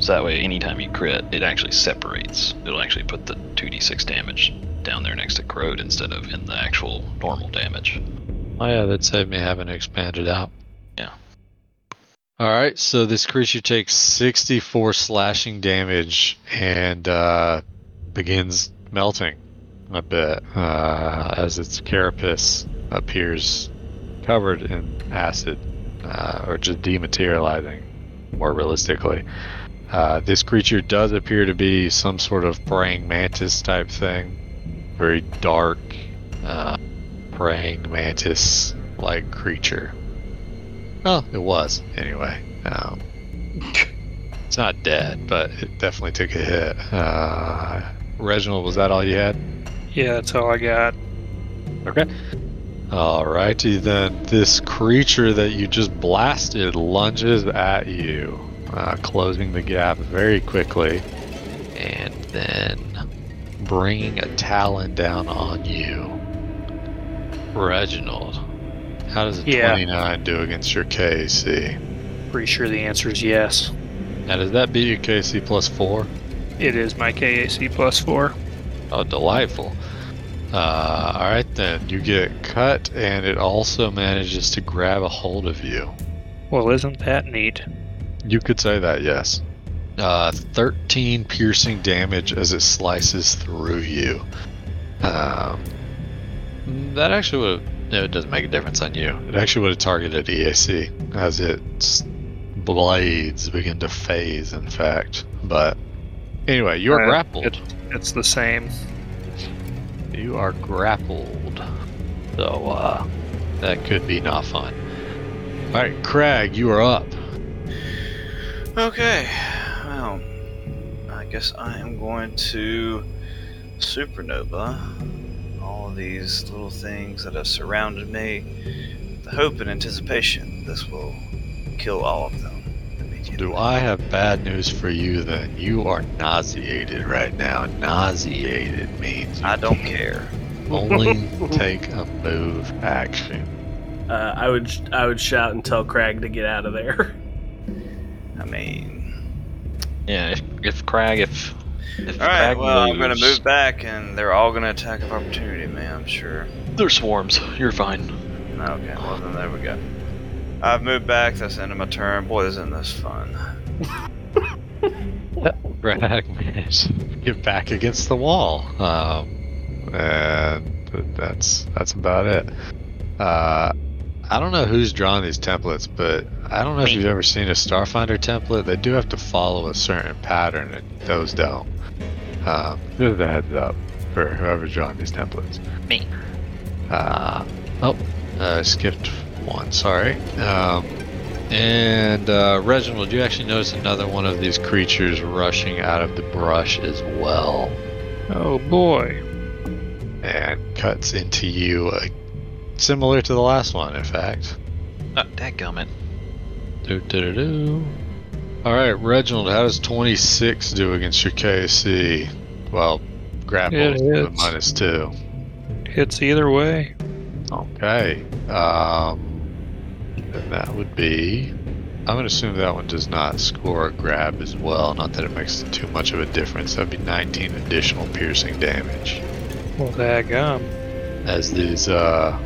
A: So that way, anytime you crit, it actually separates. It'll actually put the 2d6 damage down there next to corrode instead of in the actual normal damage.
B: Oh yeah, that saved me having to expand it out.
A: Yeah.
B: All right, so this creature takes 64 slashing damage and uh, begins melting a bit uh, as its carapace appears covered in acid, uh, or just dematerializing, more realistically. Uh, this creature does appear to be some sort of praying mantis type thing, very dark. Uh, praying mantis like creature. Well, it was, anyway. Um, it's not dead, but it definitely took a hit. Uh, Reginald, was that all you had?
R: Yeah, that's all I got.
B: Okay. Alrighty then. This creature that you just blasted lunges at you, uh, closing the gap very quickly, and then bringing a talon down on you. Reginald, how does a
R: Yeah.
B: 29 do against your KC?
R: Pretty sure the answer is yes.
B: Now, does that beat your KC plus 4?
R: It is my KAC plus four.
B: Oh, delightful. Uh, Alright then, you get cut, and it also manages to grab a hold of you.
R: Well, isn't that neat?
B: You could say that, yes. Uh, 13 piercing damage as it slices through you. Um, that actually would have. No, it doesn't make a difference on you. It actually would have targeted EAC as its blades begin to phase, in fact. But anyway, you're
R: Uh,
B: grappled.
R: it- it's the same.
B: You are grappled. So, uh, that could be not fun. Alright, Crag, you are up.
H: Okay. Well, I guess I am going to supernova all these little things that have surrounded me. with The hope and anticipation this will kill all of them.
B: Do I have bad news for you then? You are nauseated right now. Nauseated means
H: I don't care.
B: only take a move action.
I: Uh, I would sh- I would shout and tell Crag to get out of there.
H: I mean,
A: Yeah, if, if Crag, if, if
H: all right.
A: Crag
H: Well, I'm gonna
A: moves-
H: move back, and they're all gonna attack of opportunity me. I'm sure.
A: They're swarms. You're fine.
H: Okay. Well, then there we go. I've moved back. That's the end of my turn. Boy, isn't this fun?
B: Crag manages to get back against the wall. Um, and th- that's that's about it. Uh, I don't know who's drawn these templates, but I don't know if you've ever seen a Starfinder template. They do have to follow a certain pattern, and those don't. Um, just a heads up for whoever's drawing these templates.
A: Me.
B: Uh, oh, uh, skipped one. Sorry. Um, and uh, Reginald, you actually notice another one of these creatures rushing out of the brush as well,
R: Oh boy.
B: and cuts into you, uh, similar to the last one, in fact.
H: Uh,
A: Oh, dadgummit.
B: Do, do, do, do. All right, Reginald, how does 26 do against your KC? Well, grapple
R: It
B: with a
R: hits.
B: minus two.
R: Hits either way.
B: Okay. Um, and that would be. I'm going to assume that one does not score a grab as well. Not that it makes too much of a difference. That'd be 19 additional piercing damage.
R: Well, there gum.
B: As these uh,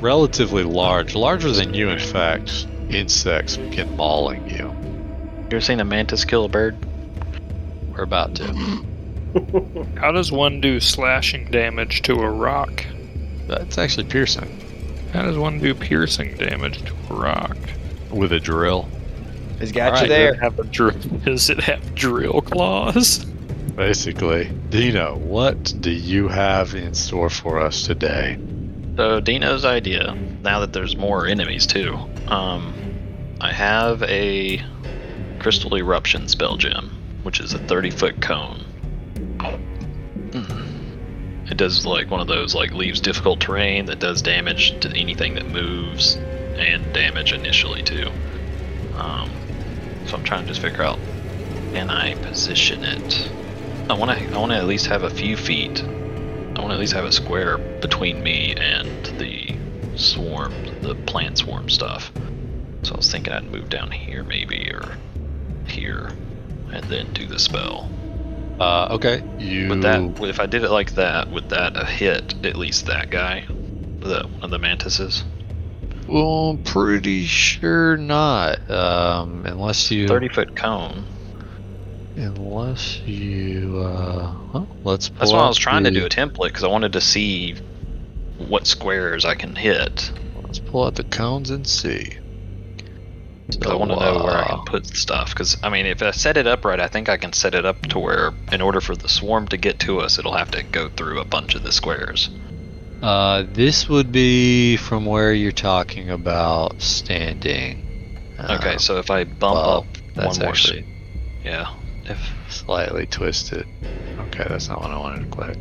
B: relatively large, larger than you in fact, insects begin mauling you.
A: You ever seen a mantis kill a bird? We're about to.
R: How does one do slashing damage to a rock?
B: That's actually piercing.
R: How does one do piercing damage to a rock?
B: With a drill.
D: He's got
B: Alright,
D: you there.
B: then. Have a
R: dr- Does it have drill claws?
B: Basically. Dino, what do you have in store for us today?
A: So Dino's idea, now that there's more enemies too, um, I have a crystal eruption spell gem, which is a 30 foot cone. Hmm. It does like one of those like leaves difficult terrain that does damage to anything that moves, and damage initially too. Um, so I'm trying to just figure out can I position it. I want to I want to at least have a few feet I want to at least have a square between me and the swarm, the plant swarm stuff. So I was thinking I'd move down here maybe, or here, and then do the spell.
B: Uh, okay. You.
A: But that, if I did it like that, would that have hit at least that guy, the one of the mantises?
B: Well, I'm pretty sure not. Um, unless you.
A: Thirty foot cone.
B: Unless you. Uh, well, let's.
A: That's
B: pull
A: why I
B: up
A: was trying to
B: the-
A: do a template because I wanted to see what squares I can hit.
B: Let's pull out the cones and see.
A: 'Cause I
B: Oh,
A: want to know where I can put stuff. Because I mean, if I set it up right, I think I can set it up to where, in order for the swarm to get to us, it'll have to go through a bunch of the squares.
B: Uh, this would be from where you're talking about standing.
A: Okay,
B: Uh,
A: so if I bump
B: well,
A: up
B: that's
A: one more, s-
B: actually
A: yeah, if
B: slightly twisted. Okay, that's not what I wanted to click.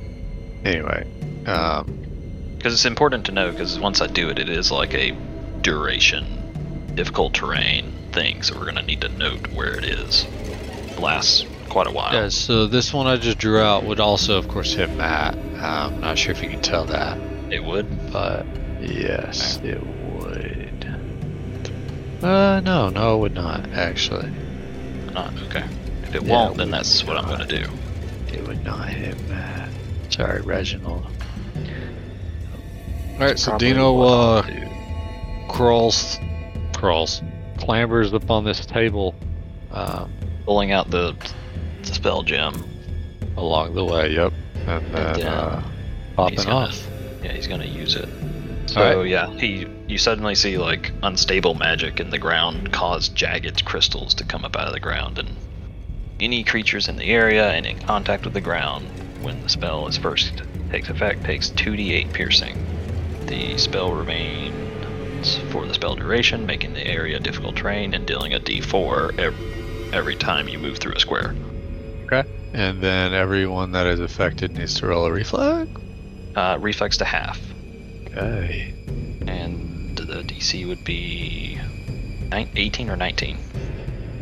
B: Anyway, um,
A: because it's important to know because once I do it, it is like a duration, difficult terrain thing. So we're gonna need to note where it is. Lasts quite a while.
B: yeah, so this one I just drew out would also, of course, hit Matt. I'm not sure if you can tell that,
A: It would.
B: but yes, it would. Uh, no, no, it would not, actually.
A: Not okay. If it
B: Yeah,
A: won't, then
B: we-
A: that's what I'm gonna do.
B: It would not hit Matt. Sorry, Reginald. Alright, so
U: Probably
B: Dino
U: what I'll
B: uh, crawls, crawls, clambers up on this table um,
A: Pulling out the, the spell gem.
B: along the way, yep. And then
A: then
B: uh,
A: he's
B: popping
A: gonna-
B: off.
A: Yeah, he's gonna use it.
B: All
A: So
B: right.
A: yeah, he you suddenly see like unstable magic in the ground cause jagged crystals to come up out of the ground, and any creatures in the area and in contact with the ground when the spell is first takes effect takes 2d8 piercing. The spell remains for the spell duration, making the area difficult terrain and dealing a d4 every, every time you move through a square.
B: Okay. And then everyone that is affected needs to roll a reflex.
A: Uh, reflex to half.
B: Okay.
A: and the DC would be nine- 18 or 19. I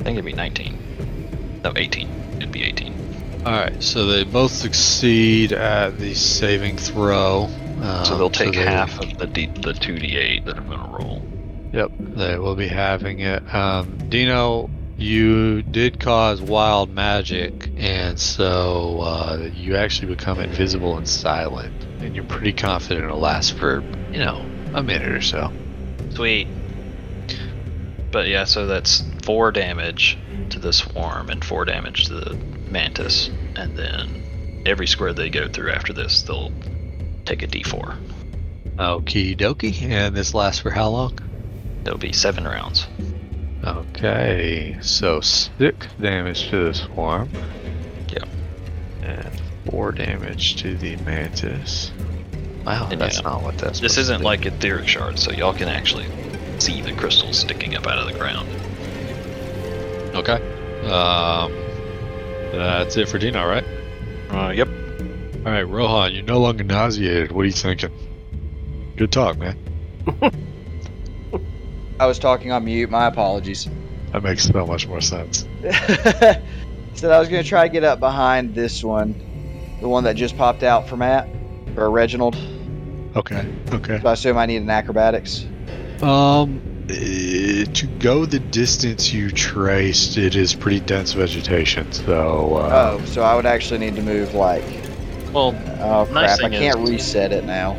A: think it'd be 19. No, 18. It'd be 18.
B: Alright, so they both succeed at the saving throw.
A: so
B: um,
A: they'll take
B: they-
A: half of the D, the 2d8 that I'm gonna roll.
B: Yep, they will be having it. Um, Dino, you did cause wild magic, and so uh, you actually become invisible and silent, and you're pretty confident it'll last for, you know, a minute or so.
A: Sweet. But yeah, so that's four damage to the swarm and four damage to the mantis, and then every square they go through after this, they'll take a d4.
B: Okie dokie, and this lasts for how long?
A: That'll be seven rounds.
B: Okay, so six damage to the swarm.
A: Yep.
B: And four damage to the mantis. Wow,
A: And
B: that's
A: yeah.
B: not what that's.
A: This
B: supposed to
A: isn't
B: do.
A: like etheric shards, so y'all can actually see the crystals sticking up out of the ground.
B: Okay. Um, that's it for Dino, right?
A: Uh, yep.
B: All right, Rohan, you're no longer nauseated. What are you thinking? Good talk, man.
D: I was talking on mute. My apologies.
B: That makes so much more sense.
D: Said I was going to try to get up behind this one, the one that just popped out for Matt. Or a Reginald.
B: Okay. Okay.
D: So I assume I need an acrobatics.
B: Um, eh, to go the distance you traced, it is pretty dense vegetation. So uh,
D: oh, so I would actually need to move like.
A: Well,
D: oh crap!
A: nice
D: I
A: thing
D: can't
A: is-
D: reset it now.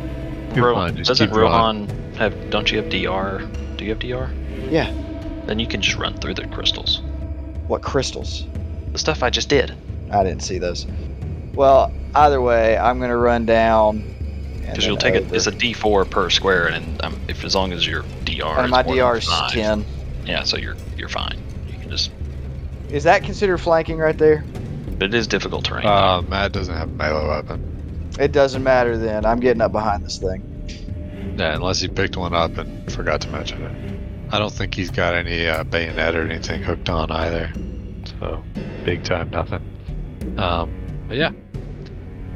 B: Keep
A: Ro-
B: on, just
A: Oh, doesn't
B: keep on.
A: Rohan have? Don't you have DR? Do you have DR?
D: Yeah.
A: Then you can just run through the crystals.
D: What crystals?
A: The stuff I just did.
D: I didn't see those. Well, either way, I'm gonna run down. and
A: Because
D: then
A: you'll take it.
D: over.
A: It's a D4 per square, and um, if as long as your DR
D: And
A: is
D: my
A: more
D: DR
A: than
D: is
A: five,
D: 10.
A: Yeah, so you're you're fine. You can just.
D: Is that considered flanking right there?
A: But it is difficult terrain.
B: uh, Matt doesn't have a melee weapon.
D: It doesn't matter then. I'm getting up behind this thing.
B: Yeah, unless he picked one up and forgot to mention it. I don't think he's got any uh, bayonet or anything hooked on either. So big time nothing. Um, but yeah,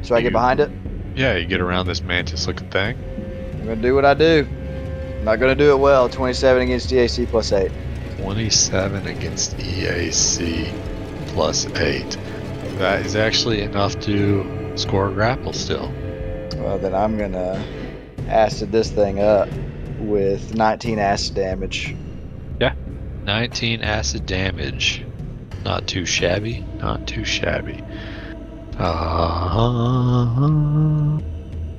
D: So I get
B: You-
D: behind it.
B: yeah, you get around this mantis-looking thing.
D: I'm gonna do what I do. I'm not gonna do it well. 27 against DAC plus eight.
B: 27 against EAC plus 8. That is actually enough to score a grapple still.
D: Well, then I'm gonna acid this thing up with 19 acid damage.
B: 19 acid damage. Not too shabby. Not too shabby. Uh,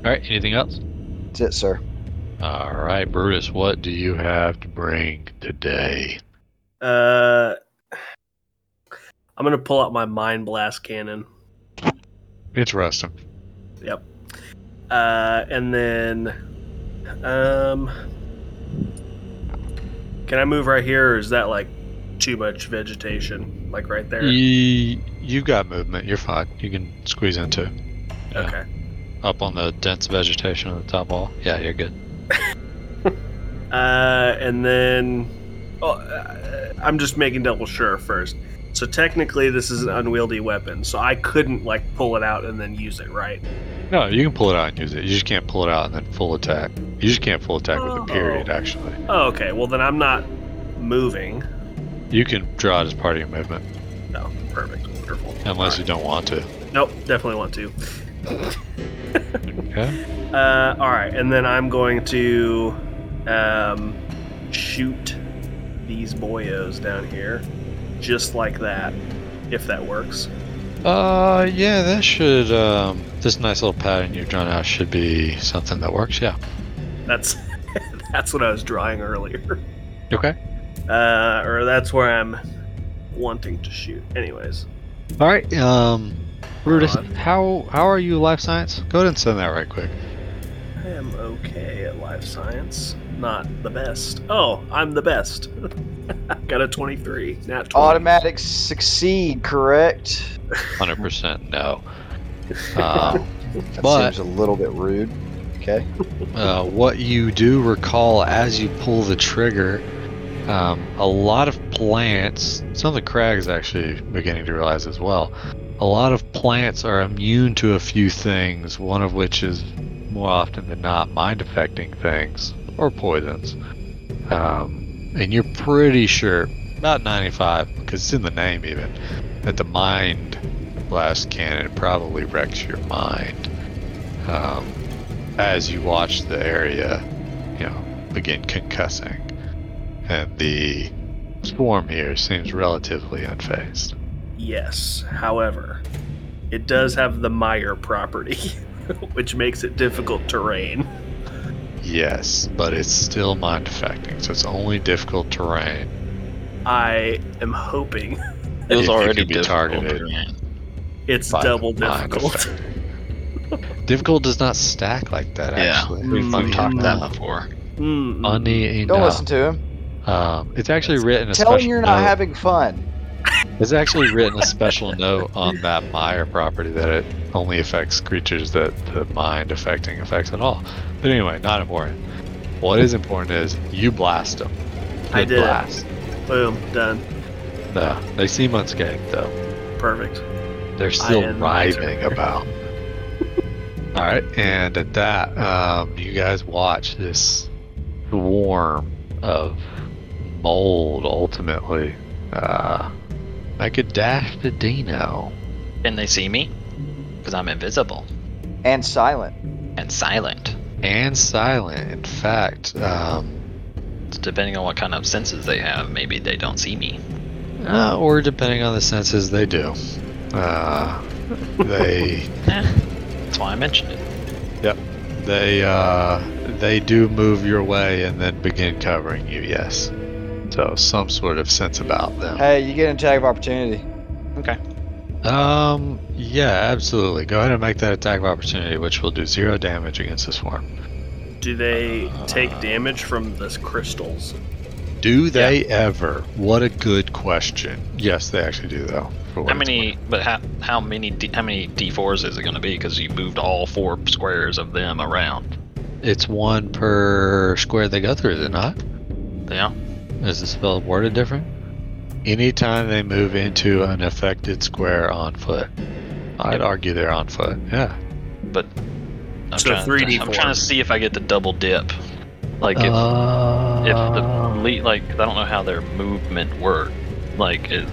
B: Alright, anything else?
D: That's it, sir.
B: Alright, Brutus, what do you have to bring today?
I: Uh, I'm gonna pull out my mind blast cannon.
B: Interesting.
I: Yep. Uh, and then, um, can I move right here, or is that like too much vegetation? Like right there?
B: You, you got movement. You're fine. You can squeeze into yeah.
I: Okay.
B: up on the dense vegetation on the top wall. Yeah, you're good.
I: Uh, and then, oh, uh, I'm just making double sure first. So technically, this is an unwieldy weapon, so I couldn't like pull it out and then use it, right?
B: No, you can pull it out and use it. You just can't pull it out and then full attack. You just can't full attack with a period, actually.
I: Oh, okay. Well, then I'm not moving.
B: You can draw it as part of your movement,
I: No, perfect, wonderful.
B: unless you don't want to.
I: Nope, definitely want to.
B: Okay.
I: Uh, all right, and then I'm going to um, shoot these boyos down here, just like that, if that works.
B: Uh, yeah, that should, um, this nice little pattern you've drawn out should be something that works, yeah.
I: That's that's what I was drawing earlier,
B: Okay.
I: uh, or that's where I'm wanting to shoot. Anyways,
B: Alright, um, Brutus,
I: Alright.
B: how, how are you life science? Go ahead and send that right quick.
I: I am okay at life science. Not the best. Oh, I'm the best. Got a 23, nat 20.
D: Automatic succeed, correct?
B: 100% no. Um,
D: That
B: But-
D: seems a little bit rude. Okay.
B: uh, what you do recall as you pull the trigger, um, a lot of plants, some of the crags actually beginning to realize as well, a lot of plants are immune to a few things, one of which is more often than not mind affecting things or poisons. Um, and you're pretty sure, about 95, because it's in the name even, that the mind blast cannon probably wrecks your mind. Um, as you watch the area, you know, begin concussing. And the swarm here seems relatively unfazed.
I: Yes, however, it does have the Meyer property, which makes it difficult terrain.
B: Yes, but it's still mind affecting, so it's only difficult terrain.
I: I am hoping
A: It was
B: if you
A: already
B: could be
A: difficult
B: targeted.
A: terrain.
I: it's
B: By the
I: double
B: mind
I: difficult.
B: Difficult does not stack like that,
A: Yeah,
B: actually.
A: we've,
B: Funny
A: we've talked that
B: enough.
A: before.
I: Mm,
B: Funny enough.
D: Mm-hmm. Don't listen to him.
B: Um, it's actually written a
D: Tell him
B: special
D: you're not
B: note-
D: having fun.
B: It's actually written a special note on that Meyer property that it only affects creatures that the mind affecting affects at all. But anyway, not important. What is important is you blast them.
I: I
B: Good
I: did it.
B: Blast.
I: boom, done.
B: No, they seem unscathed though.
I: Perfect.
B: They're still
I: am
B: writhing
I: unscathed.
B: about. all right, and at that, um, you guys watch this swarm of mold ultimately uh, make a dash to Dino.
A: Can they see me? Because I'm invisible
D: And silent.
A: and And silent.
B: And silent, in fact. Um,
A: Depending on what kind of senses they have, maybe they don't see me.
B: uh, or depending on the senses, they do. Uh, they.
A: That's why I mentioned it.
B: Yep. They uh, they do move your way and then begin covering you. Yes. So some sort of sense about them.
D: Hey, you get an attack of opportunity.
A: Okay.
B: Um. Yeah. Absolutely. Go ahead and make that attack of opportunity, which will do zero damage against this worm.
I: Do they take
A: Uh.
I: damage from the crystals?
B: Do they ever? What a good question. Yes, they actually do though. for what
A: How many? But how how many d, how many d4s is it going to be? Because you moved all four squares of them around.
B: It's one per square they go through, is it not?
A: Yeah.
B: Is the spell worded different? Anytime they move into an affected square on foot. I'd argue they're on foot, yeah.
A: But I'm
B: So
A: trying,
B: 3D
A: I'm trying to see if I get the double dip. Like if if
B: Uh,
A: the le- like I don't know how their movement worked. Like is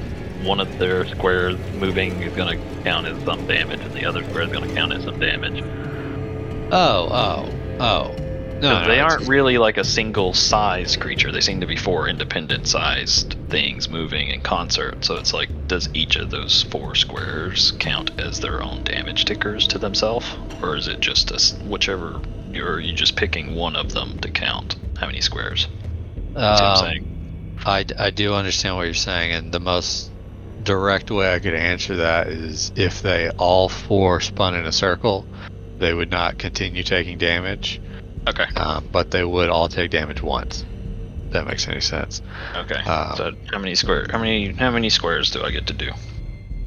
A: one of their squares moving is going to count as some damage, and the other square is going to count as some damage.
B: Oh, oh, oh. No,
A: No, they
B: no, it's-
A: aren't really like a single size creature. They seem to be four independent sized things moving in concert. So it's like, does each of those four squares count as their own damage tickers to themselves, or is it just a s whichever? Or are you just picking one of them to count how many squares? That's what I'm
B: Um, I, I do understand what you're saying, and the most direct way I could answer that is if they all four spun in a circle, they would not continue taking damage.
A: Okay.
B: Um, but they would all take damage once. If that makes any sense.
A: Okay.
B: Um,
A: so how many square? How many? How many squares do I get to do?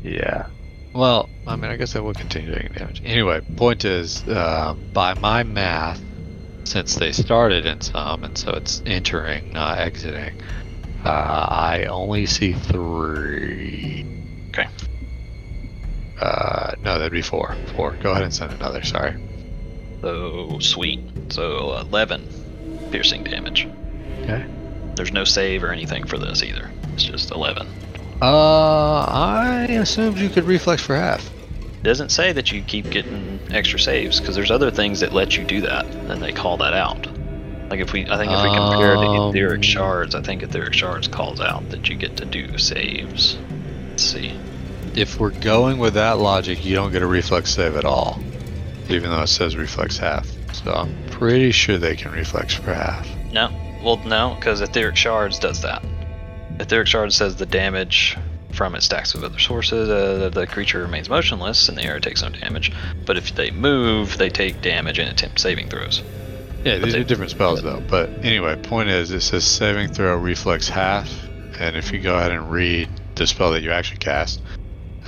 B: Yeah. Well, I mean, I guess I will continue taking damage. Anyway, point is, uh, by my math, since they started in some, and so it's entering, not exiting, uh, I only see three.
A: Okay.
B: Uh, no, that'd be four. Four. Go ahead and send another. Sorry.
A: So sweet. So uh, eleven piercing damage.
B: Okay.
A: There's no save or anything for this either. It's just eleven.
B: Uh, I assumed you could reflex for half.
A: doesn't say that you keep getting extra saves because there's other things that let you do that and they call that out like if we i think if we compare
B: Um,
A: to etheric shards i think etheric shards calls out that you get to do saves let's see
B: If we're going with that logic, you don't get a reflex save at all, even though it says reflex half. So I'm pretty sure they can reflex for half.
A: no well no because etheric shards does that etheric shards says the damage from its stacks of other sources uh, the, the creature remains motionless and the arrow takes no damage but if they move they take damage and attempt saving throws
B: Yeah, these are different spells though. But anyway, point is, it says saving throw reflex half, and if you go ahead and read the spell that you actually cast,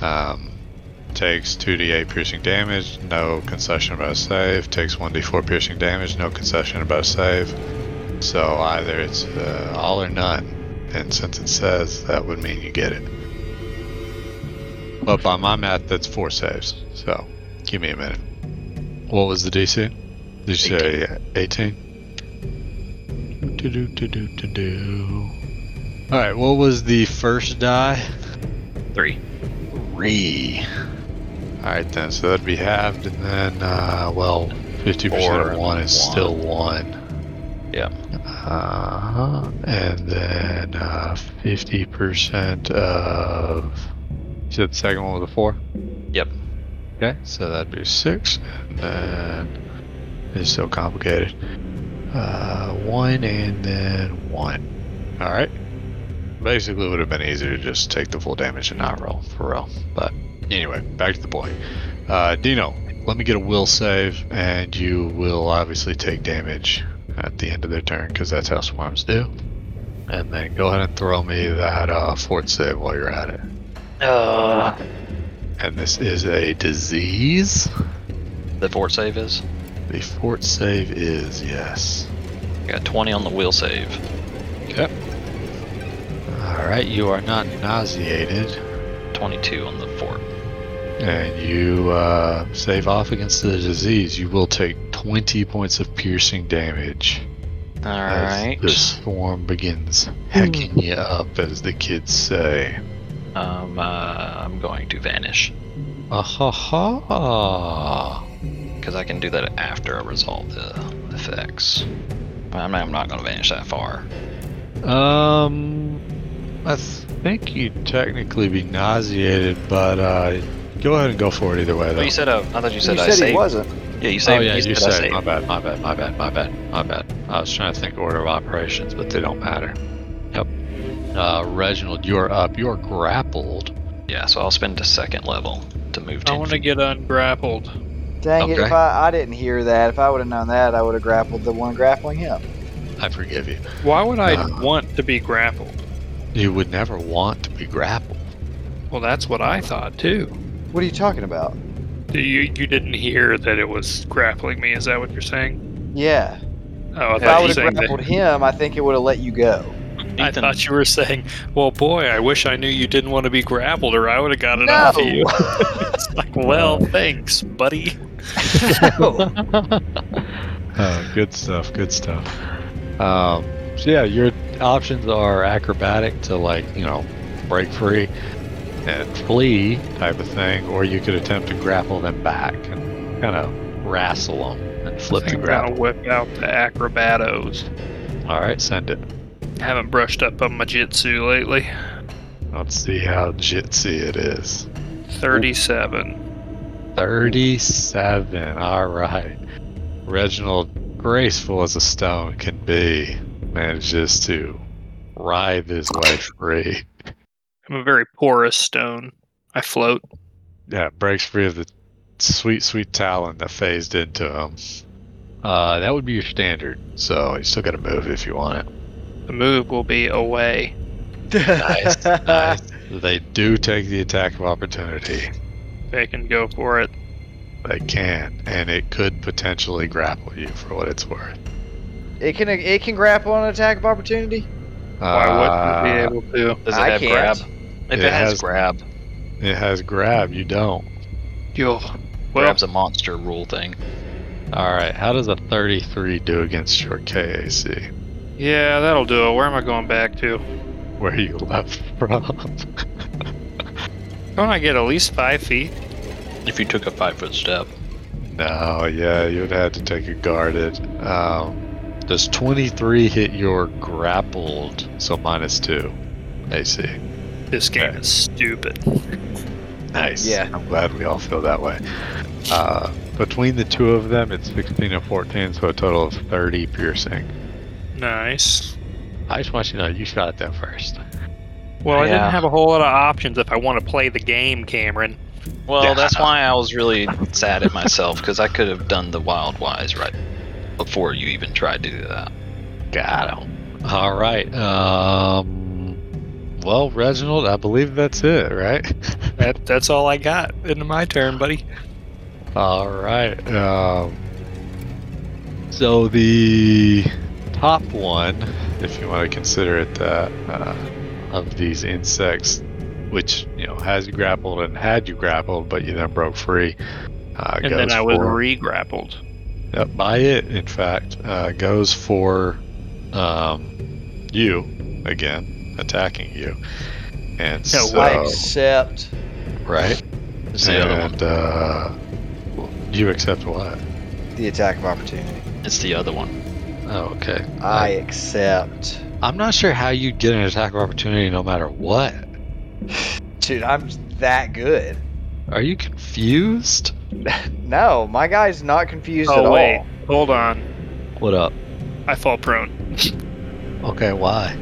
B: um, takes 2d8 piercing damage, no concession about a save. Takes 1d4 piercing damage, no concession about a save. So either it's uh, all or none, and since it says, that would mean you get it. But by my math, that's four saves. So give me a minute. What was the DC? Did you say 18? Do, do, do, do, do, do. Alright, what was the first die?
A: Three.
B: Three. Alright then, so that'd be halved, and then, uh, well, 50%
A: Four
B: of
A: and
B: one is
A: one.
B: still one.
A: yeah
B: Uh, and then uh, 50% of. You said the second one was a four?
A: yep
B: Okay, so that'd be six, and then it's so complicated. Uh, one and then one. All right. Basically, would have been easier to just take the full damage and not roll for real. But anyway, back to the boy. Uh, Dino, let me get a will save, and you will obviously take damage at the end of their turn because that's how swarms do. And then go ahead and throw me that uh, fort save while you're at it.
A: uh,
B: And this is a disease.
A: the fort save is
B: The fort save is yes.
A: I got 20 on the wheel save.
B: Okay. All right, you are not nauseated,
A: 22 on the fort.
B: and you uh, save off against the disease. You will take 20 points of piercing damage as
A: Alright.
B: the swarm begins hacking you up, as the kids say.
A: Um, uh, I'm going to vanish.
B: Ah ha ha!
A: because I can do that after I resolve the effects. But I'm not, I'm not going to vanish that far.
B: Um, I think you'd technically be nauseated, but uh, go ahead and go for it either way. Though.
A: But you said uh, I thought you said
D: You
A: I
D: said he
A: saved.
D: wasn't.
A: Yeah, you saved.
B: Oh, yeah,
A: you
B: you,
A: said I
B: said.
A: saved.
B: My bad, my bad, my bad, my bad, my bad. I was trying to think order of operations, but they don't matter. Yep. Uh, Reginald, you're up. You're grappled.
A: Yeah, so I'll spend a second level to move
R: I
A: 10
R: want to
A: feet.
R: get ungrappled.
D: Dang it! If
A: Okay.
D: I, I didn't hear that, if I would have known that, I would have grappled the one grappling him.
B: I forgive you.
R: Why would I
B: Uh.
R: want to be grappled?
B: You would never want to be grappled.
R: Well, that's what I thought too.
D: What are you talking about?
R: Do you you didn't hear that it was grappling me? Is that what you're saying?
D: Yeah.
R: Oh, I
D: if I
R: thought you were
D: would have
R: saying
D: grappled
R: that.
D: him, I think it would have let you go.
R: I
A: Ethan-
R: thought you were saying, "Well, boy, I wish I knew you didn't want to be grappled, or I would have got it
D: No!
R: off of you." it's like, well, thanks, buddy.
B: Oh, good stuff. Good stuff. Um, so yeah, your options are acrobatic to like you know break free and flee type of thing, or you could attempt to grapple them back and kind of wrestle them and flip the
R: I'm gonna
B: grapple.
R: whip out the acrobatos.
B: All right, send it.
R: Haven't brushed up on my jitsu lately.
B: Let's see how jitsy it is.
R: Thirty-seven.
B: 37. All right. Reginald, graceful as a stone can be, manages to writhe his way free.
R: I'm a very porous stone. I float.
B: Yeah, breaks free of the sweet, sweet talon that phased into him. Uh, that would be your standard, so you still got to move if you want it.
R: The move will be away.
B: Nice,
R: Uh.
B: nice. They do take the attack of opportunity.
R: They can go for it.
B: They can, and it could potentially grapple you for what it's worth.
D: It can it can grapple on an attack of opportunity.
R: Why wouldn't
B: Uh,
R: it be able to?
A: Does it
D: I
A: have
D: can't.
A: grab? If it,
B: It
A: has,
B: has-
A: grab,
B: It has grab. You don't.
R: You'll. Well,
A: grab's a monster rule thing.
B: All right. How does a 33 do against your KAC?
R: yeah, that'll do it. Where am I going back to?
B: Where you left from?
R: Don't I get at least five feet?
A: If you took a five foot step,
B: no. Yeah, you would have to take a guarded. Um, does 23 hit your grappled? So minus two AC.
R: This game is stupid.
B: Nice.
D: Yeah.
B: I'm glad we all feel that way. Uh, between the two of them, it's 16 and 14, so a total of 30 piercing.
R: Nice.
B: I just want you to know you shot at that first.
R: Well, I
A: Yeah.
R: didn't have a whole lot of options if I want to play the game, Cameron.
A: Well,
B: Yeah.
A: that's why I was really sad at myself because I could have done the wild wise right before you even tried to do that.
B: Got him. All right. Um, well, Reginald, I believe that's it, right?
R: That that's all I got. Into my turn, buddy.
B: All right. Um, so the top one, if you want to consider it that, uh, of these insects, which you know has you grappled and had you grappled, but you then broke free. Uh,
R: And then
B: goes
R: I was
B: for-
R: re-grappled.
B: uh, by it, in fact, uh, goes for um, you again, attacking you. And
R: No
B: so,
D: I accept.
B: right?
A: It's the other one.
B: and uh, you accept what?
D: The attack of opportunity.
A: It's the other one.
B: Oh, okay.
D: I accept.
B: I'm not sure how you'd get an attack of opportunity no matter what.
D: Dude, I'm that good.
B: Are you confused?
D: No, my guy's not confused at
R: Oh wait,
D: all.
R: hold on.
B: What up?
R: I fall prone.
B: Okay, why?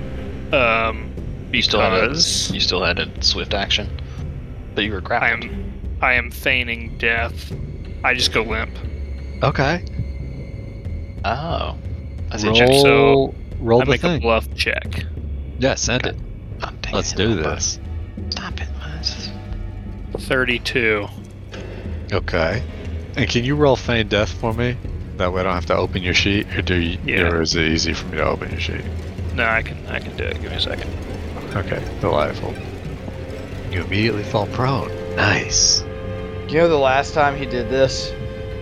R: Um,
A: You still had a,
R: Because-
A: you still had a swift action, but you were
R: I
A: grappled.
R: am, I am feigning death. I just go limp.
B: Okay.
A: Oh, I see. what you're-
R: Jeff, so
B: Roll, roll
R: I
B: the
R: make a
B: thing.
R: bluff check.
B: yeah, send it.
A: I'm thinking
B: Let's do
A: about-
B: this.
A: Stop it, Miles.
R: Thirty-two.
B: Okay. And can you roll feign death for me? That way I don't have to open your sheet, or do you,
R: Yeah.
B: or is it easy for me to open your sheet?
R: No, I can, I can do it. Give me a second.
B: Okay, delightful. You immediately fall prone. Nice.
D: You know the last time he did this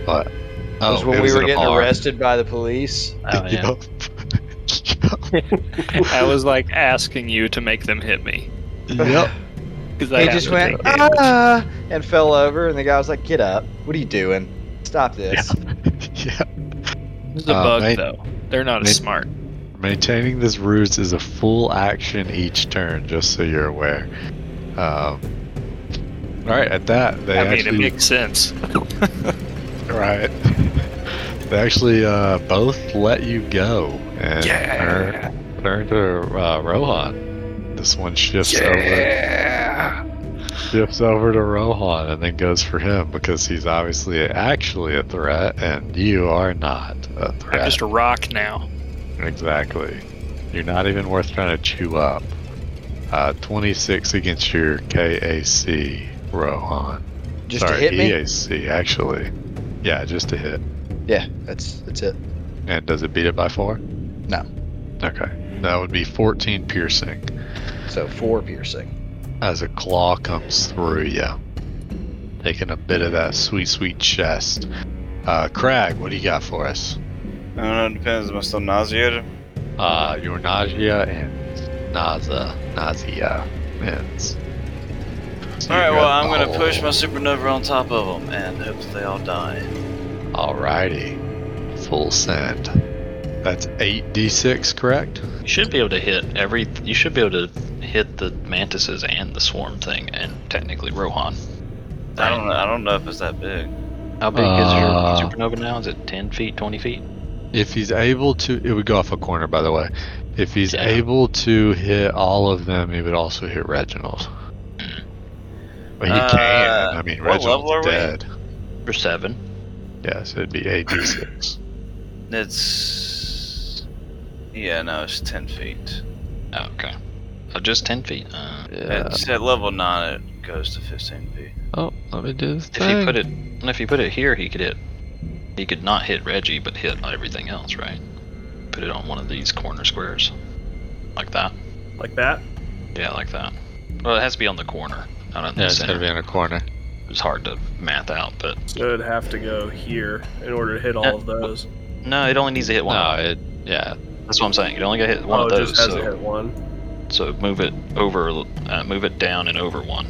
B: But oh,
D: was when
B: it
D: we were
B: at a
D: getting
B: bar.
D: arrested by the police.
A: Oh, yeah.
B: Yep.
R: I was like asking you to make them hit me
B: yep.
R: because I
D: He
R: have
D: just
R: to
D: went
R: take damage.
D: ah, and fell over, and the guy was like, "Get up! What are you doing?" Stop this.
B: yeah.
R: This is a
B: Uh,
R: bug,
B: main-
R: though. They're not
B: main-
R: as smart.
B: Maintaining this roots is a full action each turn, just so you're aware. Um, all right, at that they
R: I mean,
B: actually
R: it makes sense.
B: right. They actually uh, both let you go and
R: Yeah.
B: turn, turn to uh, Rohan. This one shifts
R: Yeah.
B: over shifts over to Rohan and then goes for him because he's obviously actually a threat and you are not a threat.
R: I'm just a rock now.
B: Exactly. You're not even worth trying to chew up. Uh, 26 against your KAC, Rohan.
D: Just to
B: Sorry,
D: hit me?
B: EAC, actually. Yeah, just to hit.
D: Yeah, that's that's it.
B: And does it beat it by four?
D: No.
B: Okay. That would be 14 piercing
D: So four piercing.
B: as a claw comes through you, taking a bit of that sweet, sweet chest. Uh, Crag, what do you got for us?
H: I don't know, it depends. Am I still nauseated?
B: Uh, your nausea and nausea, nausea ends. So
H: Alright,
B: you're
H: well,
B: at
H: I'm gonna
B: the
H: push
B: hole.
H: my supernova on top of them and hope that they all die.
B: Alrighty. Full send. That's 8d6, correct?
A: You should be able to hit every. You should be able to hit the mantises and the swarm thing, and technically Rohan.
H: I don't know. I don't know if it's that big.
A: How big
B: Uh,
A: is your supernova now? Is it 10 feet, 20 feet?
B: If he's able to, it would go off a corner, by the way. If he's able to hit all of them, he would also hit Reginald. But he can.
H: Uh,
B: I mean,
H: what level
B: Reginald's
H: are we?
B: dead.
A: For seven.
B: Yeah, so it'd be 8d6.
H: It's yeah, no, it's ten feet.
A: Oh, okay. So just 10 feet. Uh,
H: It's at level nine. It goes to fifteen feet.
B: Oh, let me do this.
A: if he put it, and if he put it here, he could hit. He could not hit Reggie, but hit everything else, right? Put it on one of these corner squares, like that.
I: Like that?
A: Yeah, like that. Well, it has to be on the corner, not on the
B: Yeah, it's
A: center.
B: gonna be in a corner.
A: It was hard to math out, but
I: So it'd have to go here in order to hit
A: Eh,
I: all of those.
A: no, it only needs to hit one.
B: No, it. Yeah.
A: That's what I'm saying. It only got hit one
I: Oh,
A: of
I: it
A: those.
I: just has
A: so.
I: to hit one.
A: So move it over, uh, move it down and over one.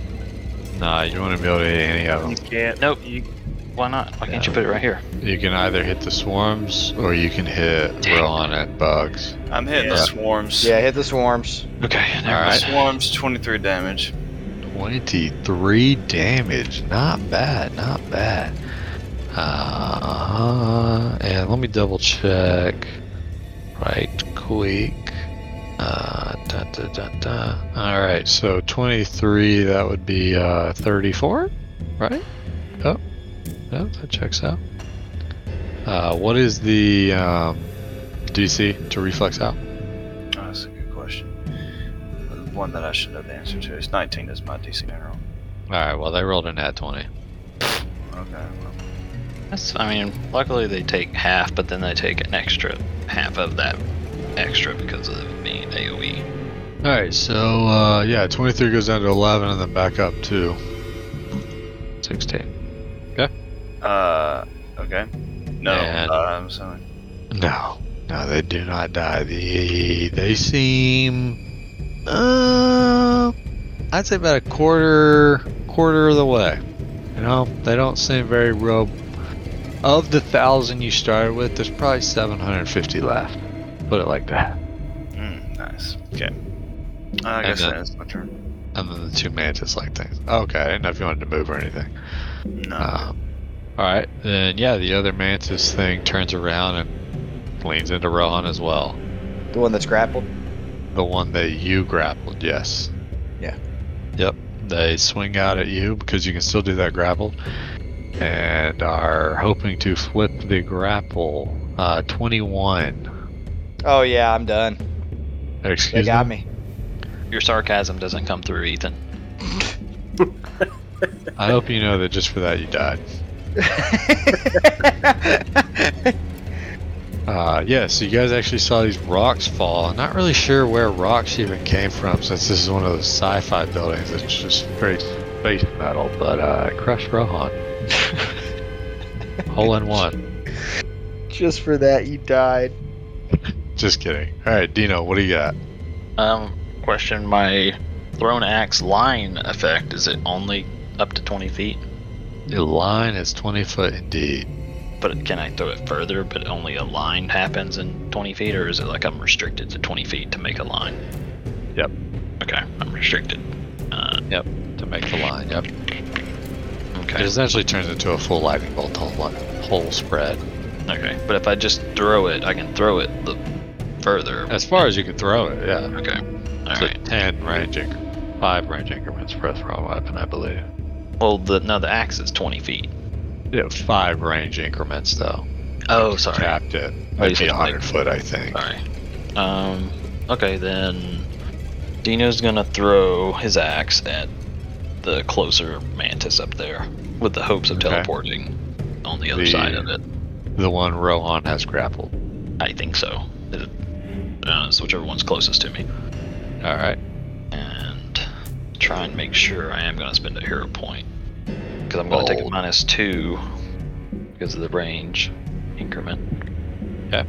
B: Nah, you want to be able to hit any of them.
I: You can't.
A: Nope. You, why not? Why can't you put it right here?
B: You can either hit the swarms or you can hit Rohan at bugs.
H: I'm hitting the
B: Yeah.
H: swarms.
D: Yeah, hit the swarms.
A: Okay.
H: The
B: Alright.
H: Swarms, twenty-three damage.
B: 23 damage. Not bad, not bad. Uh, and let me double check right quick. Uh, da, da, da, da. All right, so 23, that would be uh, 34, right? Oh, no, that checks out. Uh, what is the um, DC to reflex out?
H: Oh, that's a good question. One that I should know the answer to. It's nineteen. Is my DC mineral.
B: All right, well, they rolled a nat 20.
H: Okay. well,
A: That's. I mean, luckily they take half, but then they take an extra half of that extra because of the AOE.
B: All right, so uh, yeah, 23 goes down to 11 and then back up to 16.
H: Uh. Okay. No.
B: And-
H: Uh, I'm sorry.
B: No, no, they do not die. They, they seem, uh, I'd say about a quarter quarter of the way. You know, they don't seem very rob. Of the thousand you started with, there's probably 750 left. Put it like that.
H: Mm, nice. Okay. I guess
B: then-
H: that is my turn.
B: And then the two mantis like things. Okay, I didn't know if you wanted to move or anything.
H: No.
B: Um, all right, then yeah, the other mantis thing turns around and leans into Rohan as well.
D: The one that's grappled.
B: The one that you grappled, yes.
D: Yeah.
B: Yep. They swing out at you because you can still do that grapple, and are hoping to flip the grapple. Uh, 21.
D: Oh yeah, I'm done. They
B: Excuse
D: got
B: me.
D: me.
A: Your sarcasm doesn't come through, Ethan.
B: I hope you know that just for that you died. Uh, yeah, so you guys actually saw these rocks fall. I'm not really sure where rocks even came from since this is one of those sci fi buildings that's just straight space metal, but uh, it crushed Rohan. Hole in one.
D: Just for that, you died.
B: Just kidding. Alright, Dino, what do you got?
A: Um, question my thrown axe line effect. Is it only up to 20 feet?
B: Your line is 20 foot indeed.
A: But can I throw it further? But only a line happens in 20 feet, or is it like I'm restricted to 20 feet to make a line?
T: Yep.
A: Okay, I'm restricted. Uh,
T: yep, to make the line. Yep.
A: Okay.
B: It essentially turns into a full lightning bolt, whole, like, whole spread.
A: Okay, but if I just throw it, I can throw it the further.
B: As far as you can throw it, yeah.
A: Okay. All
B: it's
A: right.
B: a ten range, inc- five range increments for a throw weapon, I believe.
A: Well, the no, the axe is 20 feet.
B: Yeah, five range increments though.
A: Oh, sorry.
B: Capped it.
A: Oh, you
B: It'd
A: said
B: be
A: like-
B: hundred foot, I think.
A: Sorry. Um. Okay, then Dino's gonna throw his axe at the closer mantis up there, with the hopes of
B: Okay.
A: teleporting on the other
B: The-
A: side of it.
B: The one Rohan has grappled.
A: I think so. It- uh, it's whichever one's closest to me,
B: All right.
A: and try and make sure I am gonna spend a hero point because I'm gonna take a
B: Bold.
A: minus two because of the range increment.
B: Okay.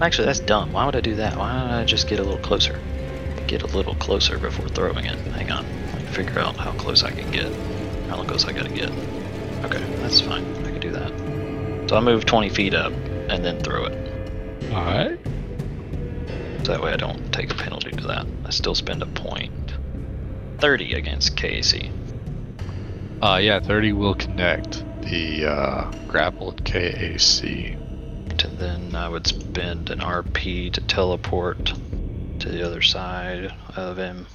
A: Actually, that's dumb. Why would I do that? Why don't I just get a little closer? Get a little closer before throwing it. Hang on. I can figure out how close I can get. How close I gotta get. Okay, that's fine. I can do that. So I move 20 feet up and then throw it.
B: All right.
A: So that way I don't take a penalty to that. I still spend a point. 30 against KAC.
B: Uh, yeah, thirty will connect the uh, grappled KAC.
A: And then I would spend an RP to teleport to the other side of him.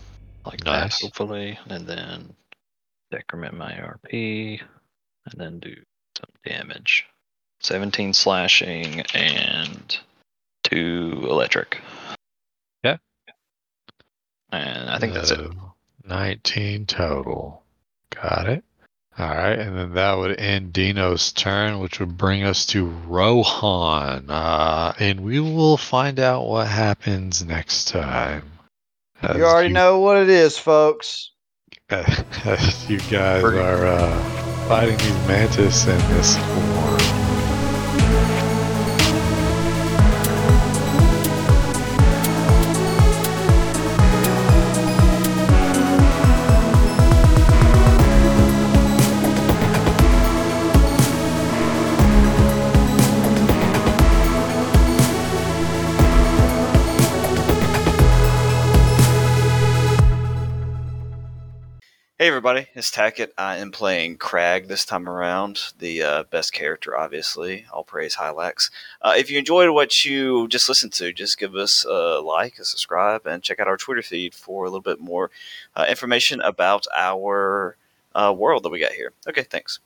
A: Like
B: Nice.
A: that, hopefully. And then decrement my RP. And then do some damage. 17 slashing and 2 electric.
B: Yeah.
A: And I think that's it.
B: Uh, Nineteen total. Got it. All right, and then that would end Dino's turn, which would bring us to Rohan, uh, and we will find out what happens next time. As
D: You already know what it is, folks.
B: as you guys are uh, fighting these mantis in this war.
H: Hey everybody, it's Tackett. I am playing Crag this time around, the uh, best character, obviously. All praise Hylax. Uh, if you enjoyed what you just listened to, just give us a like, a subscribe, and check out our Twitter feed for a little bit more uh, information about our uh, world that we got here. Okay, thanks.